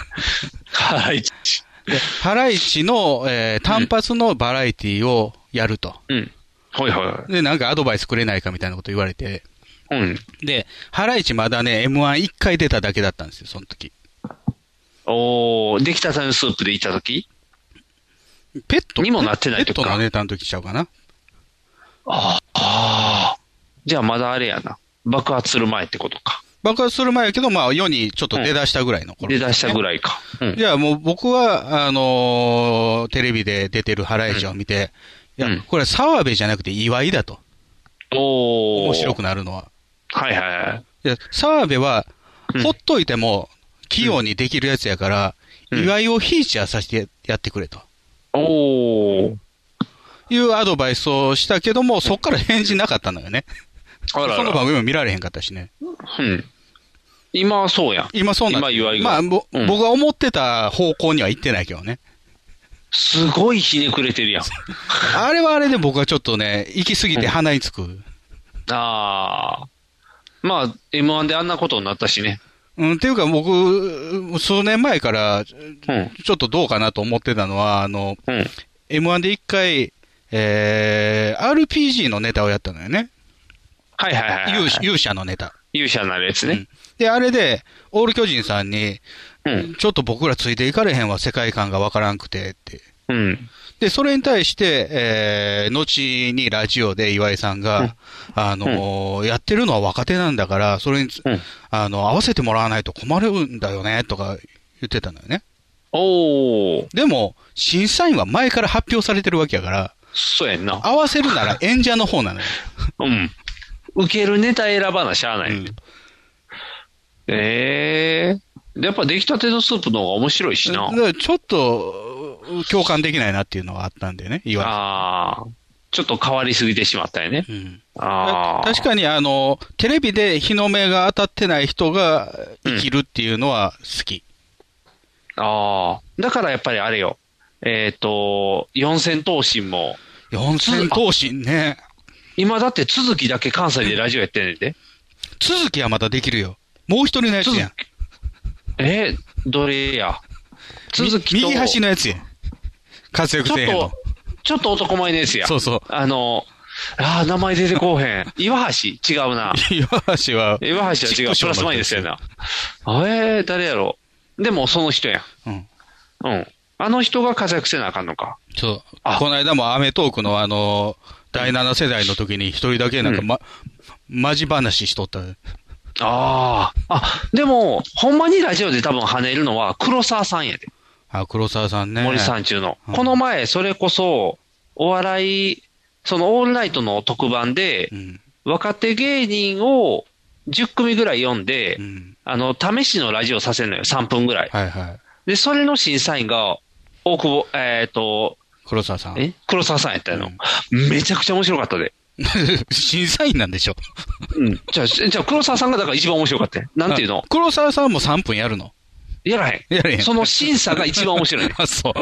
Speaker 2: ハライチ。
Speaker 3: でハライチの、えー単発のバラエティをやると。
Speaker 2: うん。はいは
Speaker 3: で、なんかアドバイスくれないかみたいなこと言われて。
Speaker 2: い。うん。
Speaker 3: で、ハライチまだね、M11 回出ただけだったんですよ、その時。
Speaker 2: おー、できたタイムスープでいたとき
Speaker 3: ペット
Speaker 2: にもなってない
Speaker 3: ペ
Speaker 2: と
Speaker 3: ッ
Speaker 2: か
Speaker 3: トのネタの時ちゃうかな。
Speaker 2: あーあー。じゃあまだあれやな。爆発する前ってことか。
Speaker 3: 爆発する前やけど、まあ、世にちょっと出だしたぐらいの頃、
Speaker 2: 出だしたぐ
Speaker 3: い。
Speaker 2: らいか。うん。
Speaker 3: じゃあもう僕は、あのーテレビで出てるハライチを見て、
Speaker 2: うん
Speaker 3: いうや
Speaker 2: ん、
Speaker 3: これは澤部じゃなくて岩井だと。
Speaker 2: おー。
Speaker 3: 面白くなるのは。
Speaker 2: はいはいはい。
Speaker 3: いや澤部は
Speaker 2: う、ん
Speaker 3: ほっといても、器用にできるやつやから、
Speaker 2: うん
Speaker 3: 岩井をフィーチャーさせてやってくれと。
Speaker 2: おー。
Speaker 3: いうアドバイスをしたけども、そっから返事なかったのよね。
Speaker 2: あらあら
Speaker 3: その番組も見られへんかったしね。
Speaker 2: うん。今はそうやん。
Speaker 3: 今そうなん
Speaker 2: 今岩井が
Speaker 3: まあ、ぼ
Speaker 2: うん
Speaker 3: 僕が思ってた方向には行ってないけど ね。
Speaker 2: すごいひねくれてるやん。
Speaker 3: あれはあれで僕はちょっとね、行き過ぎて鼻につく。
Speaker 2: ああ。まあ、M1 であんなことになったしね。
Speaker 3: うん、っていうか僕、数年前から、
Speaker 2: うん。
Speaker 3: ちょっとどうかなと思ってたのは、あの、
Speaker 2: うん。
Speaker 3: M1 で一回、えー、RPG のネタをやったのよね。
Speaker 2: はいはいはいはい。
Speaker 3: 勇勇者のネタ。
Speaker 2: 勇者になるやつ
Speaker 3: う
Speaker 2: ね
Speaker 3: ん。で、あれで、オール巨人さんに、
Speaker 2: うん。
Speaker 3: ちょっと僕らついていかれへんわ、世界観がわからんくて、って。
Speaker 2: うん。
Speaker 3: で、それに対して、えー、後にラジオで岩井さんが、
Speaker 2: うん
Speaker 3: あのーやってるのは若手なんだから、それにつ、
Speaker 2: うん
Speaker 3: あの、合わせてもらわないと困るんだよね、とか言ってたのよね。
Speaker 2: おー。
Speaker 3: でも、審査員は前から発表されてるわけやから、
Speaker 2: そうやんな。
Speaker 3: 合わせるな ら演者の方なのよ。
Speaker 2: うん。受けるネタ選ばなしゃあない。
Speaker 3: うん
Speaker 2: ええやっぱ出来たてのスープの方が面白いし
Speaker 3: だ
Speaker 2: な
Speaker 3: か。らちょっと、う共感できないなっていうのはあったんだよね、岩井さ
Speaker 2: ああ。ちょっと変わりすぎてしまったよね。
Speaker 3: ん。うん
Speaker 2: ああ。
Speaker 3: 確かに、あの、テレビで日の目が当たってない人が生きるっていうのは好き。
Speaker 2: ああ。だからやっぱりあれよ。えっ、と、四千頭身も、
Speaker 3: 四千頭身ね。
Speaker 2: 今だって続きだけ関西でラジオやってんねんで。
Speaker 3: 続きはまたできるよ。もう一人のやつやん。
Speaker 2: えーどれや。続き
Speaker 3: み
Speaker 2: と、
Speaker 3: 右端のやつやん。活躍
Speaker 2: ちょ
Speaker 3: せえ
Speaker 2: っ
Speaker 3: へんの
Speaker 2: と。、ちょっと男前のやつや。
Speaker 3: そうそう。
Speaker 2: あの、ああ、名前出てこうへん。岩橋違うな。
Speaker 3: 岩橋は、
Speaker 2: 岩橋は違う。プラスマイナスやな。えー、誰やろでもその人や
Speaker 3: うん。
Speaker 2: ん。うん。あの人が活躍せなあかんのか。
Speaker 3: そう。
Speaker 2: あ
Speaker 3: この間もアメトークのあの、第7世代の時に一人だけなんかま、マジ話しとった。
Speaker 2: ああ。あ、でも、ほんまにラジオで多分跳ねるのは黒沢さんやで。
Speaker 3: あ、黒沢さんね。
Speaker 2: 森さん中の。
Speaker 3: うん
Speaker 2: この前、それこそ、お笑い、そのオールナイトの特番で
Speaker 3: う、ん。
Speaker 2: 若手芸人を10組ぐらい読んで、
Speaker 3: うん。
Speaker 2: あの、試しのラジオさせるのよ、3分ぐらい。
Speaker 3: はいはい。
Speaker 2: で、それの審査員が、大久保、えっ、と、
Speaker 3: 黒沢さん。
Speaker 2: え黒沢さんやったの、めちゃくちゃ面白かったで。
Speaker 3: 審査員なんでしょ。
Speaker 2: うん。じゃあ、じゃあ黒沢さんがだから一番面白かったよなんていうの
Speaker 3: あ 黒沢さんも3分やるの。
Speaker 2: やらへ
Speaker 3: やらへん
Speaker 2: ん。その審査が一番面白いね。
Speaker 3: あ、そう。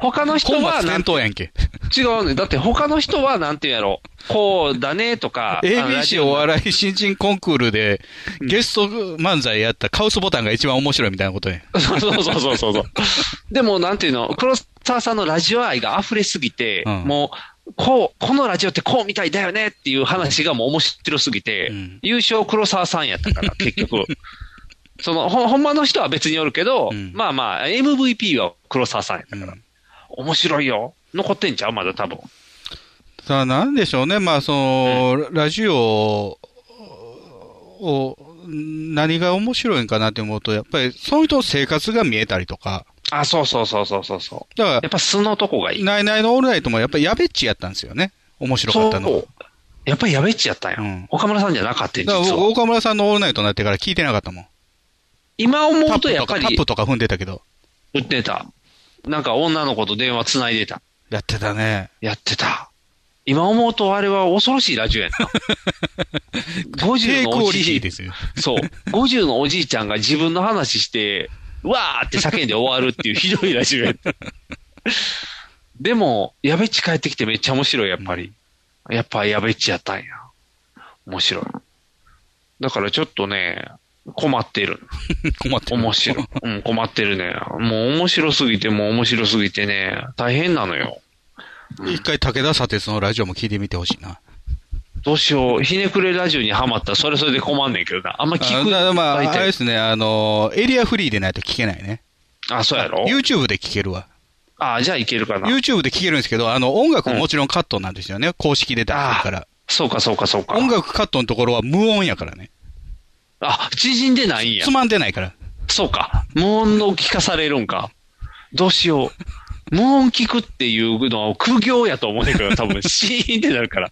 Speaker 2: 他の人
Speaker 3: 本
Speaker 2: は
Speaker 3: 末
Speaker 2: なん
Speaker 3: 転倒やんけ。
Speaker 2: 違うね。だって他の人はなんていうんやろ。こうだね とか。あのラジ
Speaker 3: ABC
Speaker 2: オ
Speaker 3: お笑い新人コンクールで、ゲスト漫才やったカウスボタンが一番面白いみたいなことや。
Speaker 2: そうそうそうそうそ うそう。でも、なんていうの、黒沢さんのラジオ愛が溢れすぎて、
Speaker 3: うん
Speaker 2: もう、こう、このラジオってこうみたいだよねっていう話がもう面白すぎて、
Speaker 3: うん
Speaker 2: 優勝黒沢さんやっ たから、結局。その、ほ、ほんまの人は別によるけど、
Speaker 3: うん
Speaker 2: まあまあ、MVP は黒沢さんやった
Speaker 3: う
Speaker 2: から、
Speaker 3: ん
Speaker 2: 面白いよ。残ってんちゃうまだ多分。
Speaker 3: さあ、なんでしょうね。まあ、その、ラジオを、何が面白いんかなって思うと、やっぱり、その人の生活が見えたりとか。
Speaker 2: あ、そうそうそうそうそうそう。
Speaker 3: だか
Speaker 2: やっぱ素のとこがい
Speaker 3: ら、
Speaker 2: い。
Speaker 3: ナイナイのオールナイトもやっぱりやべっちやったんですよね。面白かったのは。
Speaker 2: そう。やっぱりやべっちやったんや、
Speaker 3: うん
Speaker 2: 岡村さんじゃなかったん
Speaker 3: だから
Speaker 2: 実
Speaker 3: 僕、
Speaker 2: は。
Speaker 3: 岡村さんのオールナイトになってから聞いてなかったもん。
Speaker 2: 今思
Speaker 3: タッ
Speaker 2: うと
Speaker 3: プ
Speaker 2: や
Speaker 3: と
Speaker 2: っぱ
Speaker 3: か、
Speaker 2: り。
Speaker 3: タップとか踏んでたけど。
Speaker 2: 売ってた。なんか女の子と電話つないでた。
Speaker 3: やってたね。
Speaker 2: やってた。今思うとあれは恐ろしいラジオや な。50
Speaker 3: 低
Speaker 2: の
Speaker 3: ク
Speaker 2: お
Speaker 3: オリテ
Speaker 2: じ
Speaker 3: ィ
Speaker 2: い
Speaker 3: で、すよ。
Speaker 2: そう。50のおじいちゃんが自分の話して、わーって叫んで終わるっていうひどいラジオやった。でも、やべっち帰ってきてめっちゃ面白い、やっぱり。やっぱやべっちやったんや。面白い。だからちょっとね、困ってる。
Speaker 3: 困ってる
Speaker 2: 面白い。うん、困ってるね。もう面白すぎて、もう面白すぎてね、大変なのよ。
Speaker 3: 一回武田砂鉄のラジオも聞いてみてほしいな。
Speaker 2: どうしよう。ひねくれラジオにハマったら、それそれで困んねんけどな。あんま聞
Speaker 3: あ
Speaker 2: く
Speaker 3: なまあ、あ
Speaker 2: 媒体
Speaker 3: れですね、あの、エリアフリーでないと聞けないね。
Speaker 2: あ、そうやろ
Speaker 3: YouTube で聞けるわ。
Speaker 2: あ、じゃあいけるかな。
Speaker 3: YouTube で聞けるんですけど、あの、音楽ももちろんカットなんですよね。公式で出してるから。
Speaker 2: そうか、そうか、そうか。
Speaker 3: 音楽カットのところは無音やからね。
Speaker 2: あ、縮んでないんや
Speaker 3: つ。まんでないから。
Speaker 2: そうか。無音の聞かされるんか。どうしよう。無音聞くっていうのは苦行やと思うねん けど、多分、シーンってなるから。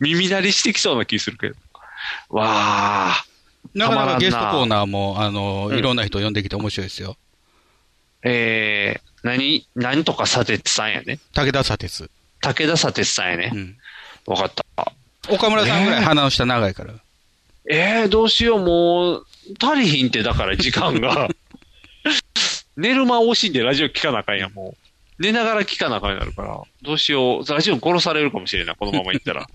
Speaker 2: 耳鳴りしてきそうな気するけど。わあ。
Speaker 3: なかなかゲストコー
Speaker 2: ー。
Speaker 3: ナーも、あの、
Speaker 2: うん
Speaker 3: いろんな人呼んできて面白いですよ。
Speaker 2: えー、何、何とか砂鉄さんやね。
Speaker 3: 武田砂鉄。
Speaker 2: 武田砂鉄さんやね
Speaker 3: う。ん。
Speaker 2: わ、かった。
Speaker 3: 岡村さんぐらい
Speaker 2: ねえ
Speaker 3: 鼻の下長いから。
Speaker 2: えー、どうしよう、もう、足りひんって、だから時間 が。寝る間惜しんでラジオ聞かなあかんやん、もう。寝ながら聞かなあかんやなるから。どうしよう、ラジオ殺されるかもしれない、このまま行った ら。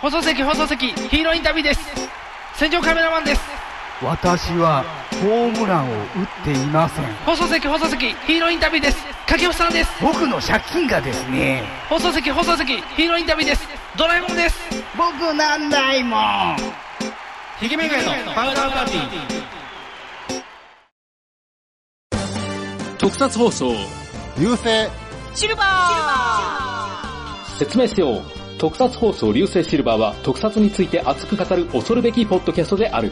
Speaker 8: 放送席放送席ヒーローインタビューです戦場カメラマンです
Speaker 4: 私はホームランを打っていません
Speaker 8: 放送席放送席ヒーローインタビューです掛布さんです
Speaker 4: 僕の借金がですね
Speaker 8: 放送席放送席ヒーローインタビューですドラえもんです
Speaker 4: 僕なんないもん
Speaker 8: ひげめがのパウダーパーティー
Speaker 9: 特撮放送
Speaker 6: 流星
Speaker 10: シルバー
Speaker 9: 説明せよ特撮放送流星シルバーは特撮について熱く語る恐るべきポッドキャストである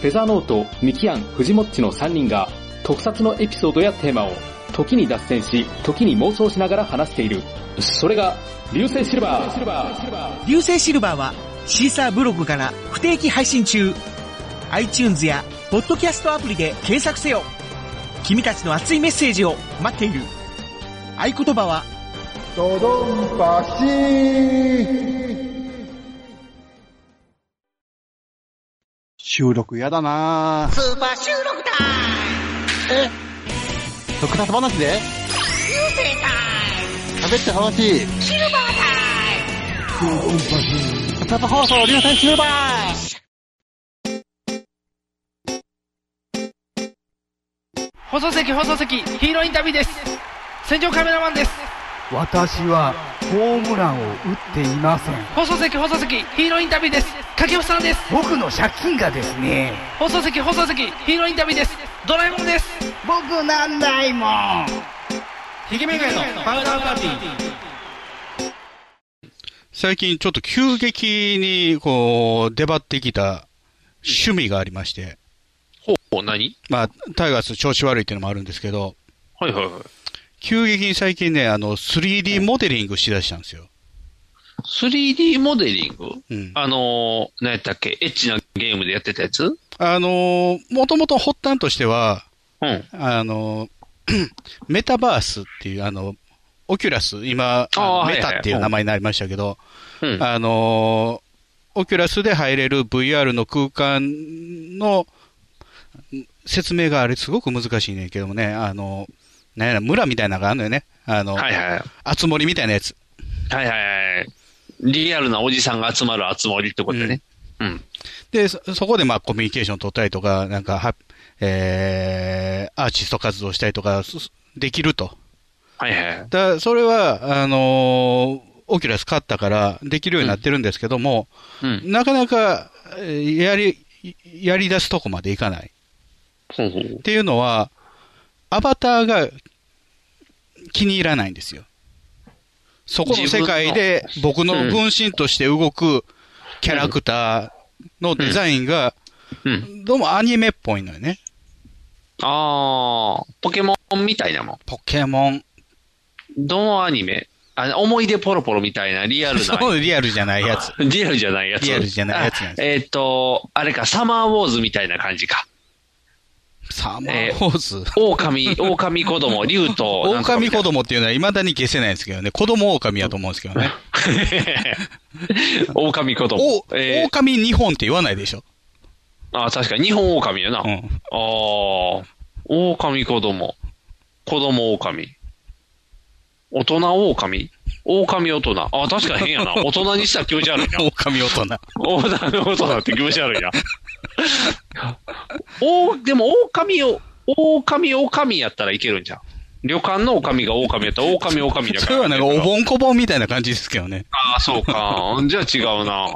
Speaker 9: フェザーノートミキアンフジモッチの3人が特撮のエピソードやテーマを時に脱線し時に妄想しながら話しているそれが流星シルバー
Speaker 10: 流星シルバーはシーサーブログから不定期配信中 iTunes やポッドキャストアプリで検索せよ君たちの熱いメッセージを待っている合言葉は
Speaker 6: ドドンパシー収録やだなぁ。
Speaker 11: スーパー収録だ
Speaker 6: 特撮話で
Speaker 11: 流星タ
Speaker 6: 喋って楽しい。
Speaker 11: イムシルバータ
Speaker 6: 特撮放送流星シルバー
Speaker 8: 放送席放送席ヒーローインタビューです戦場カメラマンです
Speaker 4: 私はホームランを打っていません
Speaker 8: 放送席放送席ヒーローインタビューです掛布さんです
Speaker 4: 僕の借金がですね
Speaker 8: 放送席放送席ヒーローインタビューですドラえもんです
Speaker 4: 僕なんないもん
Speaker 8: ひげめがのパウダーパーティー
Speaker 3: 最近ちょっと急激に、こう、出張ってきた趣味がありまして。
Speaker 2: ほう、何
Speaker 3: まあ、タイガース調子悪いっていうのもあるんですけど、
Speaker 2: はいはいはい。
Speaker 3: 急激に最近ね、あの、3D モデリングしだしたんですよ。
Speaker 2: 3D モデリング
Speaker 3: うん。
Speaker 2: あのー、何やったっけエッチなゲームでやってたやつうん。
Speaker 3: あのー、もともと発端としては、
Speaker 2: はい
Speaker 3: あのー、 メタバースっていう、あの、オキュラス、今、あの
Speaker 2: あー
Speaker 3: メ
Speaker 2: はいはい
Speaker 3: タっていう名前になりましたけど、
Speaker 2: うん
Speaker 3: あのー、オキュラスで入れる VR の空間の説明があれすごく難しいねんけどもね、あの、なんやら村みたいなのがあるのよね。あの、
Speaker 2: はい。はい
Speaker 3: あつ森みたいなやつ。
Speaker 2: はいはい。リアルなおじさんが集まる集まりってことでね。うん。
Speaker 3: で、そそこでまあコミュニケーション取ったりとか、なんかは、えー、アーティスト活動したりとか、すできると。
Speaker 2: はいはい。
Speaker 3: だそれは、あのーオキュラス買ったからできるようになってるんですけども、
Speaker 2: うん。
Speaker 3: なかなか、えーやり、やり出すとこまでいかない。
Speaker 2: ほうほう
Speaker 3: っ。ていうのは、アバターが気に入らないんですよ。そこの世界で僕の分身として動くキャラクターのデザインが、
Speaker 2: うん。
Speaker 3: どうもアニメっぽいのよね。
Speaker 2: ああ、ポケモンみたいなもん。
Speaker 3: ポケモン。
Speaker 2: どのアニメあ思い出ポロポロみたいなリアルなアニ
Speaker 3: そう、リアルじゃないやつ。
Speaker 2: メ。 リアルじゃないやつ。
Speaker 3: リアルじゃないやつなんです
Speaker 2: あえっ、と、あれか、サマーウォーズみたいな感じか。
Speaker 3: サマーウォーズ。
Speaker 2: 狼、狼子供、竜と。なんとかみ
Speaker 3: 狼
Speaker 2: たい
Speaker 3: 子
Speaker 2: な。
Speaker 3: 供っていうのは未だに消せないんですけどね。子供狼やと思うんですけど ね。
Speaker 2: 狼子供。
Speaker 3: お、
Speaker 2: えー、
Speaker 3: 狼日本って言わないでしょ。
Speaker 2: あー、確かに、日本狼やな。
Speaker 3: う
Speaker 2: あ
Speaker 3: ん。
Speaker 2: あー、狼子供。子供狼。大人狼狼大人。あ、確かに変やな。大人にしたら気持ち悪いな。
Speaker 3: 狼大人。
Speaker 2: 狼大人って気持ち悪いな。 お、でも狼を、狼狼やったらいけるんじゃん。旅館の狼が狼やったら狼狼だ
Speaker 3: そ
Speaker 2: か
Speaker 3: れ
Speaker 2: ら。
Speaker 3: はなんかおぼんこぼんみたいな感じですけどね。
Speaker 2: ああ、そうか。じゃあ違うな。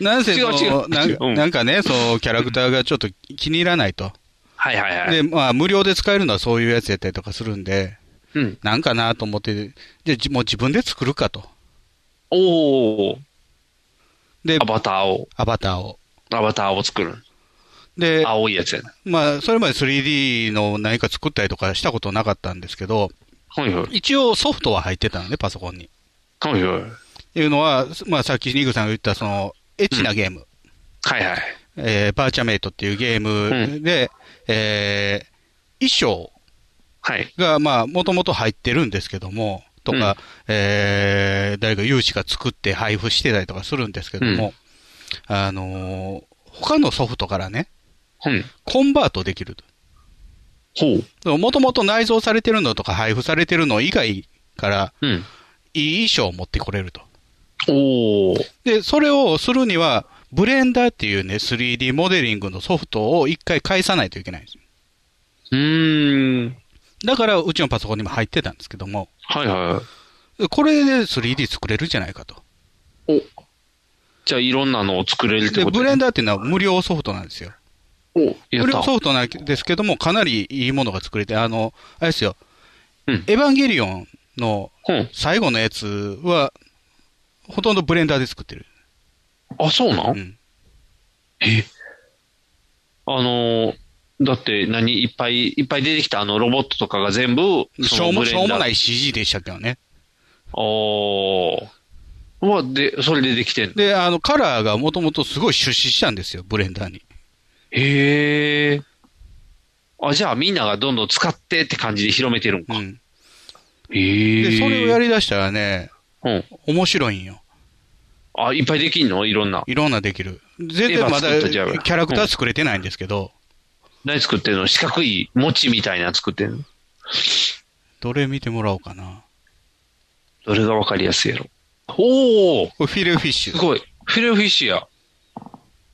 Speaker 3: なんせ
Speaker 2: 違
Speaker 3: そう
Speaker 2: 違う。
Speaker 3: なんか、
Speaker 2: うん
Speaker 3: なんかね、そのキャラクターがちょっと気に入らないと。
Speaker 2: はいはいはい。
Speaker 3: で、まあ、無料で使えるのはそういうやつやったりとかするんで、
Speaker 2: うん
Speaker 3: なんかなと思って、じゃあじもう自分で作るかと。
Speaker 2: おお。
Speaker 3: で、
Speaker 2: アバターを。
Speaker 3: アバターを。
Speaker 2: アバターを作る。
Speaker 3: で、
Speaker 2: 青いやつやな。
Speaker 3: まあ、それまで 3D の何か作ったりとかしたことなかったんですけど、
Speaker 2: はいはい。
Speaker 3: 一応ソフトは入ってたのね、パソコンに。
Speaker 2: はいはい。
Speaker 3: いうのは、まあ、さっきニグさんが言った、その、エッチなゲーム。
Speaker 2: はいはい。
Speaker 3: えーバーチャメイトっていうゲームで、えー衣装が、まあ、もともと入ってるんですけども、とか、えー誰か有志が作って配布してたりとかするんですけども、あのー他のソフトからね、コンバートできると。もともと内蔵されてるのとか配布されてるの以外から、いい衣装を持ってこれると。で、それをするには、ブレンダーっていうね、3D モデリングのソフトを一回返さないといけないんです。
Speaker 2: うん。
Speaker 3: だから、うちのパソコンにも入ってたんですけども、
Speaker 2: はいは
Speaker 3: これで 3D 作れるじゃないかと。
Speaker 2: じゃあいろんなのを作れるって
Speaker 3: で、
Speaker 2: こと
Speaker 3: ブレンダーっていうのは無料ソフトなんですよ。
Speaker 2: やった
Speaker 3: 無料ソフトなんですけども、かなりいいものが作れて、あの、あれですよ、エヴァンゲリオンの最後のやつは、ほとんどブレンダーで作ってる。
Speaker 2: あ、そうなん、
Speaker 3: ん
Speaker 2: えあのーだって何いっぱいいっぱい出てきたあのロボットとかが全部、。
Speaker 3: しょうもしょうもないい CG でしたけどね。
Speaker 2: おー。は、で、それでできてんの
Speaker 3: で、あの、カラーがもともとすごい出資したんですよ、ブレンダーに。
Speaker 2: へえ。あ、じゃあみんながどんどん使ってって感じで広めてるんか。へえ。
Speaker 3: で、それをやりだしたらね、
Speaker 2: うん。
Speaker 3: 面白いんよ。
Speaker 2: あ、いっぱいできんのいろんな。
Speaker 3: いろんなできる。全
Speaker 2: エヴ
Speaker 3: 然
Speaker 2: ァ
Speaker 3: まだ
Speaker 2: 作っ
Speaker 3: キ
Speaker 2: たじゃん
Speaker 3: ャラクター作れてないんですけど、
Speaker 2: 何作ってんの四角い餅みたいなの作ってんの
Speaker 3: どれ見てもらおうかな。
Speaker 2: どれがわかりやすいやろ。おお
Speaker 3: これフィレフィッシュ。
Speaker 2: すごい。フィレフィッシュや。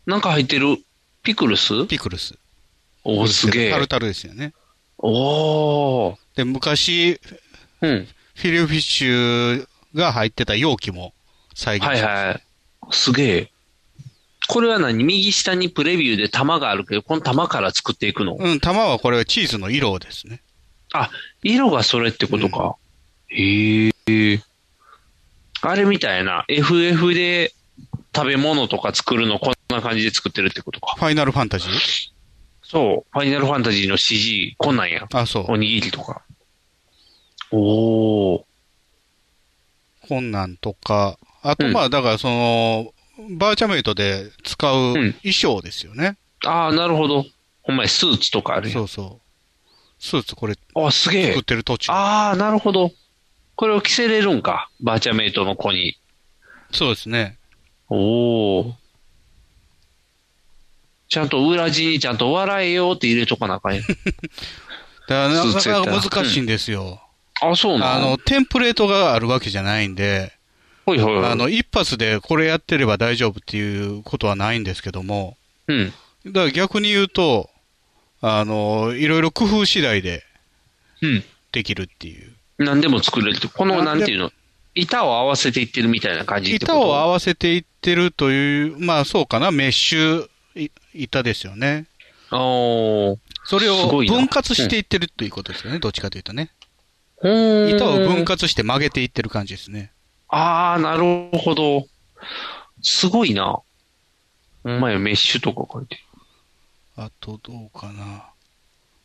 Speaker 2: なんか入ってる。ピクルス
Speaker 3: ピクルス。
Speaker 2: おお、すげ
Speaker 3: タ
Speaker 2: え
Speaker 3: ル。タルですよね。
Speaker 2: おー。
Speaker 3: で、昔、フィレフィッシュが入ってた容器も再現し
Speaker 2: は
Speaker 3: ま
Speaker 2: い
Speaker 3: した
Speaker 2: はい。すげえ。これは何右下にプレビューで玉があるけど、この玉から作っていくの、
Speaker 3: うん、玉はこれはチーズの色ですね。
Speaker 2: あ、色がそれってことか。へえ。あれみたいな、FF で食べ物とか作るのこんな感じで作ってるってことか。
Speaker 3: ファイナルファンタジー
Speaker 2: そう。ファイナルファンタジーの CG、こんなんや。
Speaker 3: あ、そう。
Speaker 2: おにぎりとか。おお。
Speaker 3: こんなんとか、あと
Speaker 2: うん
Speaker 3: まあ、だからその、バーチャメイトで使う衣装ですよね。
Speaker 2: ああ、なるほど。ほんまや、スーツとかあるやん。
Speaker 3: そうそう。スーツこれ、
Speaker 2: あ、すげえ。
Speaker 3: 作ってる途中。
Speaker 2: ああ、なるほど。これを着せれるんか。バーチャメイトの子に。
Speaker 3: そうですね。
Speaker 2: おお。ちゃんと裏地にちゃんと笑えよって入れとかな あかんやん。
Speaker 3: だからな
Speaker 2: スーツや
Speaker 3: か
Speaker 2: っ
Speaker 3: な
Speaker 2: たら
Speaker 3: か難しいんですよ。
Speaker 2: あ、そうな
Speaker 3: あの、テンプレートがあるわけじゃないんで、
Speaker 2: ほいほいほい
Speaker 3: あの、一発でこれやってれば大丈夫っていうことはないんですけども、
Speaker 2: うん。
Speaker 3: だから逆に言うと、あの、いろいろ工夫次第で
Speaker 2: うん。
Speaker 3: できるっていう。
Speaker 2: 何でも作れるって。この、
Speaker 3: な
Speaker 2: なん
Speaker 3: で
Speaker 2: んていうの板を合わせていってるみたいな感じってこと
Speaker 3: 板を合わせていってるという、まあそうかな、メッシュい板ですよね。
Speaker 2: お
Speaker 3: それ
Speaker 2: す
Speaker 3: を
Speaker 2: ごいな
Speaker 3: 分割していってるということですよね、どっちかというとね。
Speaker 2: ーん
Speaker 3: 板を分割して曲げていってる感じですね。
Speaker 2: ああ、なるほど。すごいな。お前メッシュとか書いてる。
Speaker 3: あとどうかな。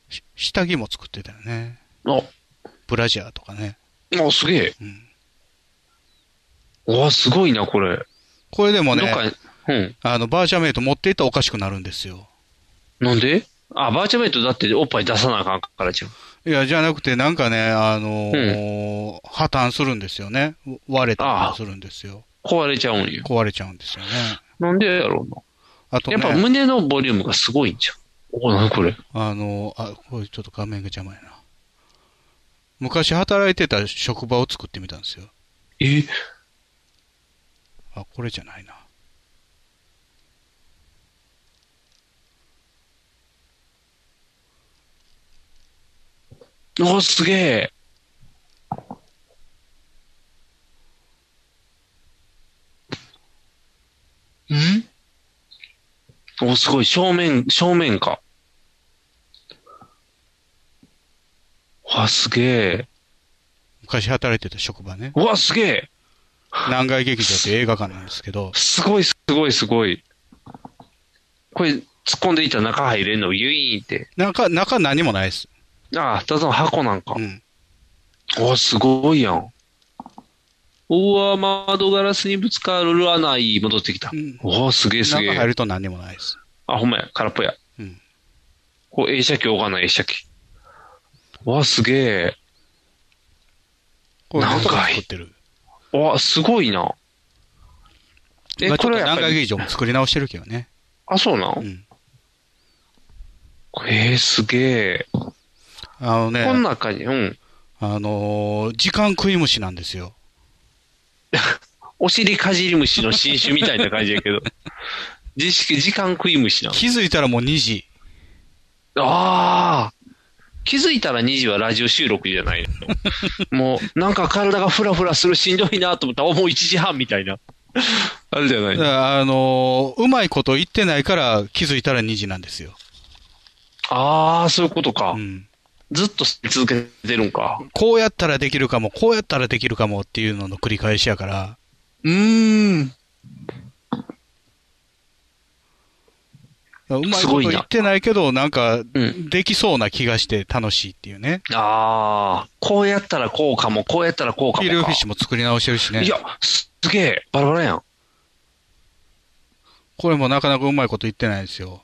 Speaker 3: し下着も作ってたよね。
Speaker 2: あ、
Speaker 3: ブラジャーとかね。
Speaker 2: あ、すげえ。わあ、すごいな、これ。
Speaker 3: これでもね
Speaker 2: どっかに、うん。
Speaker 3: あの、バーチャメイト持っていったらおかしくなるんですよ。
Speaker 2: なんであ、バーチャメイトだっておっぱい出さなあかんからじゃん。
Speaker 3: いや、じゃなくて、なんかね、あのー破綻するんですよね。割れたりとかするんですよ。
Speaker 2: 壊れちゃうんよ。
Speaker 3: 壊れちゃうんですよね。
Speaker 2: なんでやろうな。
Speaker 3: あとね
Speaker 2: やっぱ胸のボリュームがすごいんじゃん。お、なにこれ。
Speaker 3: あのーあ、これちょっと画面が邪魔やな。昔働いてた職場を作ってみたんですよ。
Speaker 2: え
Speaker 3: あ、これじゃないな。
Speaker 2: おーすげえ。んお、すごい。正面、正面か。わ、すげえ。
Speaker 3: 昔働いてた職場ね。
Speaker 2: うわ、すげえ。
Speaker 3: 南海劇場って映画館なんですけど、
Speaker 2: すごい、すごい、すごい。これ、突っ込んでいったら中入れんの、ユイーンって。
Speaker 3: 中、中何もないです。
Speaker 2: ああ、ただの箱なんか。お、すごいやん。うわ、窓ガラスにぶつからない、戻ってきた。おお、すげえ、すげえ。
Speaker 3: 中入ると何もないです。
Speaker 2: あ、ほんまや、空っぽや。
Speaker 3: うん。
Speaker 2: これ、映写機、オガの映写機。わ、すげえ。
Speaker 3: これ、
Speaker 2: なん
Speaker 3: 音が
Speaker 2: か
Speaker 3: 作ってる。
Speaker 2: わ、すごいな。え
Speaker 3: まあ、ちょっと
Speaker 2: これはやっ
Speaker 3: 南
Speaker 2: ぱり
Speaker 3: 海劇場も作り直してるけどね。
Speaker 2: あ、そうなん、えー、すげえ。
Speaker 3: あのね、
Speaker 2: この中に、うん。
Speaker 3: あのー時間食い虫なんですよ。
Speaker 2: お尻かじり虫の新種みたいな感じや けど。自識、時間食い虫なの。
Speaker 3: 気づいたらもう2時。
Speaker 2: ああ。気づいたら2時はラジオ収録じゃない の。もう、なんか体がフラフラするしんどいなと思ったら、おもう1時半みたいな。あれじゃない
Speaker 3: だからあのーうまいこと言ってないから気づいたら2時なんですよ。
Speaker 2: ああ、そういうことか。ずっと続けてるんか。
Speaker 3: こうやったらできるかも、こうやったらできるかもっていうのの繰り返しやから、
Speaker 2: うーん。
Speaker 3: うまい
Speaker 2: す
Speaker 3: こ
Speaker 2: ごい
Speaker 3: と
Speaker 2: な
Speaker 3: 言ってないけど、なんか、できそうな気がして楽しいっていうね。
Speaker 2: ああ、こうやったらこうかも、こうやったらこうかもか。
Speaker 3: フィールフィッシュも作り直してるしね。
Speaker 2: いや、すすげえ、バラバラやん。
Speaker 3: これもなかなかうまいこと言ってないんですよ。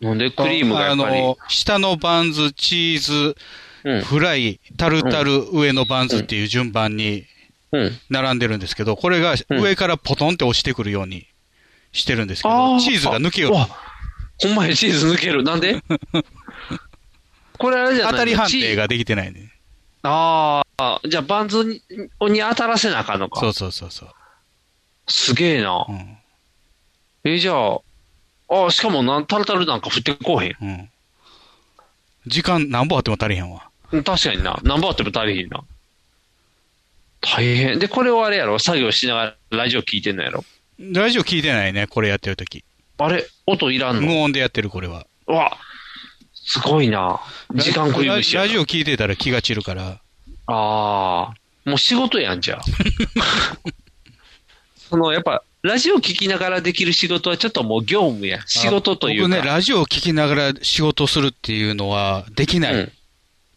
Speaker 2: なんでクリームがやっぱり
Speaker 3: あの、下のバンズ、チーズ、
Speaker 2: うん
Speaker 3: フライ、タルタル、上のバンズっていう順番に並んでるんですけど、これが上からポトンって落ちてくるようにしてるんですけど、チーズが抜けよう。
Speaker 2: あほんまや、チーズ抜ける。なん でこれあれじゃない
Speaker 3: 当たり判定
Speaker 2: が。
Speaker 3: ができてないね。
Speaker 2: ああ、じゃあバンズにに当たらせなあかんのか。
Speaker 3: そうそうそうそう。
Speaker 2: すげえな。え、じゃあ、ああ、しかもなん、タルタルなんか振ってこうへん。
Speaker 3: うん。時間何本あっても足りへんわ。
Speaker 2: うん確かにな。何本あっても足りひんな。大変。で、これをあれやろ作業しながらラジオ聞いてんのやろ
Speaker 3: ラジオ聞いてないね、これやってるとき。
Speaker 2: あれ音いらんの
Speaker 3: 無音でやってる、これは。
Speaker 2: うわ、すごいな。時間食い
Speaker 3: ラ
Speaker 2: 虫
Speaker 3: ジ
Speaker 2: や
Speaker 3: ラ
Speaker 2: な。
Speaker 3: ジオ聞いてたら気が散るから。
Speaker 2: ああ、もう仕事や んじゃあ。その、やっぱ、ラジオ聞きながらできる仕事はちょっともう業務や。仕事という
Speaker 3: 僕
Speaker 2: か。
Speaker 3: ね、ラジオを聞きながら仕事するっていうのはできない。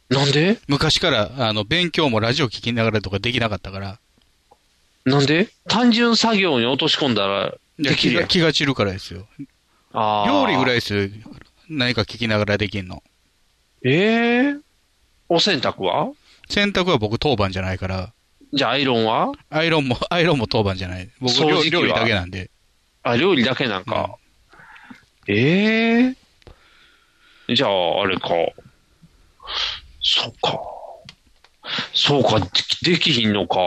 Speaker 2: なんで
Speaker 3: 昔から、あの、勉強もラジオ聞きながらとかできなかったから。
Speaker 2: なんで単純作業に落とし込んだらでき
Speaker 3: 気
Speaker 2: るや
Speaker 3: が
Speaker 2: ん。
Speaker 3: 気が散るからですよ。
Speaker 2: あー
Speaker 3: 料理ぐらいですよ。何か聞きながらできんの。
Speaker 2: ええお洗濯は
Speaker 3: 洗濯は僕当番じゃないから。
Speaker 2: じゃあアイロンは
Speaker 3: アイロンも、 アイロンも当番じゃない。僕料
Speaker 2: 掃除機は
Speaker 3: 料理だけなんで。
Speaker 2: あ、料理だけなんか。ええじゃあ、あれか。そうか。そうか、できできひんのか。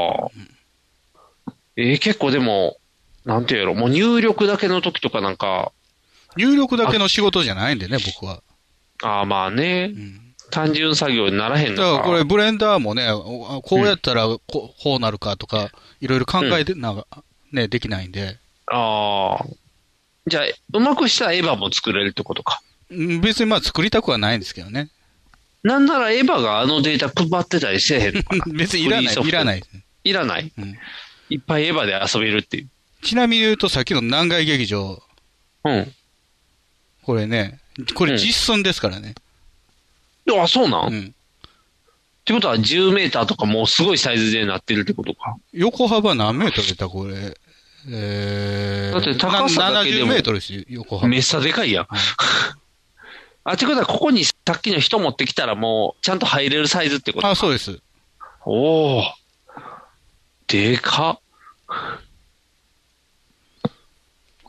Speaker 2: えー結構でも、なんていうやろ、もう入力だけの時とかなんか、
Speaker 3: 入力だけの仕事じゃないんでね、僕は。
Speaker 2: ああまあね、単純作業にならへん
Speaker 3: だ
Speaker 2: の
Speaker 3: から
Speaker 2: か。
Speaker 3: これブレンダーもね、おあこうやったらこう,、こうなるかとか、いろいろ考えてなが、ね、できないんで。
Speaker 2: ああ。じゃあ、うまくしたらエヴァも作れるってことか。
Speaker 3: うん別にまあ作りたくはないんですけどね。
Speaker 2: なんならエヴァがあのデータ配ってたりせえへんのかな
Speaker 3: 別にいらない
Speaker 2: フリーソフト
Speaker 3: いらない
Speaker 2: いらない、いっぱいエヴァで遊べるっていう。
Speaker 3: ちなみに言うとさっきの南海劇場。
Speaker 2: うん。
Speaker 3: これね、これ実寸ですからね。
Speaker 2: あそうなん、ってことは10メーターとかもうすごいサイズでなってるってことか。
Speaker 3: 横幅何メートルだ、これ。えー、
Speaker 2: だって高さだけでも
Speaker 3: な70メートルですよ、横幅。
Speaker 2: めっさでかいやん。 あ、ってことはここにさっきの人持ってきたらもうちゃんと入れるサイズってこと
Speaker 3: あ、そうです。
Speaker 2: おおでかっ。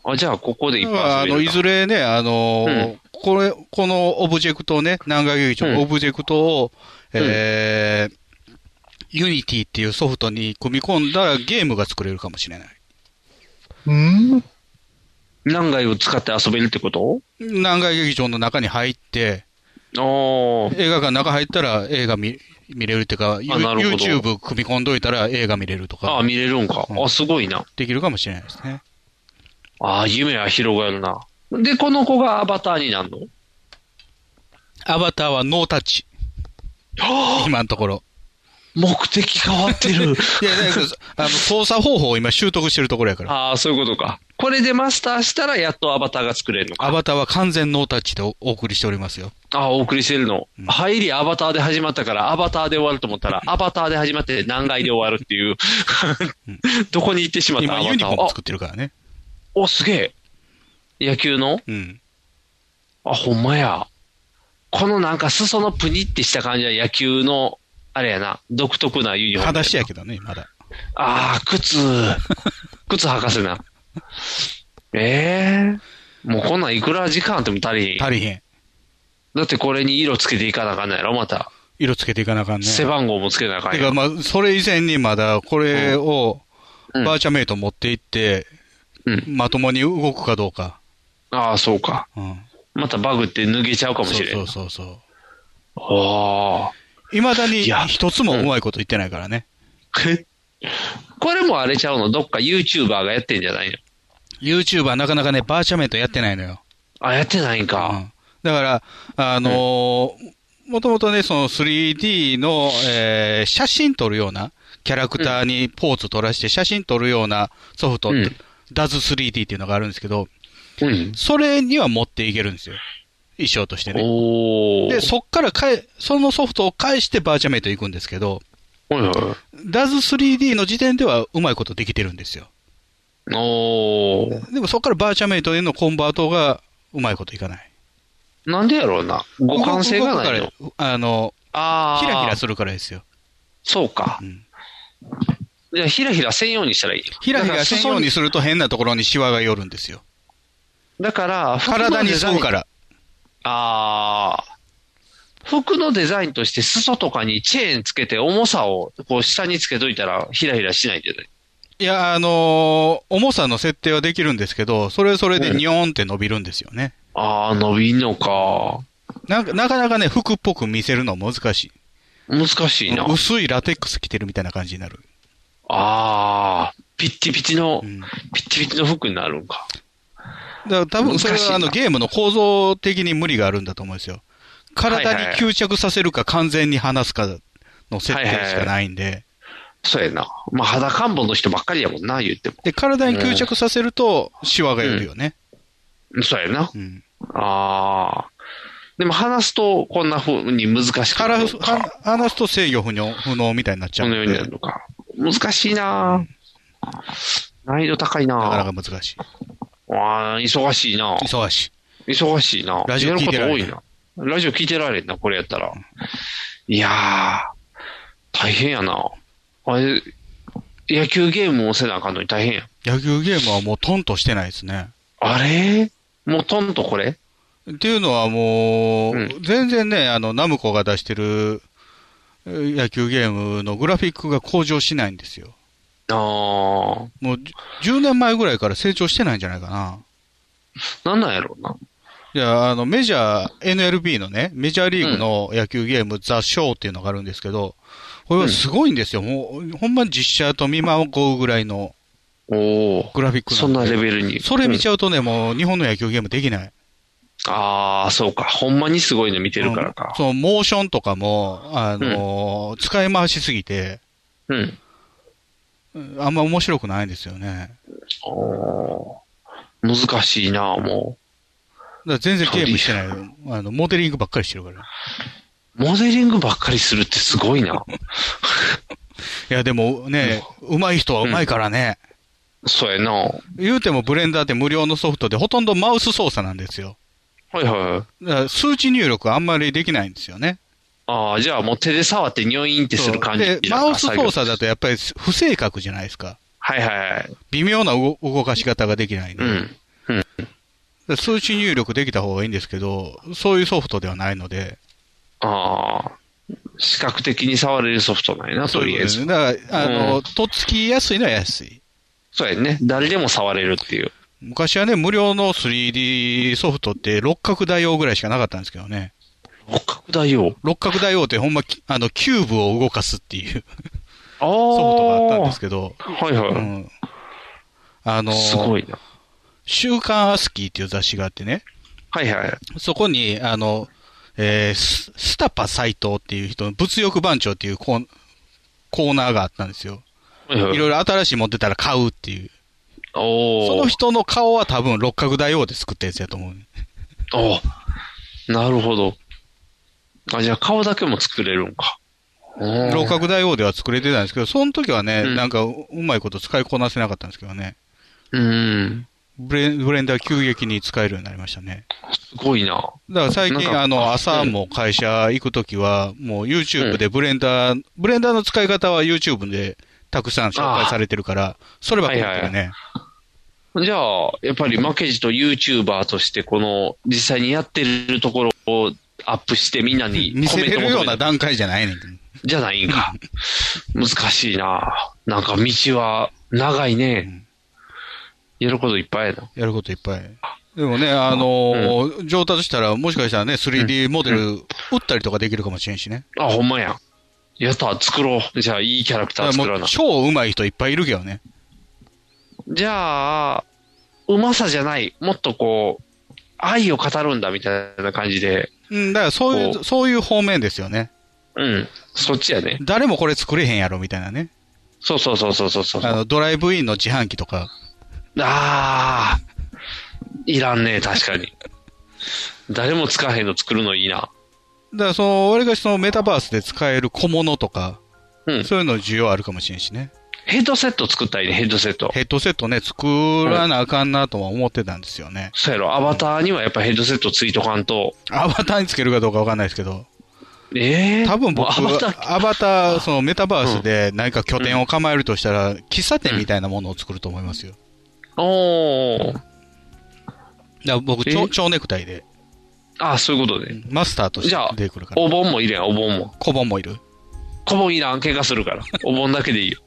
Speaker 2: あ、じゃあここでいっ
Speaker 3: あ
Speaker 2: ぱい遊
Speaker 3: の、
Speaker 2: べ
Speaker 3: い
Speaker 2: るか
Speaker 3: ずれね、あのー
Speaker 2: うん
Speaker 3: これ、このオブジェクトをね、南海劇場のオブジェクトを、えーユニティっていうソフトに組み込んだらゲームが作れるかもしれない。
Speaker 2: うん何階を使って遊べるってこと
Speaker 3: 南海劇場の中に入って、映画館の中入ったら映画見見れるっていうか、ユ
Speaker 2: あなるほど
Speaker 3: YouTube 組み込んどいたら映画見れるとか。
Speaker 2: ああ、見れるんか。あ、すごいな。
Speaker 3: できるかもしれないですね。
Speaker 2: ああ、夢は広がるな。で、この子がアバターになるの
Speaker 3: アバターはノータッチ。今のところ。
Speaker 2: 目的変わって
Speaker 3: い
Speaker 2: る。
Speaker 3: や、だからあの操作方法を今習得してるところやから。
Speaker 2: ああ、そういうことか。これでマスターしたらやっとアバターが作れるのか。
Speaker 3: アバターは完全ノータッチでおお送りしておりますよ。
Speaker 2: ああ、お送りしてるの。入りアバターで始まったから、アバターで終わると思ったら、アバターで始まって難解で終わるっていう。 どこに行ってしまった
Speaker 3: 今
Speaker 2: ア
Speaker 3: ユ
Speaker 2: バ
Speaker 3: ニ
Speaker 2: タ
Speaker 3: コ
Speaker 2: ー
Speaker 3: ーン
Speaker 2: を。あ
Speaker 3: 作ってるからね。
Speaker 2: お、すげえ。野球の
Speaker 3: うん。
Speaker 2: あ、ほんまや。このなんか裾のプニってした感じは野球の、あれやな、独特なユニフォーム。
Speaker 3: 裸足やけどね、まだ。
Speaker 2: ああ、靴。 靴博士な。ええもうこんなんいくら時間あっても足りひん。
Speaker 3: 足りへん。
Speaker 2: だってこれに色つけていかなあかんないやろ、また。
Speaker 3: 色つけていかなあかんね。
Speaker 2: 背番号もつけなあかん
Speaker 3: て
Speaker 2: や
Speaker 3: か、
Speaker 2: ろ。
Speaker 3: まあ、それ以前にまだ、これを、バーチャメイト持って行って、まともに動くかどうか。
Speaker 2: ああ、そうか。
Speaker 3: うん。
Speaker 2: またバグって脱げちゃうかもしれん。
Speaker 3: そうそうそうそう。
Speaker 2: ああ。
Speaker 3: いまだに一つもうまいこと言ってないからね。
Speaker 2: これもあれちゃうのどっか YouTuber がやってんじゃないの
Speaker 3: YouTuber なかなかね、バーチャメイトやってないのよ。
Speaker 2: あ、やってないんか。
Speaker 3: だから、あのーもともとね、その 3D の、えー写真撮るような、キャラクターにポーズ撮らして写真撮るようなソフト、ダズ 3D っていうのがあるんですけど、それには持っていけるんですよ。衣装として
Speaker 2: ね。
Speaker 3: で、そっからかえ、そのソフトを返してバーチャメイト行くんですけど、ダズ 3D の時点ではうまいことできてるんですよ。
Speaker 2: お
Speaker 3: でもそっからバーチャメイトへのコンバートがうまいこといかない。
Speaker 2: なんでやろうな。互換性がないの
Speaker 3: 動。くからあの、
Speaker 2: ああ。
Speaker 3: キラキラするからですよ。
Speaker 2: そうか。じゃあ、ひらひら専用にしたらいい。
Speaker 3: ヒラヒラ専用に
Speaker 2: る。
Speaker 3: すると変なところにシワが寄るんですよ。
Speaker 2: だから、
Speaker 3: 体に沿うか。ら。
Speaker 2: ああ。服のデザインとして、裾とかにチェーンつけて、重さをこう下につけといたら、ひらひらしないんじゃない
Speaker 3: いや、あのー重さの設定はできるんですけど、それはそれでニョーンって伸びるんですよね。
Speaker 2: ああ、伸びんのか。
Speaker 3: なんかなかなかね、服っぽく見せるの難しい。
Speaker 2: 難しいな。
Speaker 3: 薄いラテックス着てるみたいな感じになる。
Speaker 2: ああ、ピッチピチの、ピッチピチの服になるんか。
Speaker 3: だから多分それ
Speaker 2: 難しい
Speaker 3: は
Speaker 2: な
Speaker 3: あのゲームの構造的に無理があるんだと思うんですよ。体に吸着させるか完全に離すかの設定しかないんで。
Speaker 2: そうやな。まあ、肌看本の人ばっかりやもんな、言っても。
Speaker 3: で、体に吸着させるとシワが寄るよね。
Speaker 2: そうやな。ああ。でも話すと、こんな風に難しくなるのか。
Speaker 3: 離すと制御不能不能みたいになっちゃうんで。
Speaker 2: このようになるのか。難しいな難易度高いなな
Speaker 3: かなか難しい。
Speaker 2: ああ、忙しいな
Speaker 3: 忙し
Speaker 2: い。忙しいな
Speaker 3: ラジオ聞いてられへん
Speaker 2: やること多いな。ラジオ聞いてられんな、これやったら。いやー、大変やなあれ、野球ゲームをせなあかんのに大変や。
Speaker 3: 野球ゲームはもうトンとしてないですね。
Speaker 2: あれもうトンとこれ
Speaker 3: っていうのはもう、全然ね、あの、ナムコが出してるえー野球ゲームのグラフィックが向上しないんですよ。
Speaker 2: ああ。
Speaker 3: もうじゅ10年前ぐらいから成長してないんじゃないかな。
Speaker 2: なんなんやろうな。
Speaker 3: いや、あの、メジャー、NLB のね、メジャーリーグの野球ゲーム、ザ・ショーっていうのがあるんですけど、これはすごいんですよ。もう、ほんまに実写と見まごうぐらいの
Speaker 2: お
Speaker 3: グラフィック
Speaker 2: そんなレベルに。
Speaker 3: それ見ちゃうとね、もう日本の野球ゲームできない。
Speaker 2: ああ、そうか。ほんまにすごいの見てるからか。
Speaker 3: その、モーションとかも、あのー使い回しすぎて、
Speaker 2: うん。
Speaker 3: あんま面白くないんですよね。
Speaker 2: おー難しいなも
Speaker 3: だから全然ゲームしてない。あの、モデリングばっかりしてるから。
Speaker 2: う。モデリングばっかりするってすごい な。
Speaker 3: いや、でもね、上手い人は上手いからね。
Speaker 2: そうやなは
Speaker 3: 言うてもブレンダーって無料のソフトでほとんどマウス操作なんですよ。
Speaker 2: いはい。
Speaker 3: だから数値入力あんまりできないんですよね。
Speaker 2: ああ、じゃあもう手で触ってニョインってする感じ
Speaker 3: で、マウス操
Speaker 2: 作。
Speaker 3: 作だとやっぱり不正確じゃないですか。
Speaker 2: はいはいはい。
Speaker 3: 微妙な動動かし方ができないんで。
Speaker 2: だ
Speaker 3: から数値入力できた方がいいんですけど、そういうソフトではないので、
Speaker 2: ああ。視覚的に触れるソフトないな、とりあえず。
Speaker 3: だから、あの、
Speaker 2: うん
Speaker 3: とっつきやすいのは安い。
Speaker 2: そうやね。誰でも触れるっていう。
Speaker 3: 昔はね、無料の 3D ソフトって六角大王ぐらいしかなかったんですけどね。
Speaker 2: 六角大王
Speaker 3: 六角大王ってほんまき、あの、キューブを動かすっていう
Speaker 2: ああ。
Speaker 3: ソフトがあったんですけど。
Speaker 2: はいはい
Speaker 3: うんあの、
Speaker 2: すごいな。
Speaker 3: 週刊アスキーっていう雑誌があってね。
Speaker 2: はいはい。
Speaker 3: そこに、あの、えーススタパ斎藤っていう人の物欲番長っていうコーコーナーがあったんですよ。
Speaker 2: はいはい
Speaker 3: いろいろ新しい持ってたら買うっていう。その人の顔は多分六角大王で作ったやつやと思う。
Speaker 2: おなるほど。あ、じゃあ顔だけも作れるんか。
Speaker 3: 六角大王では作れてたんですけど、その時はね、なんかううまいこと使いこなせなかったんですけどね。
Speaker 2: うん。
Speaker 3: ブレブレンダー急激に使えるようになりましたね。
Speaker 2: すごいな。
Speaker 3: だから最
Speaker 2: な
Speaker 3: 近、
Speaker 2: んか
Speaker 3: あの、朝も会社行くときは、もう YouTube でブレンダー、ブレンダーの使い方は YouTube でたくさん紹介されてるから、そればっかりだよね。
Speaker 2: じゃあ、やっぱり負けじと YouTuber として、この、実際にやってるところをアップしてみんなに
Speaker 3: 見
Speaker 2: コ
Speaker 3: せ
Speaker 2: メン
Speaker 3: れ
Speaker 2: ト
Speaker 3: るよ
Speaker 2: 求
Speaker 3: う
Speaker 2: め
Speaker 3: な
Speaker 2: て
Speaker 3: 段階じゃないねん。
Speaker 2: じゃないんか。難しいななんか道は長いね。やることいっぱいやな。
Speaker 3: やることいっぱい。でもね、あのー上達したら、もしかしたらね、3D モデル打ったりとかできるかもしれんしね。
Speaker 2: あ、ほんまや。やった、作ろう。じゃあ、いいキャラクター
Speaker 3: も
Speaker 2: 作ら
Speaker 3: う
Speaker 2: な。
Speaker 3: 超上手い人いっぱいいるけどね。
Speaker 2: じゃあ、うまさじゃない。もっとこう、愛を語るんだみたいな感じで。
Speaker 3: うん、だからそういう、そういう方面ですよね。
Speaker 2: うん。そっちやね。
Speaker 3: 誰もこれ作れへんやろみたいなね。
Speaker 2: そうそうそうそうそうそう。
Speaker 3: あの、ドライブインの自販機とか。
Speaker 2: ああ、いらんね、確かに。誰も使わへんの作るのいいな。
Speaker 3: だからその、わりかしそのメタバースで使える小物とか、
Speaker 2: うん
Speaker 3: そういうの需要あるかもしれんしね。
Speaker 2: ヘッドセット作ったらいいね、ヘッドセット。
Speaker 3: ヘッドセットね、作らなあかんなとは思ってたんですよね。
Speaker 2: そうやろ、アバターにはやっぱヘッドセットついとかんと。
Speaker 3: アバターにつけるかどうかわかんないですけど。
Speaker 2: ええ
Speaker 3: 多分僕、
Speaker 2: も
Speaker 3: ア
Speaker 2: うア
Speaker 3: バ
Speaker 2: バ
Speaker 3: タ
Speaker 2: タ
Speaker 3: ー、そのメタバースで何か拠点を構えるとしたら、喫茶店みたいなものを作ると思いますよ。
Speaker 2: おー。
Speaker 3: だから僕、蝶蝶ネクタイで、
Speaker 2: ああ、そういうことね。
Speaker 3: マスターとし
Speaker 2: じゃあ
Speaker 3: て出てくるか、ら。
Speaker 2: お盆もいるやん、お盆も。
Speaker 3: 小盆もいる。
Speaker 2: 小盆いらん、怪我するから。お盆だけでいいよ。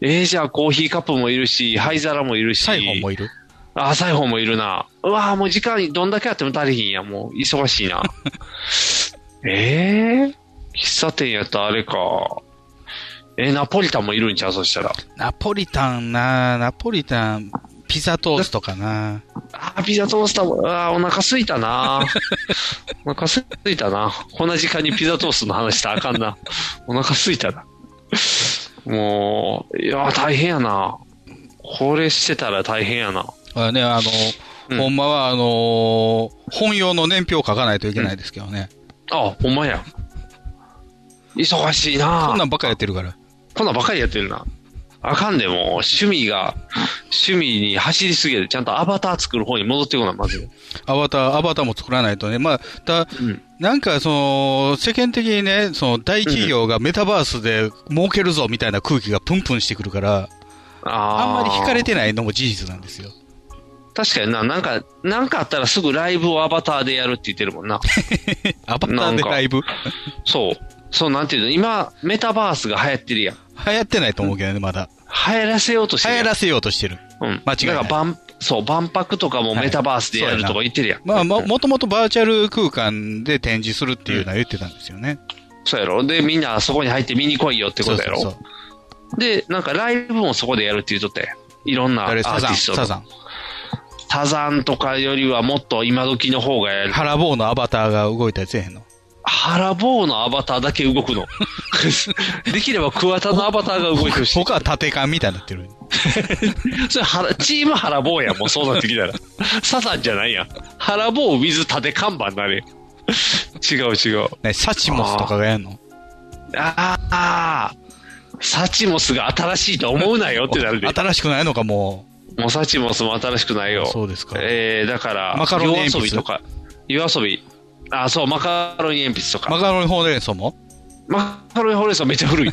Speaker 2: ええじゃあコーヒーカップもいるし、灰皿もいるし。サイホンも
Speaker 3: いる。
Speaker 2: ああ、サイホンもいるな。うわあ、もう時間どんだけあっても足りひんやん。もう、忙しいな。ええ喫茶店やったらあれか。えナポリタンもいるんちゃうそしたら。
Speaker 3: ナポリタンな、ナポリタン、ピザトーストかな。
Speaker 2: あーピザトースターも、あーお腹すいたなお腹すいたなこんな時間にピザトーストの話したらあかんな。お腹すいたな。もう、いやー、大変やなこれしてたら大変やな。
Speaker 3: あね、あの、ほんまは、あのー本用の年表を書かないといけないですけどね。
Speaker 2: あ、ほんまや。忙しいな
Speaker 3: こんなんばっかりやってるから。
Speaker 2: こんなんばっかりやってるな。あかんで、もう、趣味が、趣味に走りすぎて、ちゃんとアバター作る方に戻ってこない、まず。
Speaker 3: アバター、アバターも作らないとね。まあ、た、なんか、その、世間的にね、その、大企業がメタバースで儲けるぞみたいな空気がプンプンしてくるから、
Speaker 2: あ
Speaker 3: あんまり惹かれて
Speaker 2: い。
Speaker 3: ないのも事実なんですよ。
Speaker 2: 確かにな、なんか、なんかあったらすぐライブをアバターでやるって言ってるも んな。
Speaker 3: アバターでライブ
Speaker 2: そう。そう、なんていうの、今、メタバースが流行ってるやん。
Speaker 3: 流行ってないと思うけどね、まだ。
Speaker 2: 流行らせようとしてる。
Speaker 3: 流行らせようとしてる。
Speaker 2: うん。
Speaker 3: 間違いない
Speaker 2: だから万、そう、万博とかもメタバースでやるとか言ってるやん。
Speaker 3: まあ、も、もともとバーチャル空間で展示するっていうのは言ってたんですよね。
Speaker 2: そうやろ。で、みんなそこに入って見に来いよってことやろ。
Speaker 3: そうそう
Speaker 2: で、なんかライブもそこでやるって言うとって、いろんなアー
Speaker 3: あ
Speaker 2: テ
Speaker 3: れ、
Speaker 2: ィ
Speaker 3: サザン、
Speaker 2: ストと
Speaker 3: サザン。
Speaker 2: サザンとかよりはもっと今時の方がやる。
Speaker 3: ハラボーのアバターが動いたやつやへんの。
Speaker 2: ハラボーのアバターだけ動く の。できればクワタのアバターが動いてほしい。
Speaker 3: 僕は縦感みたいになってる。
Speaker 2: それハラ、チームハラボーやん、もうそうなってき たら。サザンじゃないやん。ハラボー with 縦看板なれ。違う違う。
Speaker 3: ね、サチモスとかがやんの
Speaker 2: ああ、サチモスが新しいと思うなよってなるで。
Speaker 3: 新しくないのか、も
Speaker 2: もうサチモスも新しくないよ。
Speaker 3: そうですか
Speaker 2: えー、だから、
Speaker 3: マカロニ鉛筆
Speaker 2: 夜遊びとか、夜遊び。あ、そう、マカロニ鉛筆と
Speaker 3: う。
Speaker 2: か。
Speaker 3: マカロニほうれん草も
Speaker 2: マカロニほうれん草めっちゃ 古い。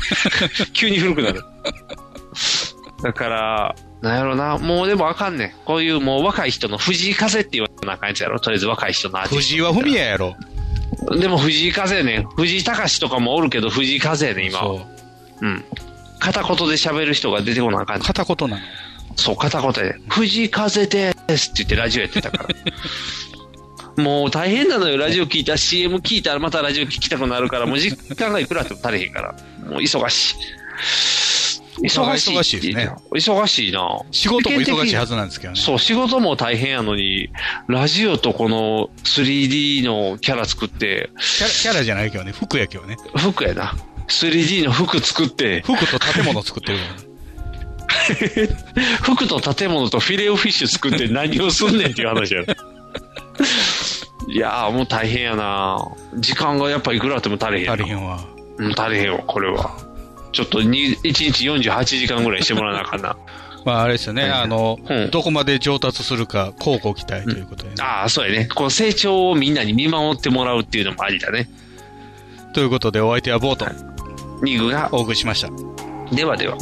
Speaker 2: 急に古くなる。だから、なんやろな、もうでもあかんねん。こういうもう若い人の藤井風って言わなあかんやつやろ。とりあえず若い人のアーティスト
Speaker 3: 藤井は文也やろ。
Speaker 2: でも藤井風やねん。藤井隆とかもおるけど、藤井風やねん、今。う。ん。片言で喋る人が出てこなあかん。
Speaker 3: 片言なの
Speaker 2: そう、片言で。藤井風ですって言ってラジオやってた から。もう大変なのよ、ラジオ聞いたら CM 聞いたらまたラジオ聞きたくなるから、もう時間がいくらあっても足りへんから。もう忙しい。忙しい。
Speaker 3: 忙しいですね。
Speaker 2: 忙しいな。
Speaker 3: 仕事も忙しいはずなんですけどね。
Speaker 2: そう、仕事も大変やのに、ラジオとこの 3D のキャラ作って、
Speaker 3: キャラキャラじゃないけどね、服やけどね。
Speaker 2: 服やな。3D の服作って。
Speaker 3: 服と建物作ってるからね
Speaker 2: 服と建物とフィレオフィッシュ作って何をすんねんっていう話やろ。いやーもう大変やな時間がや っぱいくらあっても足りへん。足りへん
Speaker 3: わ。
Speaker 2: うん、足りへんわ、これは。ちょっとに1日48時間ぐらいしてもらわなあかん な。
Speaker 3: まあ、あれですよね、あの、どこまで上達するか、乞うご期待ということで、
Speaker 2: ああ、そうやね。こう成長をみんなに見守ってもらうっていうのもありだね。
Speaker 3: ということで、お相手はボート。
Speaker 2: 2軍が
Speaker 3: お送りしました。
Speaker 2: ではでは。